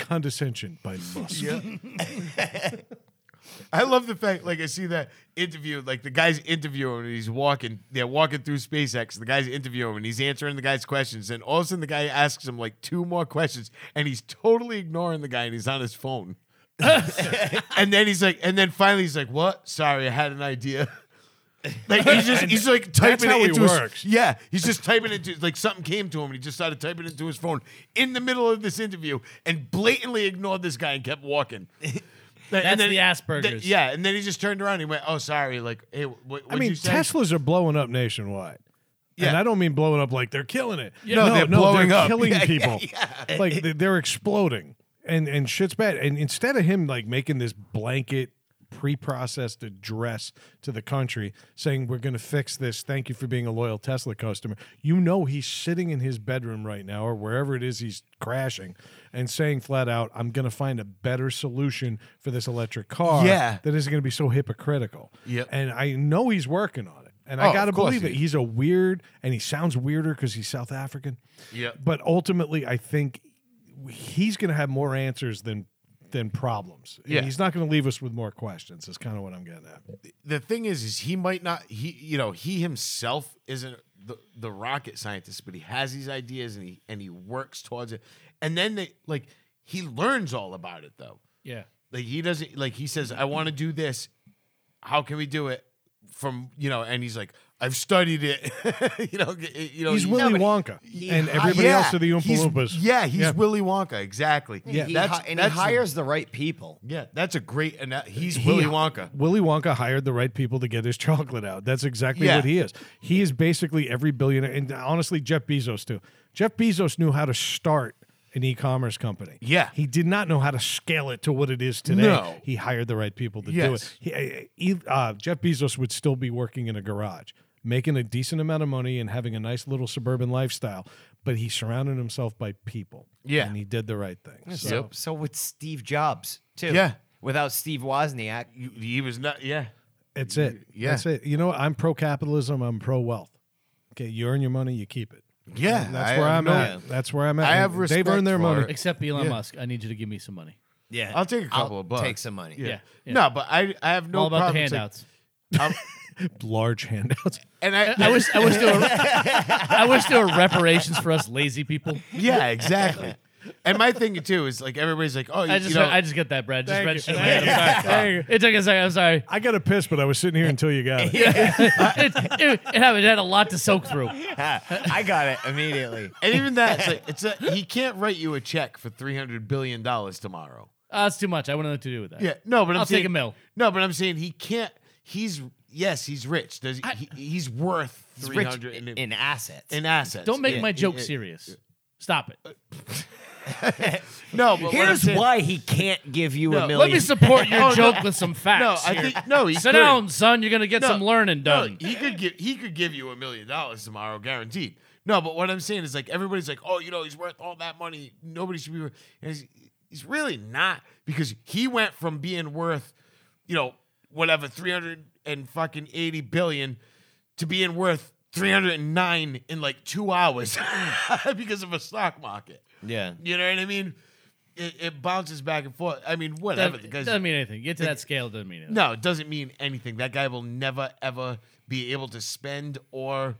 Speaker 1: Condescension by Musk.
Speaker 4: I love the fact, like I see that interview, like the guy's interviewing and he's walking, they're walking through SpaceX. The guy's interviewing and he's answering the guy's questions, and all of a sudden the guy asks him like two more questions, and he's totally ignoring the guy and he's on his phone. and then he's like, and then finally he's like, "What? Sorry, I had an idea." Like he's just he's like typing
Speaker 1: how
Speaker 4: it
Speaker 1: he
Speaker 4: into his-
Speaker 1: works.
Speaker 4: yeah he's just typing into like something came to him and he just started typing into his phone in the middle of this interview and blatantly ignored this guy and kept walking.
Speaker 2: That's the Asperger's.
Speaker 4: Th- yeah, and then he just turned around. and He went, "Oh, sorry." Like, hey, what? What'd
Speaker 1: I mean,
Speaker 4: you say?
Speaker 1: Teslas are blowing up nationwide. And
Speaker 4: Yeah.
Speaker 1: I don't mean blowing up like they're killing it.
Speaker 2: Yeah.
Speaker 1: no,
Speaker 2: No,
Speaker 1: no,
Speaker 4: they're
Speaker 1: they're,
Speaker 4: blowing up.
Speaker 1: killing
Speaker 4: Yeah, yeah,
Speaker 1: people.
Speaker 4: yeah.
Speaker 1: Like they- they're exploding, and and shit's bad. And instead of him like making this blanket pre-processed address to the country saying we're going to fix this thank you for being a loyal tesla customer you know he's sitting in his bedroom right now or wherever it is he's crashing and saying flat out i'm going to find a better solution for this electric car
Speaker 4: Yeah.
Speaker 1: that isn't going to be so hypocritical
Speaker 4: Yep.
Speaker 1: and i know he's working on it and
Speaker 4: Oh,
Speaker 1: I
Speaker 4: of
Speaker 1: gotta
Speaker 4: course
Speaker 1: believe
Speaker 4: he
Speaker 1: it.
Speaker 4: is.
Speaker 1: He's a weird, and he sounds weirder because he's South African.
Speaker 4: Yeah.
Speaker 1: But ultimately, I think he's gonna have more answers than than problems. And
Speaker 4: Yeah.
Speaker 1: He's not gonna leave us with more questions. Is kind of what I'm getting at.
Speaker 4: the thing is, is he might not. He, you know, he himself isn't the, the rocket scientist, but he has these ideas and he and he works towards it. And then they like he learns all about it though.
Speaker 2: Yeah.
Speaker 4: Like he doesn't like he says, "I want to do this. How can we do it?" From you know, and he's like, "I've studied it." you know, g- you know,
Speaker 1: He's
Speaker 4: he-
Speaker 1: Willy
Speaker 4: Yeah, but-
Speaker 1: Wonka, and everybody
Speaker 4: Yeah,
Speaker 1: else are the Oompa
Speaker 4: he's-
Speaker 1: Loompas.
Speaker 4: Yeah, he's Willy Wonka, exactly.
Speaker 1: Yeah.
Speaker 3: He
Speaker 4: that's,
Speaker 3: hi- and he
Speaker 4: that's the
Speaker 3: hires the right people.
Speaker 4: Yeah, that's a great. And he's
Speaker 1: He-
Speaker 4: Willy Wonka.
Speaker 1: Willy Wonka hired the right people to get his chocolate out. That's exactly
Speaker 4: Yeah.
Speaker 1: what he is. He is basically every billionaire, and honestly, Jeff Bezos too. Jeff Bezos knew how to start an e-commerce company.
Speaker 4: Yeah.
Speaker 1: he did not know how to scale it to what it is today.
Speaker 4: No.
Speaker 1: he hired the right people to do it.
Speaker 4: Yes.
Speaker 1: He- he- uh, Jeff Bezos would still be working in a garage, making a decent amount of money and having a nice little suburban lifestyle, but he surrounded himself by people.
Speaker 4: Yeah.
Speaker 1: and he did the right thing. So-
Speaker 4: Yep.
Speaker 3: So with Steve Jobs too.
Speaker 4: Yeah.
Speaker 3: Without Steve Wozniak,
Speaker 4: You- He was not. Yeah.
Speaker 1: It's it.
Speaker 4: yeah.
Speaker 1: That's it. You know, what? I'm pro capitalism. I'm pro wealth. Okay, you earn your money, you keep it.
Speaker 4: Yeah.
Speaker 1: That's where I'm at. That's where I'm at.
Speaker 4: I have
Speaker 1: They've
Speaker 4: respect
Speaker 1: earned their
Speaker 4: for
Speaker 1: money.
Speaker 4: it.
Speaker 2: Except Elon Musk. I need you to give me some money.
Speaker 3: yeah,
Speaker 4: I'll take a couple of bucks.
Speaker 3: Take some money.
Speaker 2: Yeah. yeah.
Speaker 4: No, but I I have no
Speaker 2: All about the
Speaker 4: problem. It's like-
Speaker 2: handouts.
Speaker 4: I'm-
Speaker 1: Large handouts.
Speaker 4: and I,
Speaker 2: I wish I wish there were I wish there were reparations for us lazy people.
Speaker 4: yeah, exactly. and my thing too is like everybody's like, oh, you,
Speaker 2: I just
Speaker 4: you know,
Speaker 2: I just get that Brad. Just
Speaker 1: Thank you.
Speaker 2: registered.
Speaker 1: Thank
Speaker 2: I'm
Speaker 1: you.
Speaker 2: sorry.
Speaker 1: Thank
Speaker 2: It took a second. I'm sorry.
Speaker 1: I got a piss, but I was sitting here until you got it.
Speaker 2: It, it, it had- it had a lot to soak through. Uh,
Speaker 3: I got it immediately.
Speaker 4: and even that, it's like, it's a, he can't write you a check for three hundred billion dollars tomorrow.
Speaker 2: Uh, it's too much. I wouldn't know what to do with that.
Speaker 4: Yeah, no, but I'm
Speaker 2: I'll
Speaker 4: saying,
Speaker 2: take a mill.
Speaker 4: No, but I'm saying he can't. He's yes, he's rich. Does he, he's worth
Speaker 3: It's
Speaker 4: three
Speaker 3: rich
Speaker 4: hundred
Speaker 3: in,
Speaker 4: in,
Speaker 3: in assets.
Speaker 4: in assets?
Speaker 2: Don't make
Speaker 4: Yeah,
Speaker 2: my joke
Speaker 4: yeah, Uh, yeah.
Speaker 2: serious. Stop it.
Speaker 4: No, but what I'm
Speaker 3: Here's
Speaker 4: saying-
Speaker 3: why he can't give you a
Speaker 4: No,
Speaker 3: million.
Speaker 2: Let me support your
Speaker 4: Oh, no.
Speaker 2: joke with some facts.
Speaker 4: No, I
Speaker 2: here.
Speaker 4: think no. He
Speaker 2: Sit
Speaker 4: could.
Speaker 2: down, son. You're gonna get
Speaker 4: No,
Speaker 2: some learning
Speaker 4: No,
Speaker 2: done.
Speaker 4: he could give he could give you a million dollars tomorrow, guaranteed. No, but what I'm saying is like everybody's like, oh, you know, he's worth all that money. Nobody should be. Worth. and He's, he's really not because he went from being worth, you know, whatever three hundred and fucking eighty billion to being worth three hundred and nine in like two hours because of a stock market.
Speaker 3: yeah.
Speaker 4: You know what I mean? It, it bounces back and forth. I mean, whatever.
Speaker 2: Doesn't,
Speaker 4: the guy's-
Speaker 2: doesn't mean anything. Get to that scale. Doesn't mean anything.
Speaker 4: no, it doesn't mean anything. That guy will never ever be able to spend or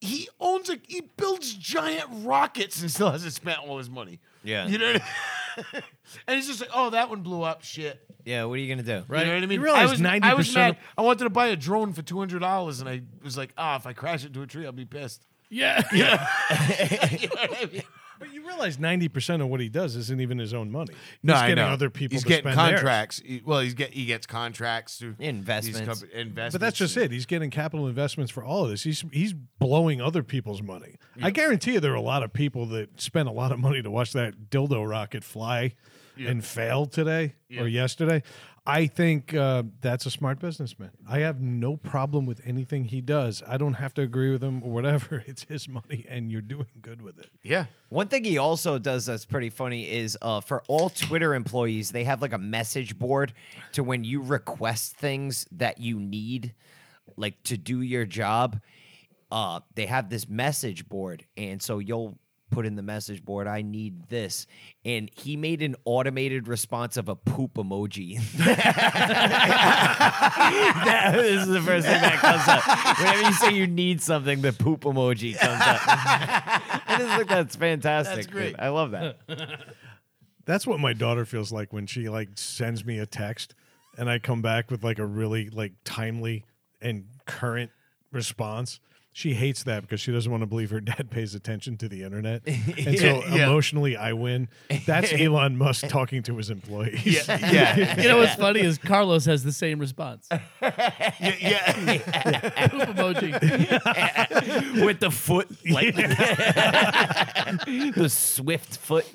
Speaker 4: he owns a he builds giant rockets and still hasn't spent all his money.
Speaker 3: Yeah.
Speaker 4: You know what I mean? And he's just like, oh, that one blew up. Shit.
Speaker 3: Yeah. What are you gonna do?
Speaker 2: Right.
Speaker 4: You know what I mean?
Speaker 1: realize
Speaker 4: I was, I was
Speaker 1: 90%
Speaker 4: mad. I wanted to buy a drone for two hundred dollars, and I was like, ah, if I crash into a tree, I'll be pissed.
Speaker 2: Yeah.
Speaker 4: You know what I mean?
Speaker 1: But you realize 90% of what he does isn't even his own money.
Speaker 4: No,
Speaker 1: he's
Speaker 4: I
Speaker 1: getting
Speaker 4: know.
Speaker 1: other people
Speaker 4: He's
Speaker 1: to
Speaker 4: getting
Speaker 1: spend theirs.
Speaker 4: contracts. He- well, he's get he gets contracts through these
Speaker 3: Investments.
Speaker 4: compa- investments.
Speaker 1: But that's just it. He's getting capital investments for all of this. He's he's blowing other people's money. I guarantee you there are a lot of people that spent a lot of money to watch that dildo rocket fly and failed today or yesterday, I think uh, that's a smart businessman. I have no problem with anything he does. I don't have to agree with him or whatever. It's his money, and you're doing good with it.
Speaker 5: Yeah.
Speaker 3: One thing he also does that's pretty funny is uh, for all Twitter employees, they have like a message board to when you request things that you need, like to do your job. Uh, they have this message board, and so you'll put in the message board, "I need this," and he made an automated response of a poop emoji. that, this is the first thing that comes up. Whenever you say you need something, the poop emoji comes up. I just think that's fantastic.
Speaker 4: That's
Speaker 3: dude.
Speaker 4: great.
Speaker 3: I love that.
Speaker 1: That's what my daughter feels like when she like sends me a text, and I come back with like a really like timely and current response. She hates that because she doesn't want to believe her dad pays attention to the internet, and so emotionally I win. That's Elon Musk talking to his employees.
Speaker 4: Yeah.
Speaker 2: You know what's funny is Carlos has the same response. Poop
Speaker 4: yeah. yeah.
Speaker 2: emoji.
Speaker 3: With the foot, like the swift foot.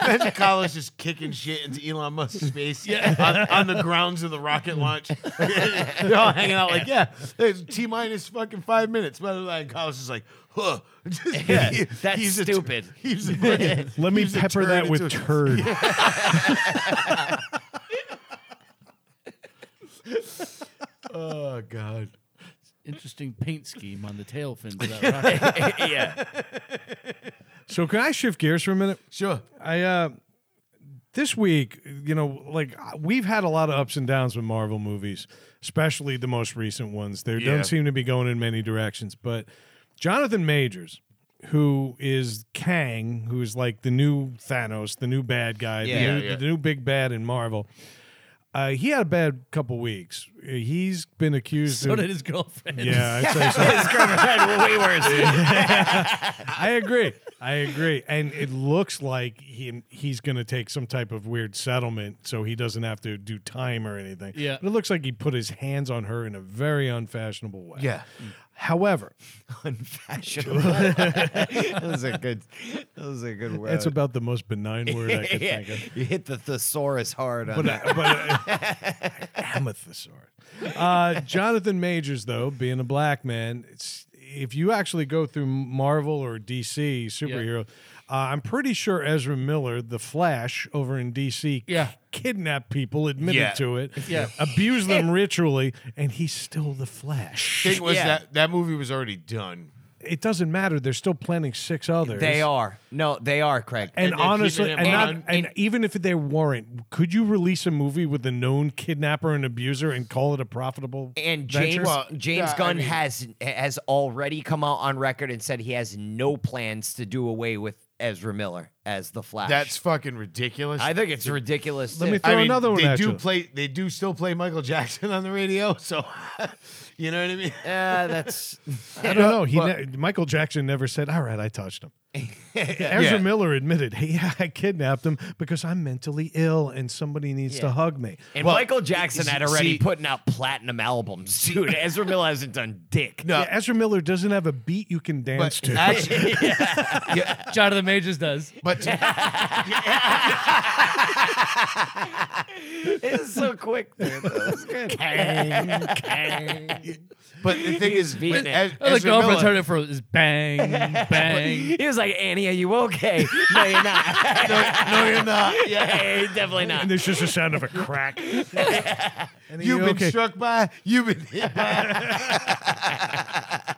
Speaker 4: Imagine Carlos just kicking shit into Elon Musk's face on, on the grounds of the rocket launch. They're all hanging out like, yeah, there's T minus fucking five minutes. But like, Carlos is like, huh. Just- he-
Speaker 3: that's
Speaker 4: he's a tur-
Speaker 3: stupid.
Speaker 4: he's a fucking-
Speaker 1: Let me
Speaker 4: he's a
Speaker 1: pepper
Speaker 4: turd
Speaker 1: that with
Speaker 4: into a-
Speaker 1: turd.
Speaker 4: Oh, God.
Speaker 2: Interesting paint scheme on the tail fins of that rocket.
Speaker 3: yeah.
Speaker 1: So can I shift gears for a minute?
Speaker 4: Sure.
Speaker 1: I uh this week, you know, like we've had a lot of ups and downs with Marvel movies, especially the most recent ones. They
Speaker 4: Yeah.
Speaker 1: don't seem to be going in many directions, but Jonathan Majors, who is Kang, who is like the new Thanos, the new bad guy, the,
Speaker 3: Yeah,
Speaker 1: new,
Speaker 4: yeah.
Speaker 1: the new big bad in Marvel. Uh, he had a bad couple weeks. Uh, He's been accused
Speaker 2: so
Speaker 1: of
Speaker 2: did his girlfriend.
Speaker 1: yeah, I'd say so.
Speaker 3: way worse.
Speaker 1: I agree. I agree. And it looks like he he's going to take some type of weird settlement so he doesn't have to do time or anything.
Speaker 2: Yeah.
Speaker 1: But it looks like he put his hands on her in a very unfashionable way.
Speaker 4: Yeah.
Speaker 1: However,
Speaker 3: Unfashionable. that was a good. That was a good word.
Speaker 1: that's about the most benign word I could think of.
Speaker 3: You hit the thesaurus hard on
Speaker 1: But,
Speaker 3: that.
Speaker 1: uh, but uh, amethystosaurus. Uh, Jonathan Majors, though, being a black man, it's, if you actually go through Marvel or DC superhero, uh, I'm pretty sure Ezra Miller, the Flash over in DC,
Speaker 2: Yeah.
Speaker 1: kidnapped people, admitted
Speaker 4: Yeah.
Speaker 1: to it,
Speaker 2: Yeah.
Speaker 1: abused them ritually, and he's still the Flash.
Speaker 4: Thing was
Speaker 3: Yeah.
Speaker 4: that that movie was already done.
Speaker 1: It doesn't matter. They're still planning six others.
Speaker 3: They are. No, they are, Craig.
Speaker 1: And,
Speaker 4: And they're
Speaker 1: honestly,
Speaker 4: keeping
Speaker 1: and,
Speaker 4: him
Speaker 1: not,
Speaker 4: on.
Speaker 1: and even if they weren't, could you release a movie with a known kidnapper and abuser and call it a profitable?
Speaker 3: And
Speaker 1: venture?
Speaker 3: James
Speaker 4: Well,
Speaker 3: James
Speaker 4: yeah, I
Speaker 3: Gunn
Speaker 4: mean-
Speaker 3: has has already come out on record and said he has no plans to do away with Ezra Miller as the Flash.
Speaker 4: That's fucking ridiculous.
Speaker 3: I think it's ridiculous.
Speaker 1: Let
Speaker 3: too.
Speaker 1: me throw another one
Speaker 4: They
Speaker 1: at
Speaker 4: do
Speaker 1: you.
Speaker 4: play. They do still play Michael Jackson on the radio. So, you know what I mean.
Speaker 3: Uh, that's
Speaker 1: I don't know. He ne- Michael Jackson never said, "All right, I touched him." Ezra
Speaker 4: Yeah.
Speaker 1: Miller admitted, "Hey, yeah, I kidnapped him because I'm mentally ill and somebody needs to
Speaker 3: Yeah.
Speaker 1: hug me."
Speaker 3: and
Speaker 4: Well,
Speaker 3: Michael Jackson had already
Speaker 4: see-
Speaker 3: putting out platinum albums, dude. Ezra Miller hasn't done dick.
Speaker 4: No,
Speaker 1: Yeah, Ezra Miller doesn't have a beat you can dance
Speaker 4: but
Speaker 1: to.
Speaker 4: actually,
Speaker 2: Jonathan Majors does.
Speaker 4: but to,
Speaker 3: It's so quick, dude. That's good.
Speaker 4: but the thing is,
Speaker 3: beating
Speaker 4: when
Speaker 3: it.
Speaker 4: Ez-
Speaker 2: Oh, the
Speaker 4: Ezra
Speaker 2: girlfriend's heard
Speaker 4: Miller,
Speaker 2: it for is bang, bang.
Speaker 3: He was like, Annie, are you okay? No, you're not.
Speaker 4: no, you're not.
Speaker 3: yeah, definitely
Speaker 1: and
Speaker 3: not.
Speaker 1: there's just a sound of a crack. And
Speaker 4: You've
Speaker 1: you-
Speaker 4: been
Speaker 1: okay.
Speaker 4: struck by. You've been hit by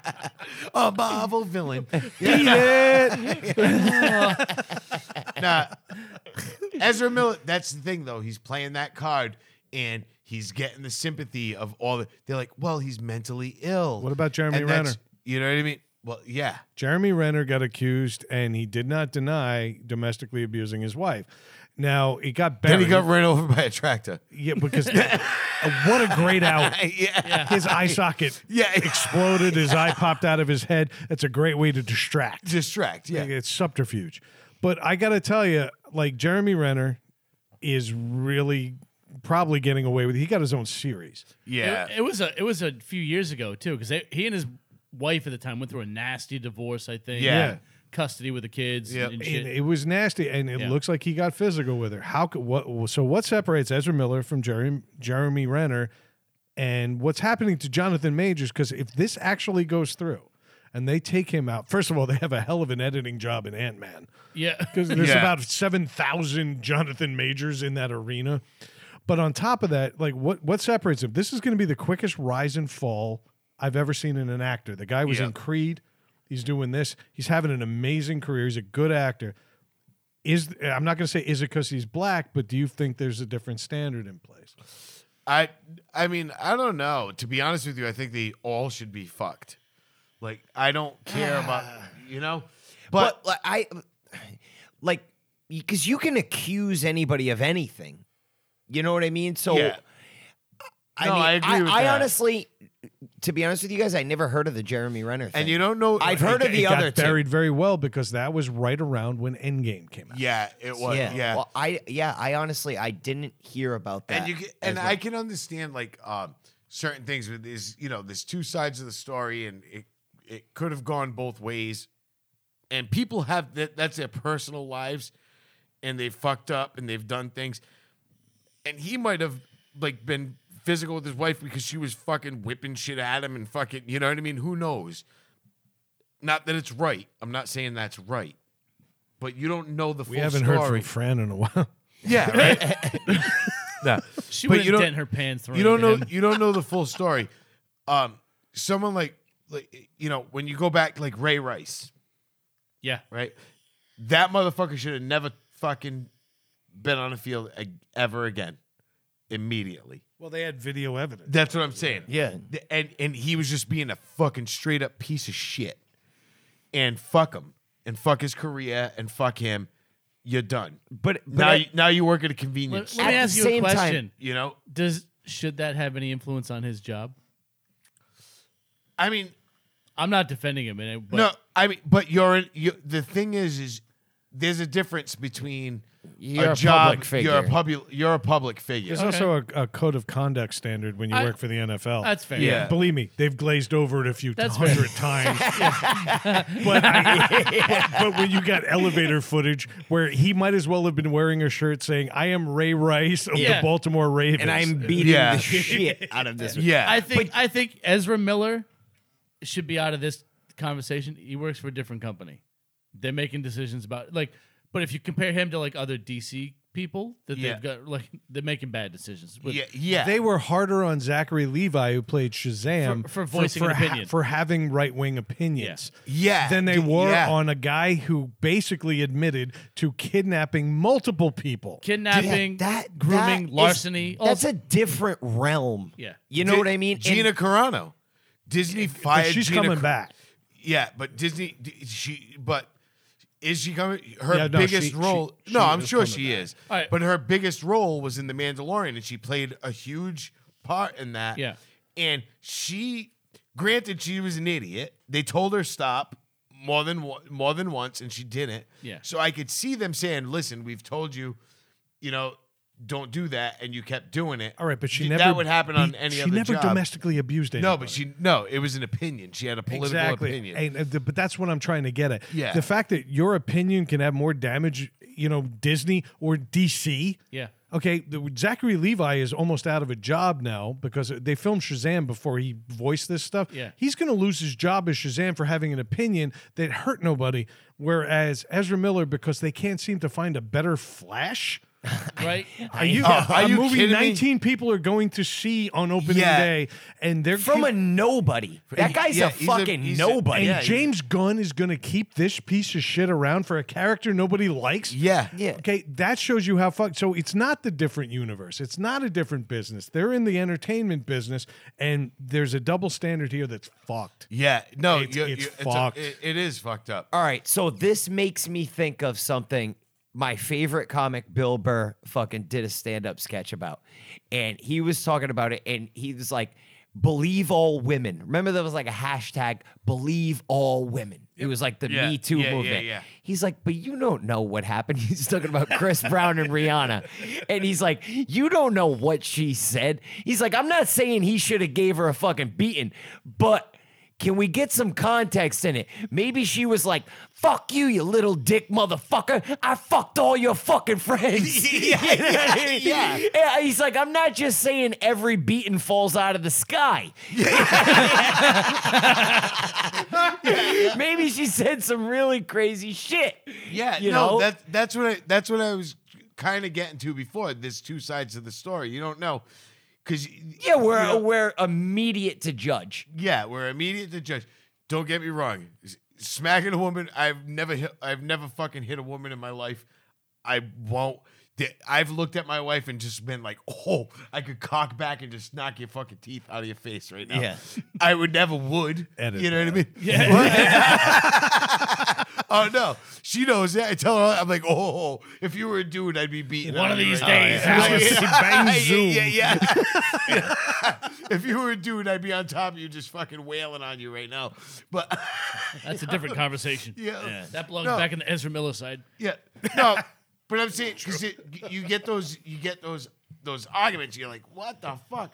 Speaker 4: a Marvel villain.
Speaker 1: Beat it.
Speaker 4: Nah, Ezra Miller. That's the thing, though. He's playing that card, and he's getting the sympathy of all the. They're like, well, he's mentally ill.
Speaker 1: What about Jeremy
Speaker 4: And that's-
Speaker 1: Renner?
Speaker 4: You know what I mean? Well, yeah.
Speaker 1: Jeremy Renner got accused, and he did not deny domestically abusing his wife. Now it got better.
Speaker 4: Then he got run over by a tractor.
Speaker 1: yeah, because uh, what a great out.
Speaker 4: yeah.
Speaker 1: His eye socket
Speaker 4: Yeah.
Speaker 1: exploded. His eye popped out of his head. That's a great way to distract.
Speaker 4: Distract. Yeah.
Speaker 1: It's subterfuge. But I got to tell you, like Jeremy Renner is really probably getting away with. He got his own series.
Speaker 4: Yeah.
Speaker 2: It, it was a it was a few years ago too because he and his wife at the time went through a nasty divorce. I think.
Speaker 4: Yeah. Yeah.
Speaker 2: custody with the kids
Speaker 5: Yep.
Speaker 2: and
Speaker 1: And
Speaker 2: shit.
Speaker 1: it was nasty, and it
Speaker 2: Yeah.
Speaker 1: looks like he got physical with her. How could what? So what separates Ezra Miller from Jeremy Jeremy Renner, and what's happening to Jonathan Majors? Because if this actually goes through, and they take him out, first of all, they have a hell of an editing job in Ant Man.
Speaker 2: yeah.
Speaker 1: because there's
Speaker 5: Yeah.
Speaker 1: about 7,000 Jonathan Majors in that arena. But on top of that, like what what separates him? This is going to be the quickest rise and fall I've ever seen in an actor. The guy was
Speaker 5: Yeah.
Speaker 1: in Creed. He's doing this. He's having an amazing career. He's a good actor. Is I'm not going to say is it because he's black, but do you think there's a different standard in place?
Speaker 4: I I mean, I don't know. To be honest with you, I think they all should be fucked. Like I don't care about you know. But,
Speaker 5: But like I
Speaker 3: like because you can accuse anybody of anything you know what i mean so
Speaker 4: Yeah.
Speaker 3: i
Speaker 4: No,
Speaker 3: mean
Speaker 4: I agree
Speaker 3: I,
Speaker 4: with
Speaker 3: I
Speaker 4: that.
Speaker 3: honestly to be honest with you guys i never heard of the jeremy renner thing
Speaker 4: and you don't know
Speaker 3: i've heard of
Speaker 1: It
Speaker 3: the
Speaker 1: got
Speaker 3: other two
Speaker 1: buried very well because that was right around when Endgame came out.
Speaker 4: Yeah, it was. Yeah.
Speaker 3: Well, i yeah i honestly i didn't hear about that
Speaker 4: and you can,
Speaker 3: as
Speaker 4: and
Speaker 3: well.
Speaker 4: I can understand like um certain things with is you know, there's two sides of the story and it it could have gone both ways. And people have that that's their personal lives and they fucked up and they've done things. And he might have like been physical with his wife because she was fucking whipping shit at him and fucking, you know what I mean? Who knows? Not that it's right. I'm not saying that's right. But you don't know the full
Speaker 1: We haven't
Speaker 4: story.
Speaker 1: heard from Fran in a while.
Speaker 4: Yeah, right. no.
Speaker 2: She
Speaker 4: But
Speaker 2: would
Speaker 4: you don't-
Speaker 2: dent her pants.
Speaker 4: You don't know. You don't know the full story. Um, someone like, like you know, when you go back, like Ray Rice,
Speaker 2: Yeah.
Speaker 4: right? That motherfucker should have never fucking been on a field ag- ever again. Immediately.
Speaker 1: Well, they had video evidence.
Speaker 4: That's what I'm saying.
Speaker 3: Yeah.
Speaker 4: Th- And and he was just being a fucking straight up piece of shit. And fuck him. And fuck his career. And fuck him. You're done.
Speaker 3: but, but
Speaker 4: now,
Speaker 3: I-
Speaker 4: you, now you work at a
Speaker 2: Let,
Speaker 4: convenience.
Speaker 2: let
Speaker 3: At
Speaker 2: me
Speaker 3: the
Speaker 2: ask you a
Speaker 3: same time-
Speaker 2: question.
Speaker 4: you know.
Speaker 2: Does should that have any influence on his job?
Speaker 4: I mean,
Speaker 2: I'm not defending him in it, but
Speaker 4: no, I mean, but you're in. You, the thing is, is there's a difference between
Speaker 3: You're a
Speaker 4: job.
Speaker 3: public figure.
Speaker 4: You're a public. You're a public figure.
Speaker 1: There's also a, a code of conduct standard when you
Speaker 2: I-
Speaker 1: work for the NFL.
Speaker 2: that's fair.
Speaker 4: Yeah.
Speaker 1: Believe me, they've glazed over it a few
Speaker 2: That's
Speaker 1: hundred times. but, I- but- but when you got elevator footage where he might as well have been wearing a shirt saying, I am Ray Rice of
Speaker 2: Yeah.
Speaker 1: the Baltimore Ravens.
Speaker 3: and i'm beating
Speaker 4: Yeah.
Speaker 3: the shit out of this
Speaker 4: yeah,
Speaker 2: I think I think Ezra Miller should be out of this conversation. He works for a different company. They're making decisions about like, but if you compare him to like other DC people that
Speaker 4: Yeah.
Speaker 2: they've got, like they're making bad decisions. With,
Speaker 4: yeah, yeah.
Speaker 1: They were harder on Zachary Levi, who played Shazam,
Speaker 2: For- for voicing an
Speaker 1: ha-
Speaker 2: opinion.
Speaker 1: for having right wing opinions.
Speaker 4: Yeah.
Speaker 1: Than they
Speaker 4: D-
Speaker 1: were
Speaker 4: yeah.
Speaker 1: on a guy who basically admitted to kidnapping multiple people.
Speaker 2: kidnapping,
Speaker 3: that
Speaker 2: grooming,
Speaker 3: that is-
Speaker 2: larceny. all
Speaker 3: that's
Speaker 2: s-
Speaker 3: a different realm
Speaker 2: Yeah.
Speaker 3: you know
Speaker 4: Di-
Speaker 3: what i mean And-
Speaker 4: Gina Carano, Disney
Speaker 1: But
Speaker 4: fired.
Speaker 1: she's
Speaker 4: Gina
Speaker 1: coming
Speaker 4: Car-
Speaker 1: back.
Speaker 4: Yeah, but Disney. d- She but. Is she coming? Her
Speaker 1: Yeah, no,
Speaker 4: biggest
Speaker 1: she-
Speaker 4: role?
Speaker 1: she-
Speaker 4: no,
Speaker 1: she
Speaker 4: I'm
Speaker 1: is
Speaker 4: sure
Speaker 1: coming
Speaker 4: she
Speaker 1: back.
Speaker 4: is.
Speaker 2: All right.
Speaker 4: But her biggest role was in The Mandalorian, and she played a huge part in that.
Speaker 2: Yeah.
Speaker 4: And she, granted, she was an idiot. They told her stop more than one- more than once, and she didn't.
Speaker 2: Yeah.
Speaker 4: So I could see them saying, "Listen, we've told you, you know, don't do that," and you kept doing it.
Speaker 1: All right, but she
Speaker 4: Th-
Speaker 1: never
Speaker 4: that would happen on
Speaker 1: beat-
Speaker 4: any
Speaker 1: she
Speaker 4: other
Speaker 1: never
Speaker 4: job.
Speaker 1: domestically abused anybody.
Speaker 4: No, but she no. It was an opinion. She had a political
Speaker 1: exactly.
Speaker 4: opinion.
Speaker 1: And, uh, th- but that's what I'm trying to get at.
Speaker 4: Yeah.
Speaker 1: the fact that your opinion can have more damage, you know, Disney or DC.
Speaker 2: Yeah.
Speaker 1: Okay, the, Zachary Levi is almost out of a job now because they filmed Shazam before he voiced this stuff.
Speaker 2: Yeah.
Speaker 1: He's going to lose his job as Shazam for having an opinion that hurt nobody. Whereas Ezra Miller, because they can't seem to find a better Flash,
Speaker 2: right.
Speaker 1: Are you,
Speaker 4: are
Speaker 1: a
Speaker 4: you
Speaker 1: movie
Speaker 4: kidding me?
Speaker 1: 19 people are going to see on opening
Speaker 4: Yeah.
Speaker 1: day, and they're
Speaker 3: from a
Speaker 1: keep-
Speaker 3: nobody that guy's a
Speaker 4: yeah, he's a-
Speaker 3: fucking
Speaker 4: he's a-
Speaker 3: nobody
Speaker 1: and
Speaker 4: yeah,
Speaker 1: James Gunn is going to keep this piece of shit around for a character nobody likes.
Speaker 4: yeah.
Speaker 3: yeah
Speaker 1: Okay, that shows you how fucked. So it's not the different universe. It's not a different business. They're in the entertainment business, and there's a double standard here that's fucked.
Speaker 4: Yeah, no,
Speaker 1: It's-
Speaker 4: you
Speaker 1: it's
Speaker 4: you- a-
Speaker 1: fucked.
Speaker 4: it- it is fucked up.
Speaker 3: All right, so this makes me think of something my favorite comic Bill Burr fucking did a stand-up sketch about. And he was talking about it and he was like believe all women. Remember there was like a hashtag believe all women. It was like the
Speaker 4: Yeah,
Speaker 5: E
Speaker 3: Me Too
Speaker 4: Uh, yeah, yeah,
Speaker 3: movement.
Speaker 4: yeah.
Speaker 3: He's like, but you don't know what happened. He's talking about Chris Brown and Rihanna. And he's like, you don't know what she said. He's like, I'm not saying he should have gave her a fucking beating, but
Speaker 5: Can we get some context in it? Maybe she was like, fuck you, you little dick motherfucker. I fucked all your fucking friends. You know what I mean?
Speaker 4: yeah.
Speaker 5: Yeah, He's like, I'm not just saying every beating falls out of the sky. Maybe she said some really crazy shit.
Speaker 4: Yeah,
Speaker 5: You
Speaker 4: no,
Speaker 5: know?
Speaker 4: that that's what I that's what I was kind of getting to before. There's two sides to the story. You don't know because
Speaker 5: Yeah, we're, we're immediate to judge.
Speaker 4: yeah, we're immediate to judge. Don't get me wrong. S- Smacking a woman, I've never hit, I've never fucking hit a woman in my life. I won't. Th- I've looked at my wife and just been like, "Oh, I could cock back and just knock your fucking teeth out of your face right now."
Speaker 5: Yeah.
Speaker 4: I would never would.
Speaker 1: Edit
Speaker 4: you know what I mean?
Speaker 2: Yeah.
Speaker 4: Oh no, she knows that. I tell her, I'm like, "Oh, if you were a dude, I'd be beating
Speaker 2: One
Speaker 4: on
Speaker 2: of
Speaker 4: you
Speaker 2: these
Speaker 4: right now."
Speaker 2: days,
Speaker 4: Oh, Yeah.
Speaker 2: Alex.
Speaker 4: Yeah.
Speaker 1: Bang zoom.
Speaker 4: Yeah, yeah. yeah. if you were a dude, I'd be on top of you just fucking wailing on you right now. But
Speaker 2: That's a different conversation.
Speaker 4: Yeah.
Speaker 2: That belongs
Speaker 4: No.
Speaker 2: back in the Ezra Miller side.
Speaker 4: yeah, no. But I'm saying 'cause it, you get those, you get those, those arguments. You're like, what the fuck?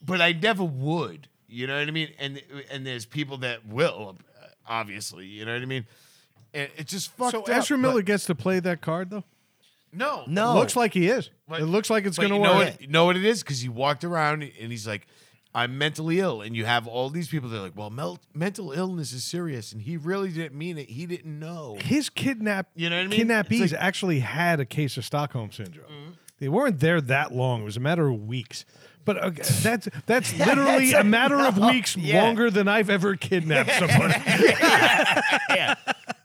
Speaker 4: But I never would. You know what I mean? And and there's people that will, obviously. You know what I mean? And it's just fucked
Speaker 1: So
Speaker 4: up.
Speaker 1: Ezra Miller
Speaker 4: uh, but- Oh.
Speaker 1: gets to play that card though.
Speaker 4: no,
Speaker 5: No.
Speaker 1: Looks like he is.
Speaker 4: But-
Speaker 1: it looks like it's
Speaker 4: But
Speaker 1: going to
Speaker 4: you know
Speaker 1: work.
Speaker 4: What, you know what it is? Because he walked around and he's like, I'm mentally ill. And you have all these people that are like, well, mel- mental illness is serious. And he really didn't mean it. He didn't know.
Speaker 1: His kidnap,
Speaker 4: You know what I mean?
Speaker 1: kidnappees
Speaker 4: It's like- Mm-hmm.
Speaker 1: actually had a case of Stockholm syndrome. They weren't there that long. It was a matter of weeks. But uh, that's that's literally a matter of weeks longer than I've ever kidnapped someone.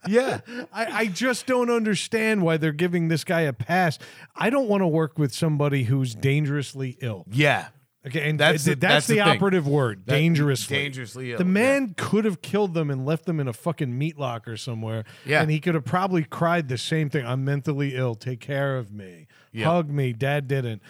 Speaker 1: yeah, I, I just don't understand why they're giving this guy a pass. I don't want to work with somebody who's dangerously ill.
Speaker 4: Yeah.
Speaker 1: Okay, and
Speaker 4: That's
Speaker 1: that's
Speaker 4: the-
Speaker 1: the, that's
Speaker 4: that's the
Speaker 1: the
Speaker 4: thing.
Speaker 1: operative word.
Speaker 4: That-
Speaker 1: dangerously.
Speaker 4: dangerously ill,
Speaker 1: The
Speaker 4: yeah.
Speaker 1: man could have killed them and left them in a fucking meat locker somewhere.
Speaker 4: Yeah.
Speaker 1: And he could have probably cried the same thing. I'm mentally ill. Take care of me.
Speaker 4: Yeah.
Speaker 1: Hug me. Dad didn't.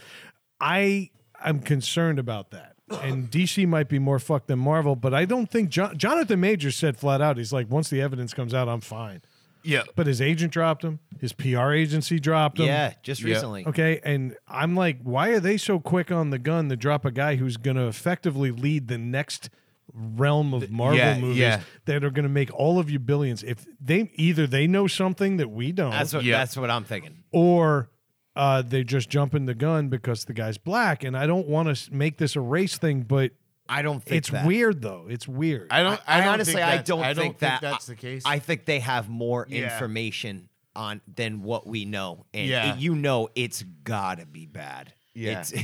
Speaker 1: I am concerned about that. And DC might be more fucked than Marvel, but I don't think jo- Jonathan Majors said flat out, he's like, once the evidence comes out, I'm fine.
Speaker 4: Yeah.
Speaker 1: But his agent dropped him. His PR agency dropped him.
Speaker 3: Yeah, just recently.
Speaker 1: Okay, and I'm like, why are they so quick on the gun to drop a guy who's going to effectively lead the next realm of Marvel
Speaker 4: yeah,
Speaker 1: movies
Speaker 4: yeah.
Speaker 1: that are going to make all of you billions? If they either they know something that we don't,
Speaker 3: That's what
Speaker 4: Yeah.
Speaker 3: that's what I'm thinking.
Speaker 1: or uh, they just jump in the gun because the guy's black. And I don't want to make this a race thing, but
Speaker 3: I don't think
Speaker 1: it's
Speaker 3: that.
Speaker 1: weird though. It's weird.
Speaker 4: I don't, I,
Speaker 3: I,
Speaker 4: don't
Speaker 3: honestly,
Speaker 4: think
Speaker 3: I
Speaker 4: that's-
Speaker 3: don't,
Speaker 4: I
Speaker 3: think, that
Speaker 4: that's
Speaker 3: I-
Speaker 4: the case.
Speaker 3: I think they have more
Speaker 4: Yeah.
Speaker 3: information on than what we know, and
Speaker 4: Yeah.
Speaker 3: it- you know, it's gotta be bad.
Speaker 4: Yeah.
Speaker 3: it's,
Speaker 4: 'Cause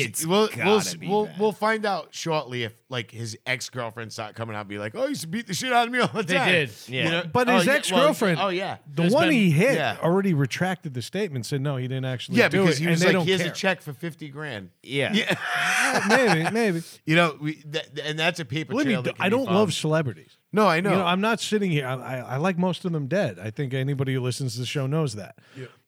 Speaker 3: it's
Speaker 4: we'll,
Speaker 3: gotta
Speaker 4: we'll,
Speaker 3: be
Speaker 4: we'll,
Speaker 3: bad.
Speaker 4: we'll find out shortly if like his ex girlfriends start coming out and be like, oh, he used to beat the shit out of me all the
Speaker 2: They
Speaker 4: time.
Speaker 2: did.
Speaker 4: You
Speaker 3: Yeah.
Speaker 4: know?
Speaker 1: But
Speaker 4: Oh,
Speaker 1: his
Speaker 4: yeah, well,
Speaker 1: ex girlfriend,
Speaker 4: oh, yeah.
Speaker 1: the
Speaker 2: There's
Speaker 1: one
Speaker 2: been-
Speaker 1: he hit
Speaker 4: yeah.
Speaker 1: already retracted the statement, said no, he didn't actually.
Speaker 4: Yeah,
Speaker 1: do
Speaker 4: because
Speaker 1: it,
Speaker 4: he
Speaker 1: and
Speaker 4: was
Speaker 1: they
Speaker 4: like,
Speaker 1: don't
Speaker 4: here's a
Speaker 1: care.
Speaker 4: check for 50 grand.
Speaker 3: yeah.
Speaker 4: Yeah.
Speaker 1: maybe, maybe.
Speaker 4: You know, we, that, and that's a paper
Speaker 1: Believe me,
Speaker 4: trail. that can
Speaker 1: I
Speaker 4: be
Speaker 1: don't
Speaker 4: found.
Speaker 1: love celebrities.
Speaker 4: No, I know.
Speaker 1: You know, I'm not sitting here. I, I, I like most of them dead. I think anybody who listens to the show knows that.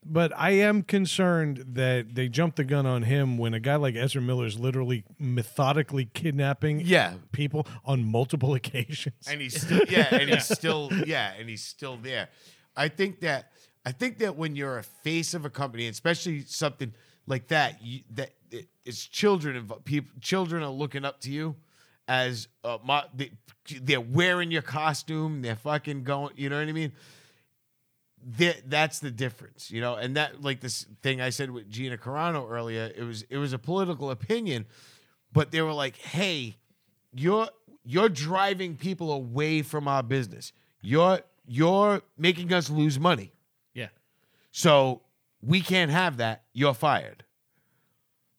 Speaker 1: But I am concerned that they jumped the gun on him when a guy like Ezra Miller is literally methodically kidnapping
Speaker 4: Yeah.
Speaker 1: people on multiple occasions.
Speaker 4: and he's still yeah, and he's still yeah, and he's still there. I think that I think that when you're a face of a company, especially something like that, you, that it, it's children and people, children are looking up to you as uh, mo- they, they're wearing your costume, they're fucking going, you know what I mean? That that's the difference, you know, and that like this thing I said with Gina Carano earlier, it was it was a political opinion, but they were like, hey, you're you're driving people away from our business. You're you're making us lose money.
Speaker 2: Yeah.
Speaker 4: So we can't have that. You're fired.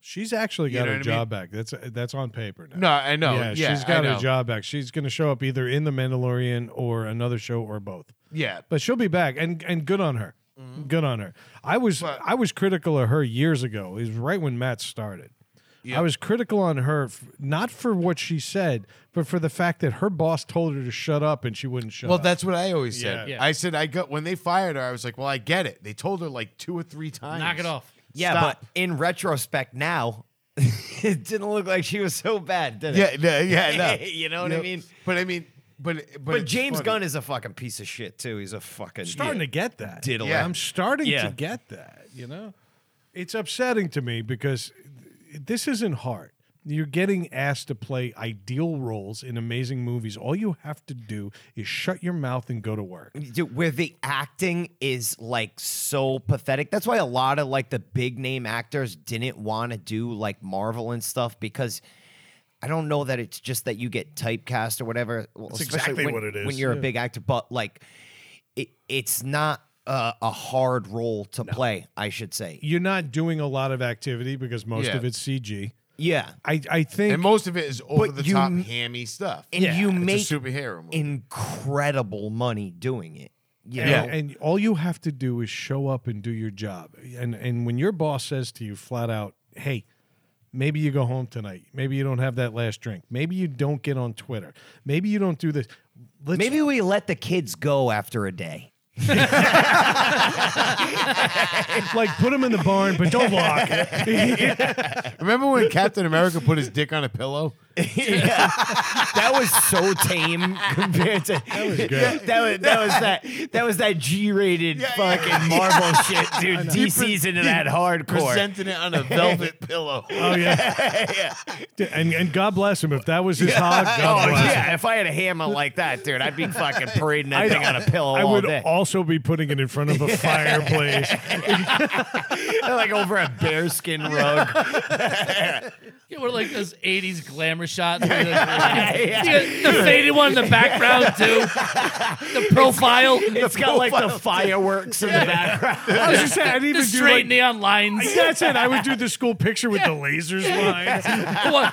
Speaker 1: She's actually
Speaker 4: You
Speaker 1: got
Speaker 4: know
Speaker 1: her
Speaker 4: what I
Speaker 1: job back. That's that's on paper now.
Speaker 4: No, I know. Yeah,
Speaker 1: she's got
Speaker 4: I
Speaker 1: her
Speaker 4: know.
Speaker 1: job back. She's going to show up either in The Mandalorian or another show or both.
Speaker 4: Yeah.
Speaker 1: but she'll be back and and good on her good on her i was
Speaker 4: Mm-hmm. But-
Speaker 1: i was critical of her years ago it was right when matt started i was critical on her f- not for what she said but for the fact that her boss told her to shut up and she wouldn't shut
Speaker 4: Well,
Speaker 1: up
Speaker 4: that's what I always said.
Speaker 2: Yeah. Yeah.
Speaker 4: I said I got when they fired her. I was like, well, I get it. They told her like two or three times.
Speaker 2: Knock it off.
Speaker 3: Yeah,
Speaker 4: Stop.
Speaker 3: but in retrospect now, it didn't look like she was so bad, did
Speaker 4: Yeah,
Speaker 3: it?
Speaker 4: no, yeah, no.
Speaker 3: You know what I mean?
Speaker 4: But I mean, but but,
Speaker 3: But
Speaker 4: it's
Speaker 3: James
Speaker 4: funny.
Speaker 3: Gunn is a fucking piece of shit too. He's a fucking
Speaker 1: starting to get that
Speaker 3: Diddle.
Speaker 4: Yeah.
Speaker 1: i'm starting
Speaker 3: Yeah.
Speaker 1: to get that you know it's upsetting to me because th- this isn't hard You're getting asked to play ideal roles in amazing movies. All you have to do is shut your mouth and go to work.
Speaker 3: Dude, where the acting is like so pathetic. That's why a lot of like the big name actors didn't want to do like Marvel and stuff because I don't know that it's just that you get typecast or whatever. Well,
Speaker 4: That's
Speaker 3: especially
Speaker 4: exactly
Speaker 3: when-
Speaker 4: what it is.
Speaker 3: when you're a big actor, but like it, it's not uh, a hard role to play. I should say,
Speaker 1: You're not doing a lot of activity because most
Speaker 4: Yeah.
Speaker 1: of it's CG.
Speaker 3: yeah.
Speaker 1: I, I think
Speaker 4: and most of it is over the
Speaker 3: you-
Speaker 4: top hammy stuff.
Speaker 3: And you
Speaker 4: it's a
Speaker 3: make
Speaker 4: superhero movie.
Speaker 3: incredible money doing it. You
Speaker 1: And,
Speaker 3: know?
Speaker 1: and all you have to do is show up and do your job. And and when your boss says to you flat out, "Hey, maybe you go home tonight. Maybe you don't have that last drink. Maybe you don't get on Twitter. Maybe you don't do this." Let's,
Speaker 3: Maybe we let the kids go after a day.
Speaker 1: like put them in the barn, but don't walk.
Speaker 4: Remember when Captain America put his dick on a pillow?
Speaker 3: That was so tame compared to that was That, was that was that that was that G-rated fucking Marvel shit, dude. DC's into that hardcore.
Speaker 4: Presenting it on a velvet pillow.
Speaker 1: Oh yeah. And and God bless him if that was his hog. God
Speaker 3: Oh
Speaker 1: bless him.
Speaker 3: yeah, if I had a hammer like that, dude, I'd be fucking parading that thing on a pillow
Speaker 1: I
Speaker 3: all
Speaker 1: would
Speaker 3: day,
Speaker 1: also be putting it in front of a fireplace.
Speaker 3: like over a bearskin rug.
Speaker 2: Yeah, we're like those '80s glamour shots. where the- the the faded one in the background too. The profile.
Speaker 3: It's got like the fireworks in the background.
Speaker 1: I was just saying, I'd
Speaker 2: The
Speaker 1: even do
Speaker 2: straight
Speaker 1: like,
Speaker 2: neon lines.
Speaker 1: that's it. I would do the school picture with the lasers lines.
Speaker 2: One-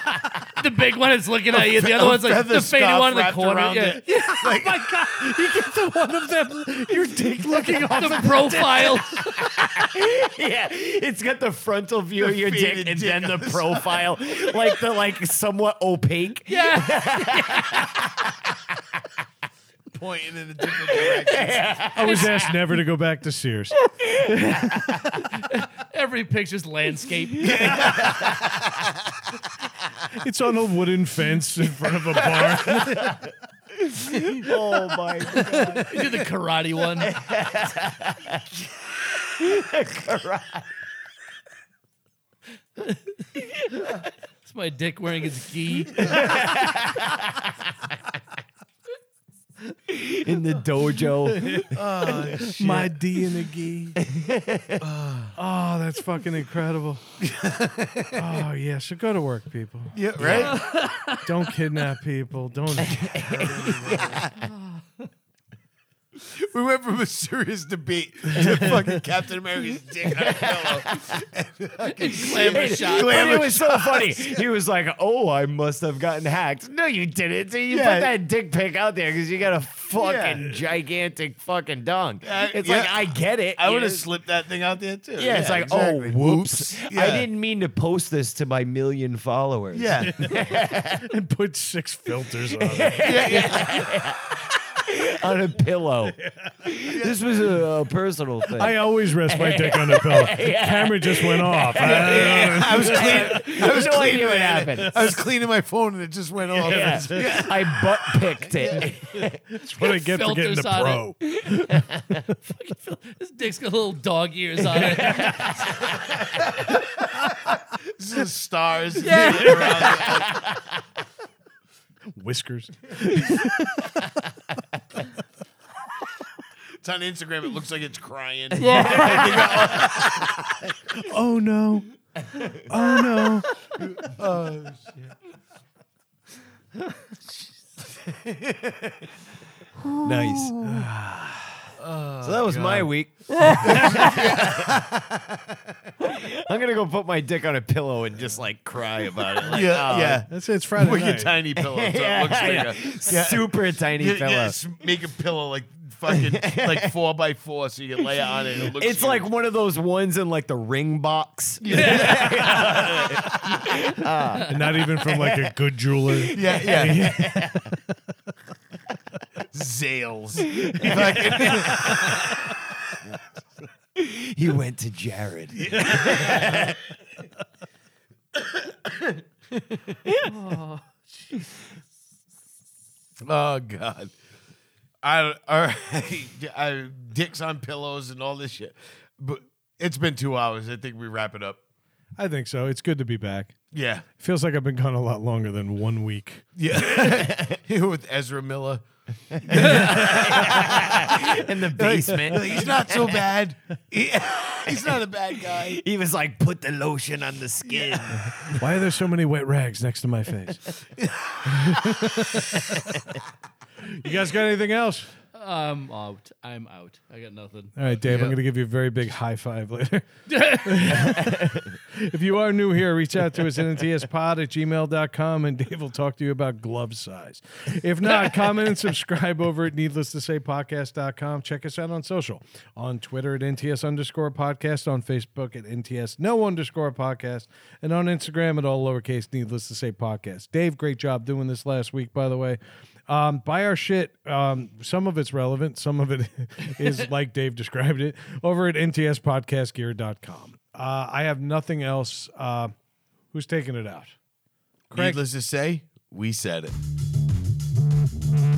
Speaker 2: the big one is looking at you. The other one's like the faded one in the
Speaker 4: wrapped
Speaker 2: corner.
Speaker 4: around
Speaker 2: Yeah.
Speaker 4: it.
Speaker 1: oh my god! You get the one of them, your dick looking off.
Speaker 2: The profile.
Speaker 3: yeah, it's got the frontal view of your dick
Speaker 4: faded
Speaker 3: and
Speaker 4: dick
Speaker 3: then the
Speaker 4: on the
Speaker 3: profile, like the like somewhat opaque.
Speaker 2: Yeah.
Speaker 4: pointing in a different direction.
Speaker 1: I was asked never to go back to Sears.
Speaker 2: Every picture's landscape.
Speaker 1: It's on a wooden fence in front of a barn.
Speaker 3: Oh my god.
Speaker 2: You do the karate one. it's my dick wearing his gi.
Speaker 3: In the dojo.
Speaker 1: My D and a G. oh, that's fucking incredible. Oh yeah, so go to work, people.
Speaker 4: Yeah, right?
Speaker 1: Don't kidnap people. Don't.
Speaker 4: We went from a serious debate to fucking Captain America's dick on a pillow.
Speaker 2: Glamour shot.
Speaker 3: But it was so funny. He was like, "Oh, I must have gotten hacked." No, you didn't. You
Speaker 4: Yeah.
Speaker 3: put that dick pic out there because you got a fucking
Speaker 4: Yeah.
Speaker 3: gigantic fucking dong.
Speaker 4: Uh,
Speaker 3: it's
Speaker 4: yeah.
Speaker 3: like I get it.
Speaker 4: I
Speaker 3: you
Speaker 4: would
Speaker 3: know?
Speaker 4: have slipped that thing out there too.
Speaker 3: Yeah, it's like,
Speaker 4: exactly.
Speaker 3: oh, whoops!
Speaker 4: Yeah.
Speaker 3: I didn't mean to post this to my million followers.
Speaker 4: Yeah.
Speaker 1: and put six filters on it.
Speaker 3: on a pillow. This was a, a personal thing.
Speaker 1: I always rest my dick on the pillow. Camera just went off. I don't know.
Speaker 4: I was cleaning. I was
Speaker 3: No idea
Speaker 4: cleaning
Speaker 3: what
Speaker 4: it.
Speaker 3: happened.
Speaker 4: I was cleaning my phone and it just went off.
Speaker 3: Yeah. I butt picked it.
Speaker 1: That's what I get for getting the
Speaker 2: Filters on
Speaker 1: pro.
Speaker 2: This dick's got little dog ears on it.
Speaker 4: This is stars.
Speaker 1: Whiskers.
Speaker 4: It's on Instagram. It looks like it's crying.
Speaker 1: Oh no. Oh no.
Speaker 3: Nice. so that was my week. I'm gonna go put my dick on a pillow and just like cry about it. Like,
Speaker 4: Yeah,
Speaker 3: oh,
Speaker 4: yeah.
Speaker 1: That's it. It's Friday
Speaker 4: Make a
Speaker 1: night.
Speaker 4: tiny pillow. So it looks like
Speaker 3: yeah,
Speaker 4: a,
Speaker 3: yeah. super tiny
Speaker 4: yeah,
Speaker 3: pillow.
Speaker 4: yeah, s- make a pillow like fucking like four by four so you can lay on it. And it looks
Speaker 3: It's like one of those ones in like the ring box.
Speaker 1: And not even from like a good jeweler.
Speaker 4: yeah, yeah. Zales. Fucking-
Speaker 3: He went to Jared.
Speaker 4: oh god. I all right. I, dicks on pillows and all this shit. But it's been two hours. I think we wrap it up.
Speaker 1: I think so. It's good to be back.
Speaker 4: Yeah.
Speaker 1: Feels like I've been gone a lot longer than one week.
Speaker 4: Yeah. With Ezra Miller.
Speaker 3: in the basement.
Speaker 4: He's not so bad. He- he's not a bad guy.
Speaker 3: he was like, put the lotion on the skin.
Speaker 1: Why are there so many wet rags next to my face? you guys got anything else?
Speaker 2: I'm Um, out. I'm out. I got nothing.
Speaker 1: All right, Dave, I'm going to give you a very big high five later. if you are new here, reach out to us at ntspod at gmail.com and Dave will talk to you about glove size. If not, comment and subscribe over at needless to say podcast.com. Check us out on social on Twitter at NTS underscore podcast, on Facebook at NTS no underscore podcast, and on Instagram at all lowercase needless to say podcast. Dave, great job doing this last week, by the way. Um, buy our shit. Um, some of it's relevant, some of it is like Dave described it over at ntspodcastgear.com. Uh, I have nothing else. Uh, who's taking it out?
Speaker 4: Needless to say, we said it.